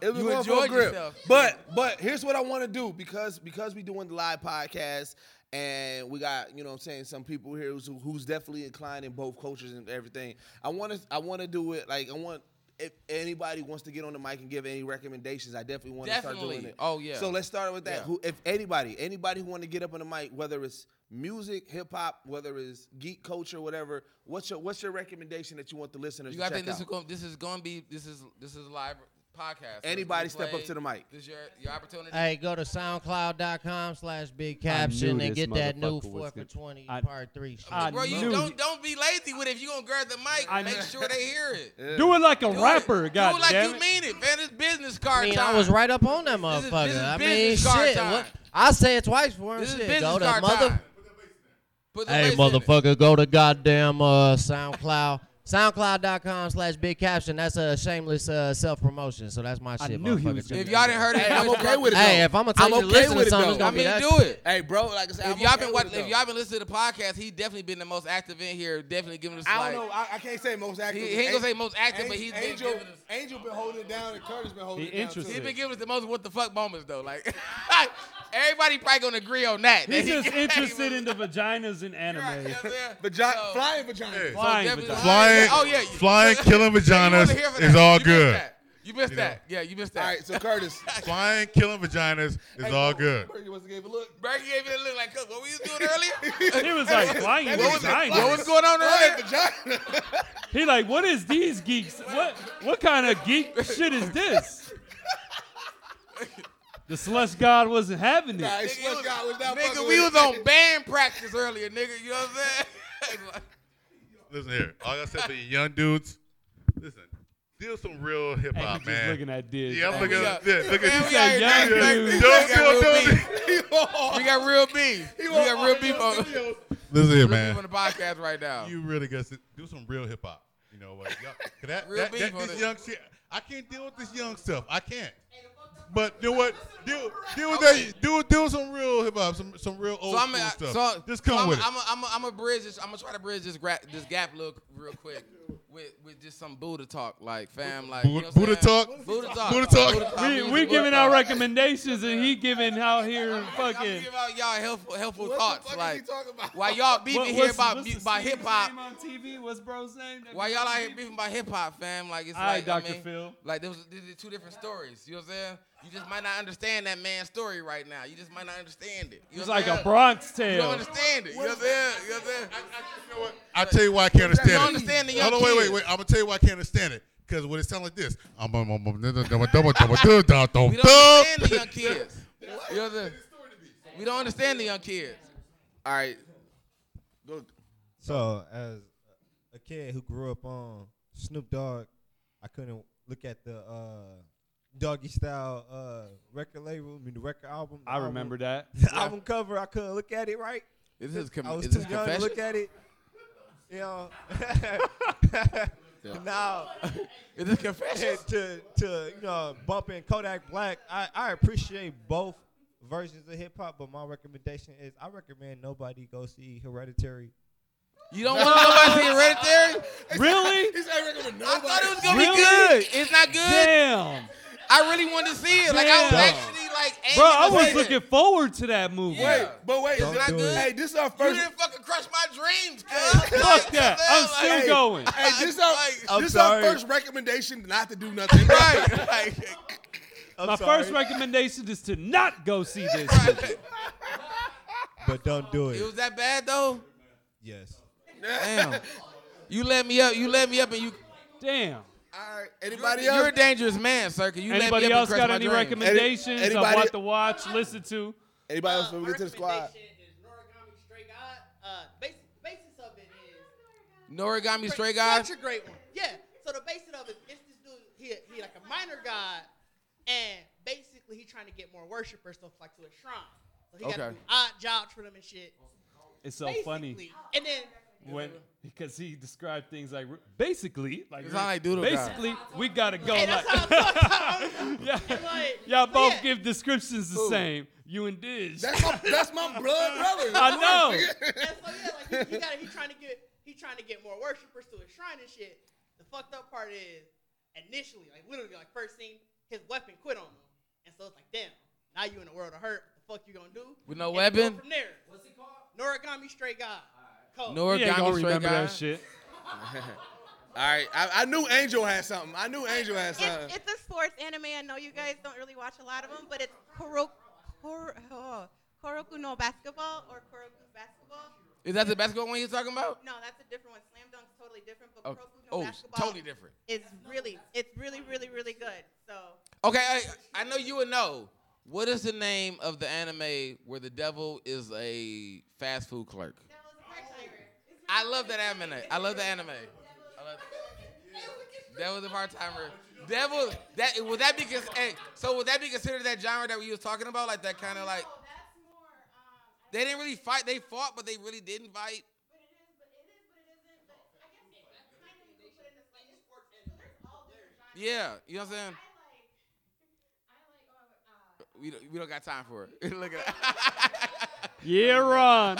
Speaker 3: It was
Speaker 5: you
Speaker 3: going for a
Speaker 5: enjoyed
Speaker 3: grip.
Speaker 5: yourself.
Speaker 3: But but here's what I want to do because because we doing the live podcast and we got you know what I'm saying some people here who's, who's definitely inclined in both cultures and everything. I want to I want to do it like I want if anybody wants to get on the mic and give any recommendations, I definitely want to start doing
Speaker 5: Definitely.
Speaker 3: it.
Speaker 5: Oh, yeah.
Speaker 3: So let's start with that.
Speaker 5: Yeah.
Speaker 3: Who if anybody anybody who want to get up on the mic, whether it's
Speaker 15: music, hip hop, whether it's geek culture, whatever. What's your what's your recommendation that you want the listeners
Speaker 5: You
Speaker 15: to
Speaker 5: gotta
Speaker 15: check
Speaker 5: think this
Speaker 15: out?
Speaker 5: is going. This is going to be. This is this is live podcast. So
Speaker 15: Anybody
Speaker 5: it's
Speaker 15: step
Speaker 5: gonna
Speaker 15: up to the mic.
Speaker 5: This is your your opportunity.
Speaker 7: Hey, go to soundcloud.com slash big caption and get that new four for 20 part three. shit.
Speaker 5: Bro, you don't don't be lazy with it. If you gonna grab the mic, make sure they hear it.
Speaker 4: Do it like a
Speaker 5: Do it.
Speaker 4: rapper,
Speaker 5: Do it like
Speaker 4: goddamn
Speaker 5: you mean it, man. It's business
Speaker 7: I
Speaker 5: card
Speaker 7: mean,
Speaker 5: time.
Speaker 7: I was right up on that
Speaker 5: is-
Speaker 7: motherfucker.
Speaker 5: this is
Speaker 7: I mean,
Speaker 5: business card
Speaker 7: shit.
Speaker 5: time.
Speaker 7: What, I say it twice for him.
Speaker 5: This is
Speaker 7: shit.
Speaker 5: business
Speaker 7: Go to
Speaker 5: card
Speaker 7: mother.
Speaker 5: time. Put the
Speaker 7: Hey,
Speaker 5: bass in it.
Speaker 7: motherfucker, go to goddamn uh, SoundCloud. SoundCloud.com slash big caption. That's a shameless uh, self promotion. So that's my shit. motherfucker. Check
Speaker 5: If
Speaker 7: it
Speaker 5: y'all
Speaker 7: out.
Speaker 5: didn't heard it,
Speaker 7: Hey,
Speaker 5: it's fucking-
Speaker 7: Hey, if I'm gonna tell you to listen to something, it's
Speaker 5: I
Speaker 7: gonna be
Speaker 5: mean,
Speaker 7: that
Speaker 5: do
Speaker 7: shit.
Speaker 5: it.
Speaker 15: Hey, bro, like I said,
Speaker 5: if
Speaker 15: I'm
Speaker 5: y'all
Speaker 15: okay
Speaker 5: been
Speaker 15: with
Speaker 5: watching,
Speaker 15: it,
Speaker 5: if
Speaker 15: though.
Speaker 5: y'all been listening to the podcast, he definitely been the most active in here. Definitely giving us.
Speaker 15: I
Speaker 5: like,
Speaker 15: don't know. I, I can't say most active.
Speaker 5: He, he ain't gonna
Speaker 15: An-
Speaker 5: say most active, but
Speaker 15: Angel-
Speaker 5: he's
Speaker 15: Angel.
Speaker 5: been giving us.
Speaker 15: Angel been holding it down, and Curtis been holding
Speaker 5: He
Speaker 15: it down. too.
Speaker 5: He's been giving us the most what the fuck moments though. Like everybody probably gonna agree on that.
Speaker 4: He's
Speaker 5: That he-
Speaker 4: just interested in the vaginas in anime.
Speaker 15: Vagi- flying vagina.
Speaker 4: Flying
Speaker 5: definitely-
Speaker 4: vagina.
Speaker 13: Flying,
Speaker 5: Oh, yeah.
Speaker 13: flying, killing vaginas is all good.
Speaker 5: You missed
Speaker 13: You know.
Speaker 5: that. Yeah, you missed that. All right,
Speaker 15: so Curtis.
Speaker 13: Flying, killing vaginas is all good.
Speaker 15: Berkey must have gave a look.
Speaker 5: Berkey gave it a look like, "Cuz, what were you doing
Speaker 4: He
Speaker 5: earlier?
Speaker 4: was like, flying
Speaker 5: That nigga was like,
Speaker 4: vaginas.
Speaker 5: What was going on earlier?
Speaker 4: He like, what is these geeks? What what kind of geek shit is this? The slush god wasn't having it.
Speaker 5: Nigga, it was- Nigga, we was on band practice earlier, nigga. You know what I'm saying?
Speaker 13: Listen here. All I said to you young dudes, listen, deal some real hip hop,
Speaker 4: just
Speaker 13: man.
Speaker 4: looking at this.
Speaker 13: Yeah, I'm
Speaker 4: Man,
Speaker 13: looking
Speaker 4: we
Speaker 13: at
Speaker 4: got-
Speaker 13: this. Look
Speaker 4: man,
Speaker 13: at
Speaker 4: we out here
Speaker 13: Yeah,
Speaker 4: doing this.
Speaker 13: Don't
Speaker 4: We got
Speaker 13: feel
Speaker 4: real
Speaker 13: don't-
Speaker 5: we got real beef. We got real beef on,
Speaker 13: Listen here,
Speaker 5: real
Speaker 13: man.
Speaker 5: beef on the podcast right now.
Speaker 13: You really got to do some real hip hop. You know what? Y'all- 'cause that,
Speaker 5: Real
Speaker 13: that,
Speaker 5: beef
Speaker 13: that-
Speaker 5: on
Speaker 13: this
Speaker 5: it.
Speaker 13: young shit, I can't deal with this young stuff. I can't. But do what? Do do with that. Do do some real hip hop. Some some real old
Speaker 5: So I'm
Speaker 13: school
Speaker 5: a,
Speaker 13: stuff.
Speaker 5: so
Speaker 13: Just come
Speaker 5: so
Speaker 13: with
Speaker 5: I'm
Speaker 13: it.
Speaker 5: a, I'm a, I'm a bridge. This, I'm gonna try to bridge this gra- this gap look real quick with with just some Buddha talk, like fam, like you know
Speaker 13: Buddha-
Speaker 5: what I'm
Speaker 13: Buddha
Speaker 5: saying?
Speaker 13: talk?
Speaker 5: Buddha talk,
Speaker 13: Buddha talk.
Speaker 5: I'm
Speaker 4: We,
Speaker 5: using
Speaker 4: we
Speaker 5: Buddha
Speaker 4: giving out
Speaker 5: talk.
Speaker 4: recommendations and he giving out here fucking.
Speaker 5: Give out y'all helpful helpful thouts, like
Speaker 4: Why
Speaker 5: while y'all beefing here about mu- by hip hop.
Speaker 4: on TV? What's bro's name? That
Speaker 5: Why
Speaker 4: be
Speaker 5: y'all
Speaker 4: on
Speaker 5: out here
Speaker 4: TV?
Speaker 5: beefing about hip hop, fam? Like it's
Speaker 4: All right,
Speaker 5: like I
Speaker 4: Dr.
Speaker 5: mean,
Speaker 4: Phil.
Speaker 5: Like there was these are two different stories. You know what I'm saying? You just might not understand that man's story right now. You just might not understand it. You
Speaker 4: It's
Speaker 5: know what
Speaker 4: like
Speaker 5: I'm
Speaker 4: a
Speaker 5: saying?
Speaker 4: Bronx
Speaker 5: You
Speaker 4: tale.
Speaker 5: don't understand it. You know what I'm saying? You know what I'm saying?
Speaker 13: I'll tell you why I can't understand
Speaker 5: You
Speaker 13: it.
Speaker 5: don't understand the young
Speaker 13: Hold on, wait, wait,
Speaker 5: kids.
Speaker 13: wait. I'm gonna tell you why I can't understand it. Cause when it sounds like this, I'm um, um, um, dum, dum, dum, dum, dum, dum, dum, dum,
Speaker 5: We don't
Speaker 13: dum.
Speaker 5: understand the young kids. You know what I'm saying? We don't understand the young kids. All right. Go.
Speaker 14: So as a kid who grew up on Snoop Dogg, I couldn't look at the uh, Doggy Style uh, record label, I mean the record album. the
Speaker 4: I
Speaker 14: album-
Speaker 4: remember that.
Speaker 14: The album cover, I couldn't look at it right.
Speaker 5: Is this com-
Speaker 14: I was
Speaker 5: is
Speaker 14: too
Speaker 5: this
Speaker 14: young to
Speaker 5: confession?
Speaker 14: look at it. You know.
Speaker 5: Yeah.
Speaker 14: Now,
Speaker 5: is this confession?
Speaker 14: To to you know, bumping Kodak Black, I, I appreciate both versions of hip hop, but my recommendation is I recommend nobody go see Hereditary.
Speaker 5: You don't want nobody to see Hereditary?
Speaker 4: Really?
Speaker 15: He's not recommending
Speaker 5: I thought it was gonna
Speaker 4: Really?
Speaker 5: be good. It's not good.
Speaker 4: Damn.
Speaker 5: I really wanted to see it. Like I was
Speaker 4: Damn.
Speaker 5: actually like,
Speaker 4: Bro,
Speaker 5: anxious
Speaker 4: I
Speaker 5: to see
Speaker 4: was
Speaker 5: it.
Speaker 4: looking forward to that movie.
Speaker 15: Wait, but wait,
Speaker 4: Don't
Speaker 15: is it
Speaker 4: do
Speaker 15: not
Speaker 4: it.
Speaker 15: good? Hey, this is our first.
Speaker 5: You didn't fucking crush my dreams, cuz.
Speaker 4: Fuck that. I'm still
Speaker 15: Hey,
Speaker 4: going.
Speaker 15: Hey, this is our,
Speaker 4: I'm
Speaker 15: this is our
Speaker 4: sorry.
Speaker 15: first recommendation not to do nothing.
Speaker 5: right. Like,
Speaker 4: My
Speaker 14: sorry.
Speaker 4: first recommendation is to not go see this. movie.
Speaker 14: But don't do
Speaker 5: It was that bad though.
Speaker 14: Yes.
Speaker 5: Damn. You let me up. You let me up, and you.
Speaker 4: Damn.
Speaker 15: All right. Anybody
Speaker 5: you're,
Speaker 15: else?
Speaker 5: You're a dangerous man, sir. 'cause You
Speaker 4: Anybody
Speaker 5: let me up
Speaker 4: else
Speaker 5: and
Speaker 4: got
Speaker 5: crush my
Speaker 4: any
Speaker 5: dreams.
Speaker 4: recommendations
Speaker 15: Any-
Speaker 4: of
Speaker 15: anybody-
Speaker 4: what to watch, listen to?
Speaker 15: Anybody
Speaker 6: Uh,
Speaker 15: else? Before we get to the squad.
Speaker 6: Straight God. Uh, basis, basis of it is
Speaker 5: Norigami
Speaker 6: Great-
Speaker 5: Stray Guys.
Speaker 6: Such a great one. Yeah. So the basis of it, it's this dude. He he like a minor god, and basically he trying to get more worshipers, so it's like to a shrine. So he got to
Speaker 4: Okay.
Speaker 6: do odd jobs for them and shit.
Speaker 4: It's so funny
Speaker 6: Basically. And then
Speaker 4: when because he described things like basically, like,
Speaker 5: It's not like Doodle God.
Speaker 4: basically, we gotta go.
Speaker 6: Hey,
Speaker 4: like,
Speaker 6: that's how I thought.
Speaker 4: yeah,
Speaker 6: And like,
Speaker 4: y'all
Speaker 6: but
Speaker 4: both
Speaker 6: yeah.
Speaker 4: give descriptions the
Speaker 6: Who?
Speaker 4: same. You and Diz.
Speaker 15: That's my, that's my blood brother.
Speaker 4: I know.
Speaker 6: like, he, he got he trying to get he trying to get more worshipers to his shrine and shit. The fucked up part is initially, like literally, like first scene, his weapon quit on him, and so it's like, damn, now you in the world of hurt. What the fuck you gonna do?
Speaker 5: With no
Speaker 6: And
Speaker 5: weapon?
Speaker 6: you go From there, what's he called? Noragami Straight God. Cold.
Speaker 5: Noragami
Speaker 4: He ain't gonna
Speaker 5: Straight
Speaker 4: remember
Speaker 5: Guy.
Speaker 4: that shit.
Speaker 15: All right, I, I knew Angel had something. I knew Angel had something.
Speaker 18: It's, it's a sports anime. I know you guys don't really watch a lot of them, but it's Koro, Koro, oh,
Speaker 17: Koroku no basketball or Koroku basketball.
Speaker 5: Is that the basketball one you're talking about?
Speaker 17: No, that's a different one. Slam Dunk's totally different, but
Speaker 5: Oh,
Speaker 17: Koroku no
Speaker 5: oh, it's
Speaker 17: basketball.
Speaker 5: totally different.
Speaker 17: It's really, it's really, really, really good. So
Speaker 5: Okay, I, I know you would know. What is the name of the anime where the devil is a fast food clerk? I love that anime. I love the anime. I love Devil's a part timer. Devil. That would that be? cons- Hey, so would that be considered that genre that we was talking about? Like that kind of like. They didn't really fight. They fought, but they really didn't fight. Yeah, you know what I'm saying. We don't, we don't got time for it. Look at that.
Speaker 4: Yeah, Ron.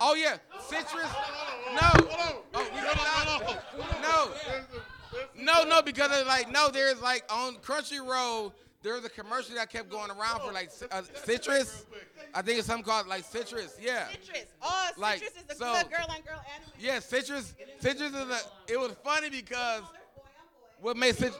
Speaker 5: Oh yeah, citrus. No. Oh, we did not. No. No, no, because it's like no, there's like on Crunchyroll, there's a commercial that kept going around for like uh, citrus. I think it's something called like citrus. Yeah.
Speaker 17: citrus. Oh, citrus
Speaker 5: Like,
Speaker 17: is a
Speaker 5: so-
Speaker 17: good girl on girl anime.
Speaker 5: Yeah, citrus. Citrus is a. It was funny because what made citrus.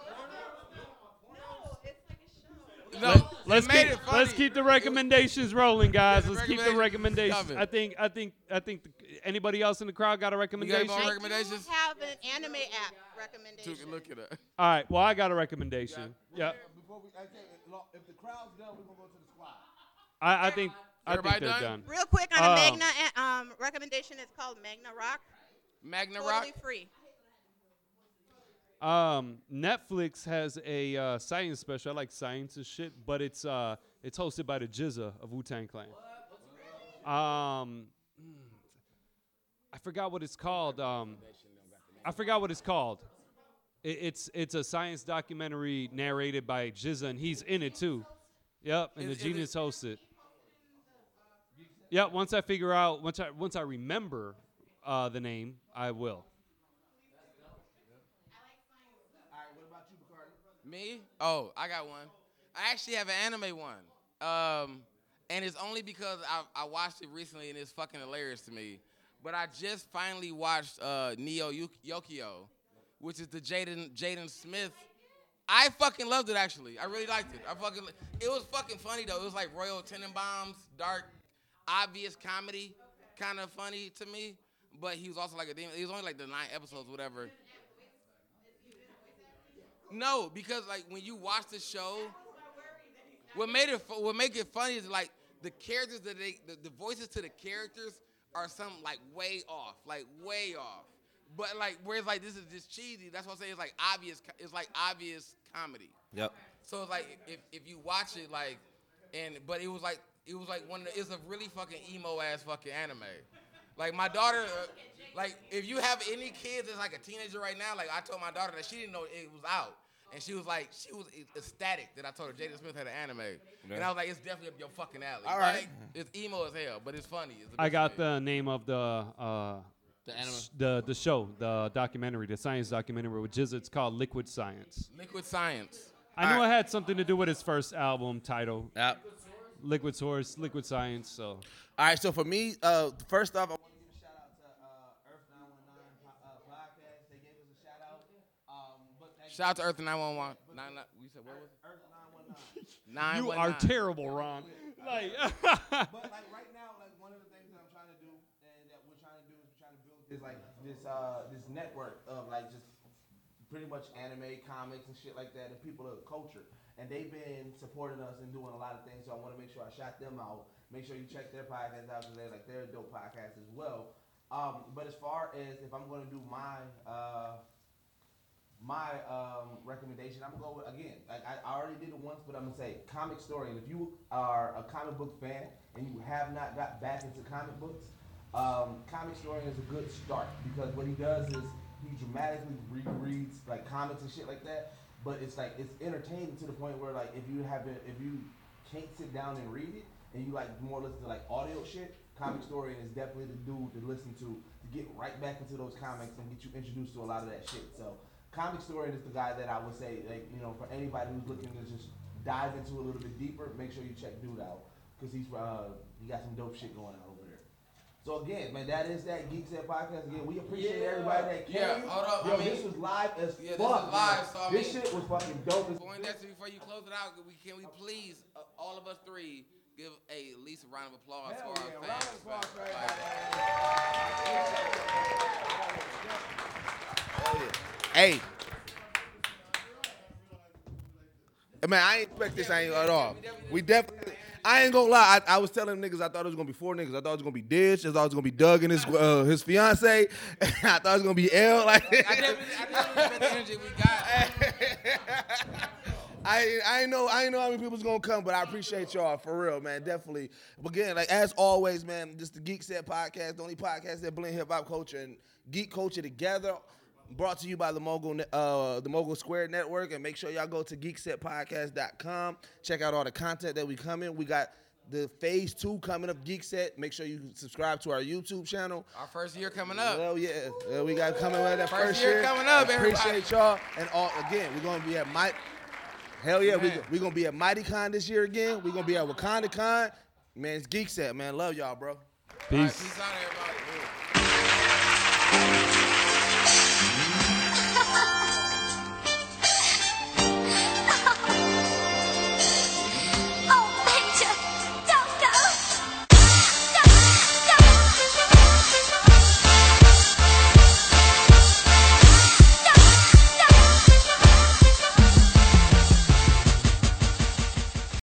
Speaker 5: No,
Speaker 4: Let's
Speaker 5: it made
Speaker 4: keep
Speaker 5: it funny.
Speaker 4: let's keep the recommendations rolling, guys. Let's keep the
Speaker 5: recommendations.
Speaker 4: recommendations. I think I think I think the, anybody else in the crowd got a recommendation.
Speaker 17: I do have an anime app recommendation.
Speaker 5: Look at that.
Speaker 4: All right. Well, I got a recommendation. Yeah.
Speaker 3: Before we, I tell you, lo- if the crowd's done, we're gonna go to the squad.
Speaker 4: I, I think I think
Speaker 5: Everybody
Speaker 4: they're
Speaker 5: done?
Speaker 4: done.
Speaker 17: Real quick on a
Speaker 4: Um,
Speaker 17: Magna uh, um, recommendation, it's called Magna Rock.
Speaker 5: Magna
Speaker 17: totally Totally free.
Speaker 4: Um, Netflix has a uh, science special. I like science and shit, but it's uh, it's hosted by the Jizza of Wu Tang Clan. Um, mm, I forgot what it's called. Um, I forgot what it's called. I- it's it's a science documentary narrated by Jizza, and he's in it too. Yep, and the genius hosts it. Yeah, once I figure out, once I once I remember uh, the name, I will.
Speaker 3: All right, what about you, Bacardi?
Speaker 5: Me? Oh, I got one. I actually have an anime one. Um, and it's only because I, I watched it recently and it's fucking hilarious to me. But I just finally watched uh, Neo Yu- Yokio, which is the Jaden Jaden Smith. I fucking loved it actually. I really liked it. I fucking li- it was fucking funny though. It was like Royal Tenenbaums, dark, obvious comedy, kind of funny to me. But he was also like a demon. He was only like the nine episodes, whatever. No, because like when you watch the show, what made it fu- what make it funny is like the characters that they the, the voices to the characters are some like way off, like way off. But like whereas like this is just cheesy. That's what I'm saying. It's like obvious. co- It's like obvious comedy.
Speaker 19: Yep.
Speaker 5: So it's like if, if you watch it like, and but it was like it was like one. Of the, it's a really fucking emo ass fucking anime. Like my daughter, uh, like if you have any kids that's like a teenager right now, like I told my daughter that she didn't know it was out, and she was like she was e- ecstatic that I told her Jaden Smith had an anime, and I was like it's definitely up your fucking alley.
Speaker 3: All right.
Speaker 5: Like, it's emo as hell, but it's funny. It's the
Speaker 4: I
Speaker 5: best
Speaker 4: got
Speaker 5: shit.
Speaker 4: the name of the uh,
Speaker 5: The anime?
Speaker 4: s- the the show, the documentary, the science documentary, which is it's called Liquid Science.
Speaker 5: Liquid Science.
Speaker 4: I know it had something to do with his first album title.
Speaker 3: Yep.
Speaker 4: Liquid Source, Liquid Science. So
Speaker 3: All right, so for me, uh, first off, I want to give a shout out to uh, Earth 919 po- uh, podcast. They gave us a shout out. Um, but thank
Speaker 5: Shout out to
Speaker 3: you.
Speaker 5: Earth 911. Nine, nine, we said what was it?
Speaker 3: Earth 919.
Speaker 5: Nine
Speaker 4: you
Speaker 5: one
Speaker 4: are
Speaker 5: nine.
Speaker 4: terrible, Ron. Like
Speaker 3: but like right now, like one of the things that I'm trying to do and that we're trying to do is we're trying to build this like this uh this network of like just pretty much anime, comics, and shit like that, and people of the culture. And they've been supporting us and doing a lot of things. So I want to make sure I shout them out. Make sure you check their podcast out because they're like they're a dope podcast as well. Um, but as far as if I'm going to do my uh, my um, recommendation, I'm gonna go with, again. Like I, I already did it once, but I'm gonna say comic story. And if you are a comic book fan and you have not got back into comic books, um, comic story is a good start because what he does is he dramatically rereads like comics and shit like that. But it's like it's entertaining to the point where like if you haven't if you can't sit down and read it and you like more listen to like audio shit, comic story is definitely the dude to listen to to get right back into those comics and get you introduced to a lot of that shit. So Comic Story is the guy that I would say, like, you know, for anybody who's looking to just dive into it a little bit deeper, make sure you check dude out because he's uh, he got some dope shit going on over there.
Speaker 20: So again, man, that is that Geeks at Podcast. Again, we appreciate everybody that came.
Speaker 5: Yeah, hold up,
Speaker 20: Yo,
Speaker 5: I mean-
Speaker 20: this was live as
Speaker 5: Yeah, this
Speaker 20: fuck.
Speaker 5: is live,
Speaker 20: man.
Speaker 5: so I
Speaker 20: this
Speaker 5: mean-
Speaker 20: shit was fucking dope. as-
Speaker 5: Going that's before you close it out, we can we please uh, all of us three give a at least a round of applause for our fans. man.
Speaker 3: Hey. Man, I ain't expect this ain't at all. We definitely. I ain't gonna lie. I, I was telling niggas I thought it was gonna be four niggas. I thought it was gonna be Dish. I thought it was gonna be Doug and his uh, his fiance. I thought it was gonna be L.
Speaker 5: I
Speaker 3: Like,
Speaker 5: definitely, I definitely respect the energy we got.
Speaker 3: I I ain't know I ain't know how many people's gonna come, but I appreciate y'all for real, man. Definitely. But again, like as always, man, just the Geek Set podcast, the only podcast that blend hip hop culture and geek culture together. Brought to you by the Mogul, Ne- uh, the Mogul Square Network, and make sure y'all go to geeksetpodcast.com. Check out all the content that we coming. We got the phase two coming up, Geek Set. Make sure you subscribe to our YouTube channel.
Speaker 5: Our first year coming up.
Speaker 3: Well, yeah, yeah, we got coming right that
Speaker 5: First
Speaker 3: first,
Speaker 5: year coming up,
Speaker 3: Appreciate
Speaker 5: everybody.
Speaker 3: y'all, and all again, we're gonna be at my. Hell yeah, we
Speaker 5: Man.
Speaker 3: we gonna be at Mighty Con this year again. We're gonna be at Wakanda Con. Man, it's Geek Set, man. Love y'all, bro.
Speaker 5: Peace. Peace out, everybody.